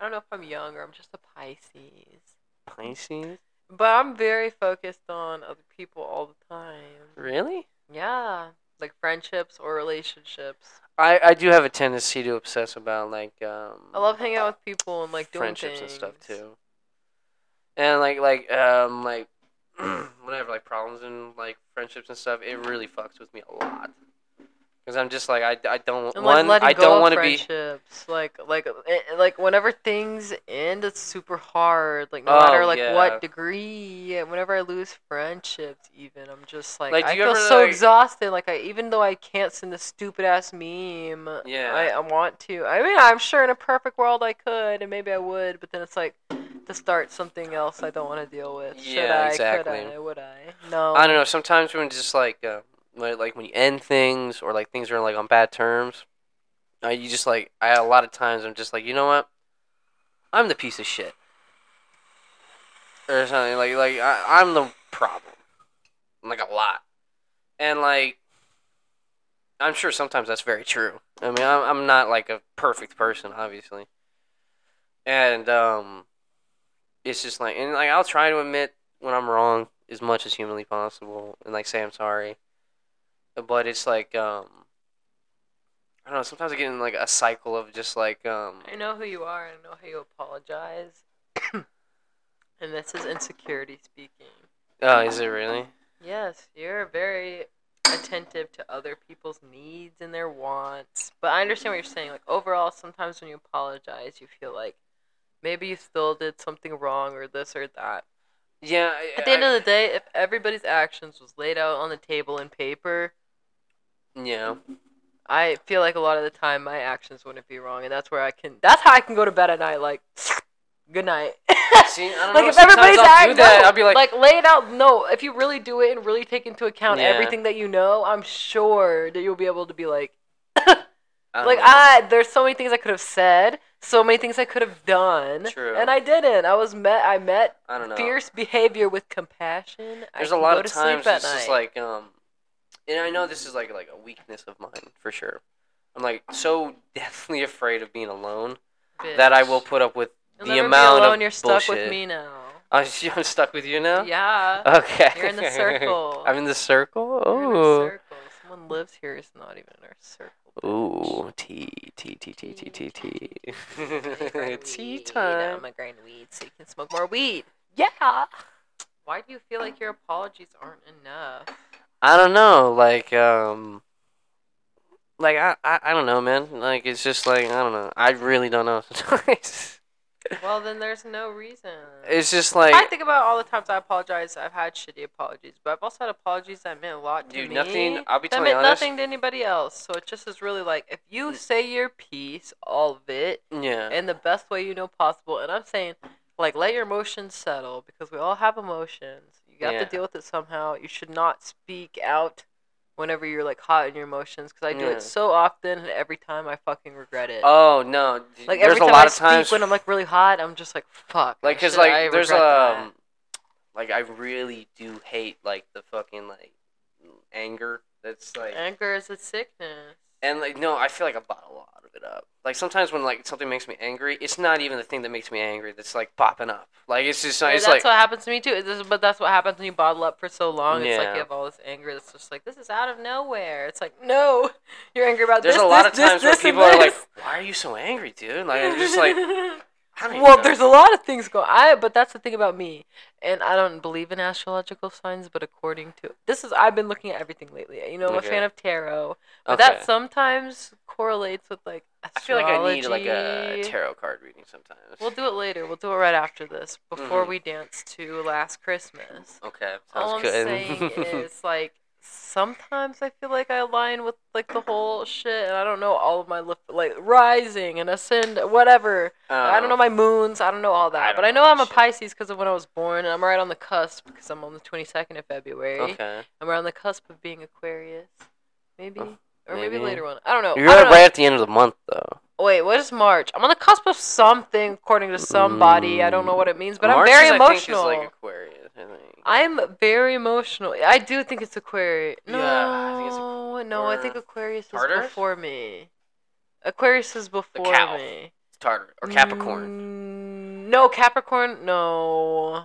Speaker 1: I don't know if I'm young or I'm just a Pisces,
Speaker 2: Pisces,
Speaker 1: but I'm very focused on other people all the time.
Speaker 2: really?
Speaker 1: Yeah, like friendships or relationships.
Speaker 2: I I do have a tendency to obsess about like um.
Speaker 1: I love hanging out with people and like doing
Speaker 2: friendships
Speaker 1: things.
Speaker 2: and stuff too. And like like um like whenever like problems and like friendships and stuff, it really fucks with me a lot. Because I'm just like I, I don't
Speaker 1: And
Speaker 2: one
Speaker 1: like letting
Speaker 2: I
Speaker 1: go
Speaker 2: don't
Speaker 1: of
Speaker 2: want to be
Speaker 1: friendships, like like eh, like whenever things end, it's super hard. Like no
Speaker 2: Oh,
Speaker 1: matter like
Speaker 2: yeah.
Speaker 1: what degree, and whenever I lose friendships, even I'm just like,
Speaker 2: Like, do
Speaker 1: I
Speaker 2: you
Speaker 1: feel
Speaker 2: ever,
Speaker 1: so
Speaker 2: like-
Speaker 1: exhausted. Like I even though I can't send a stupid ass meme,
Speaker 2: Yeah.
Speaker 1: I, I want to. I mean, I'm sure in a perfect world I could, and maybe I would, but then it's like to start something else I don't want to deal with. Should
Speaker 2: Yeah,
Speaker 1: I? Could
Speaker 2: exactly.
Speaker 1: I? Would I? No.
Speaker 2: I don't know. Sometimes when just like uh, when, like when you end things or like things are like on bad terms, uh, you just like I a lot of times I'm just like you know what, I'm the piece of shit or something like like I, I'm the problem, like a lot, and like I'm sure sometimes that's very true. I mean I'm I'm not like a perfect person obviously, and um, it's just like and like I'll try to admit when I'm wrong as much as humanly possible and like say I'm sorry. But it's like um I don't know, sometimes I get in like a cycle of just like um
Speaker 1: I know who you are. I know how you apologize. and this is insecurity speaking.
Speaker 2: Oh, is it really?
Speaker 1: Yes, you're very attentive to other people's needs and their wants. But I understand what you're saying. Like, overall, sometimes when you apologize, you feel like maybe you still did something wrong or this or that.
Speaker 2: Yeah.
Speaker 1: At the end of the day, if everybody's actions was laid out on the table in paper,
Speaker 2: Yeah.
Speaker 1: I feel like a lot of the time my actions wouldn't be wrong, and that's where I can. That's how I can go to bed at night. Like, good night.
Speaker 2: See, I don't
Speaker 1: like
Speaker 2: know,
Speaker 1: if
Speaker 2: sometimes
Speaker 1: everybody's
Speaker 2: I'll do
Speaker 1: act-
Speaker 2: that,
Speaker 1: no,
Speaker 2: I'll be like-
Speaker 1: lay it out. No, if you really do it and really take into account
Speaker 2: Yeah.
Speaker 1: everything that you know, I'm sure that you'll be able to be like,
Speaker 2: I don't
Speaker 1: like
Speaker 2: know.
Speaker 1: I. There's so many things I could have said, so many things I could have done,
Speaker 2: True.
Speaker 1: and I didn't. I was met. I met
Speaker 2: I don't know.
Speaker 1: fierce behavior with compassion.
Speaker 2: There's
Speaker 1: a
Speaker 2: a lot
Speaker 1: go
Speaker 2: of
Speaker 1: to sleep
Speaker 2: times
Speaker 1: at
Speaker 2: it's just
Speaker 1: night.
Speaker 2: like um and I know this is like like a weakness of mine for sure. I'm like so deathly afraid of being alone that I
Speaker 1: Bitch.
Speaker 2: will put up with
Speaker 1: You'll
Speaker 2: the
Speaker 1: never be
Speaker 2: amount
Speaker 1: alone,
Speaker 2: of
Speaker 1: you're stuck with
Speaker 2: bullshit.
Speaker 1: me now.
Speaker 2: I'm, I'm stuck with you now.
Speaker 1: Yeah.
Speaker 2: Okay.
Speaker 1: You're in the circle.
Speaker 2: I'm in the circle.
Speaker 1: You're in a
Speaker 2: Oh.
Speaker 1: circle. Someone lives here is not even in our circle.
Speaker 2: Ooh, tea, tea, tea, tea, tea, tea, tea. tea time.
Speaker 1: I'm a grind weed so you can smoke more weed. Yeah. Why do you feel like your apologies aren't enough?
Speaker 2: I don't know, like, um, like I, I, I don't know, man. Like it's just like I don't know. I really don't know. sometimes.
Speaker 1: Well, then there's no reason.
Speaker 2: it's just like
Speaker 1: I think about all the times I apologize. I've had shitty apologies, but I've also had apologies that meant a lot to
Speaker 2: dude,
Speaker 1: me.
Speaker 2: nothing. I'll be
Speaker 1: that
Speaker 2: totally
Speaker 1: meant
Speaker 2: honest.
Speaker 1: nothing to anybody else. So it just is really like if you say your piece, all of it,
Speaker 2: Yeah.
Speaker 1: in the best way you know possible. And I'm saying, like, let your emotions settle because we all have emotions. You got
Speaker 2: Yeah.
Speaker 1: to deal with it somehow. You should not speak out whenever you're like hot in your emotions because I do
Speaker 2: Yeah.
Speaker 1: it so often, and every time I fucking regret it.
Speaker 2: oh no. d-
Speaker 1: like
Speaker 2: there's
Speaker 1: every time
Speaker 2: a lot
Speaker 1: I
Speaker 2: of times
Speaker 1: speak when I'm like really hot, I'm just like fuck.
Speaker 2: like because
Speaker 1: shit,
Speaker 2: like
Speaker 1: I
Speaker 2: there's um
Speaker 1: regret that.
Speaker 2: like i really do hate like the fucking like anger that's like
Speaker 1: anger is a sickness.
Speaker 2: and like no i feel like i bought a lot of it up like sometimes when like something makes me angry it's not even the thing that makes me angry that's like popping up like it's just
Speaker 1: Yeah,
Speaker 2: it's
Speaker 1: that's
Speaker 2: like
Speaker 1: what happens to me too. This is- but that's what happens when you bottle up for so long. It's like
Speaker 2: Yeah.
Speaker 1: you have all this anger that's just like this is out of nowhere. It's like no, you're angry about
Speaker 2: there's
Speaker 1: this.
Speaker 2: a lot
Speaker 1: this,
Speaker 2: of
Speaker 1: this,
Speaker 2: times where
Speaker 1: this, and
Speaker 2: people are like
Speaker 1: this.
Speaker 2: why are you so angry dude like i'm just like I don't
Speaker 1: well,
Speaker 2: even
Speaker 1: there's a
Speaker 2: know.
Speaker 1: lot of things going. I but that's the thing about me, and I don't believe in astrological signs. But according to this is, I've been looking at everything lately. You know, I'm
Speaker 2: Okay.
Speaker 1: a fan of tarot, but
Speaker 2: okay.
Speaker 1: that sometimes correlates with like
Speaker 2: i feel
Speaker 1: astrology.
Speaker 2: like i need like a tarot card reading sometimes
Speaker 1: We'll do it later. We'll do it right after this, before
Speaker 2: Mhm.
Speaker 1: we dance to Last Christmas.
Speaker 2: okay sounds
Speaker 1: All I'm
Speaker 2: good
Speaker 1: saying is like sometimes I feel like I align with like the whole shit, and I don't know all of my lif- like rising and ascend, whatever. I don't know my moons. I don't know all that,
Speaker 2: I
Speaker 1: but
Speaker 2: don't
Speaker 1: I know
Speaker 2: know
Speaker 1: I'm a
Speaker 2: shit.
Speaker 1: Pisces because of when I was born, and I'm right on the cusp because I'm on the 22nd of February.
Speaker 2: okay
Speaker 1: I'm right on the cusp of being Aquarius, maybe,
Speaker 2: Oh,
Speaker 1: or maybe,
Speaker 2: maybe.
Speaker 1: later on. I don't know.
Speaker 2: You're
Speaker 1: I
Speaker 2: right
Speaker 1: don't know.
Speaker 2: at the end of the month, though.
Speaker 1: Wait, what is March? I'm on the cusp of something, according to somebody. I don't know what it means, but
Speaker 2: March
Speaker 1: I'm very
Speaker 2: is,
Speaker 1: emotional.
Speaker 2: I think, is like Aquarius. I think.
Speaker 1: I'm very emotional. I do think it's Aquarius. No,
Speaker 2: Yeah, I think it's
Speaker 1: no, I think
Speaker 2: or
Speaker 1: Aquarius
Speaker 2: Tartarus?
Speaker 1: is before me. Aquarius is before
Speaker 2: cow.
Speaker 1: me.
Speaker 2: It's Tartar or Capricorn.
Speaker 1: Mm, no, Capricorn. No.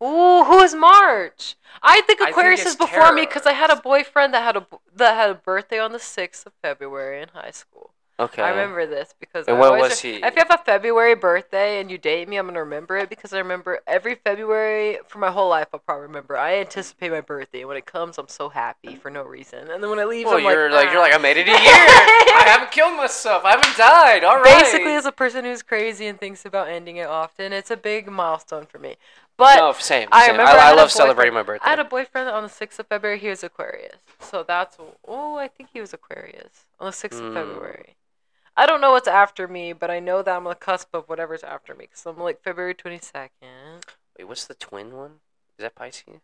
Speaker 1: Ooh, who is March? I think
Speaker 2: I think
Speaker 1: Aquarius
Speaker 2: it's
Speaker 1: is before me
Speaker 2: Tara.
Speaker 1: because I had a boyfriend that had a that had a birthday on the sixth of February in high school.
Speaker 2: Okay.
Speaker 1: Mm, I remember this because
Speaker 2: And
Speaker 1: I
Speaker 2: what
Speaker 1: always
Speaker 2: was
Speaker 1: re-
Speaker 2: he?
Speaker 1: If you have a February birthday and you date me, I'm gonna remember it because I remember every February for my whole life. I'll probably remember. I anticipate my birthday. When it comes, I'm so happy for no reason, and then when it leaves,
Speaker 2: Well,
Speaker 1: I'm
Speaker 2: you're like,
Speaker 1: "Ah."
Speaker 2: you're like I made it a year. I haven't killed myself. I haven't died. All right.
Speaker 1: Basically, as a person who's crazy and thinks about ending it often, it's a big milestone for me. But
Speaker 2: no, Oh, same.
Speaker 1: I
Speaker 2: same.
Speaker 1: remember
Speaker 2: I,
Speaker 1: I
Speaker 2: I
Speaker 1: had a
Speaker 2: love celebrating my birthday.
Speaker 1: I had a boyfriend on the 6th of February. He was Aquarius. So that's, oh, I think he was Aquarius on the 6th
Speaker 2: Mm.
Speaker 1: of February. I don't know what's after me, but I know that I'm on the cusp of whatever's after me because I'm like February 22nd.
Speaker 2: Wait, what's the twin one? Is that Pisces?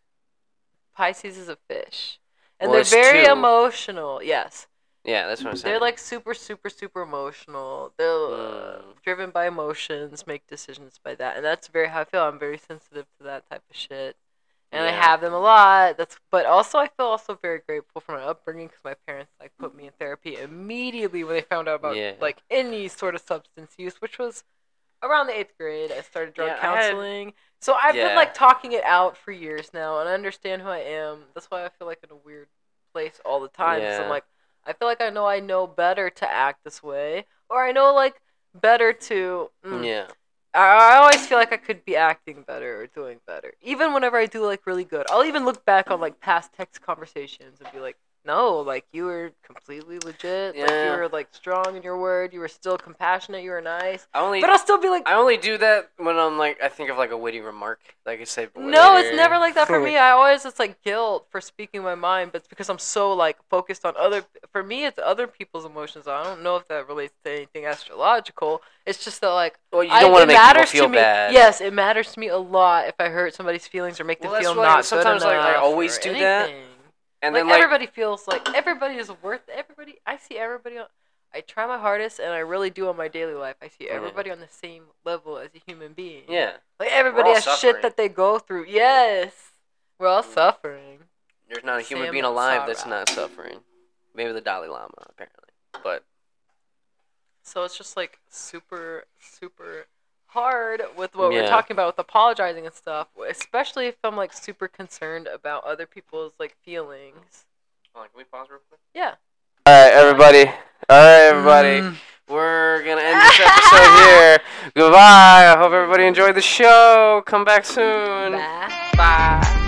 Speaker 1: Pisces is a fish. And
Speaker 2: Well, it's
Speaker 1: they're very
Speaker 2: two.
Speaker 1: emotional. Yes.
Speaker 2: Yeah, that's what I'm saying.
Speaker 1: They're like super, super, super emotional. They're uh,
Speaker 2: Mm.
Speaker 1: driven by emotions, make decisions by that. And that's very how I feel. I'm very sensitive to that type of shit. And I
Speaker 2: Yeah.
Speaker 1: have them a lot. That's, but also I feel also very grateful for my upbringing because my parents like put me in therapy immediately when they found out about
Speaker 2: Yeah.
Speaker 1: like any sort of substance use, which was around the eighth grade. I started drug
Speaker 2: Yeah, I had-
Speaker 1: counseling, so I've
Speaker 2: Yeah.
Speaker 1: been like talking it out for years now, and I understand who I am. That's why I feel like in a weird place all the time. 'cause
Speaker 2: Yeah.
Speaker 1: I'm like, I feel like I know I know better to act this way, or I know like better to. mm,
Speaker 2: yeah.
Speaker 1: I I always feel like I could be acting better or doing better. Even whenever I do like really good, I'll even look back on like past text conversations and be like, "No, like you were completely legit. Like you
Speaker 2: Yeah.
Speaker 1: were like strong in your word. You were still compassionate. You were nice."
Speaker 2: I only
Speaker 1: But I'll still be like,
Speaker 2: I only do that when I'm like I think of like a witty remark. Like I said.
Speaker 1: "No, it's
Speaker 2: later.
Speaker 1: never like that for me. I always it's like guilt for speaking my mind, but it's because I'm so like focused on other. For me, it's other people's emotions. I don't know if that relates to anything astrological. It's just that like
Speaker 2: well, you
Speaker 1: I-
Speaker 2: don't want to
Speaker 1: it
Speaker 2: make people
Speaker 1: matters
Speaker 2: feel
Speaker 1: to me.
Speaker 2: bad.
Speaker 1: Yes, it matters to me a lot if I hurt somebody's feelings or make
Speaker 2: Well,
Speaker 1: them
Speaker 2: that's
Speaker 1: feel
Speaker 2: why
Speaker 1: not good
Speaker 2: sometimes, like, I
Speaker 1: enough
Speaker 2: always
Speaker 1: or
Speaker 2: do that,
Speaker 1: anything.
Speaker 2: And
Speaker 1: like,
Speaker 2: then like
Speaker 1: everybody feels like everybody is worth everybody. I see everybody. On, I try my hardest, and I really do on my daily life. I see
Speaker 2: Yeah.
Speaker 1: everybody on the same level as a human being.
Speaker 2: yeah,
Speaker 1: like everybody
Speaker 2: all
Speaker 1: has
Speaker 2: suffering.
Speaker 1: shit that they go through. Yes, we're all
Speaker 2: Mm.
Speaker 1: suffering.
Speaker 2: there's not a human
Speaker 1: Sam
Speaker 2: being alive that's
Speaker 1: Sara.
Speaker 2: not suffering. Maybe the Dalai Lama apparently, but
Speaker 1: So it's just like super, super hard with what
Speaker 2: Yeah.
Speaker 1: we're talking about with apologizing and stuff, especially if I'm like super concerned about other people's like feelings.
Speaker 2: can we pause real quick?
Speaker 1: Yeah. Mm.
Speaker 2: All right, everybody. All right, everybody. We're gonna end this episode here. Mm. Goodbye. I hope everybody enjoyed the show. Come back soon.
Speaker 1: Bye. Bye.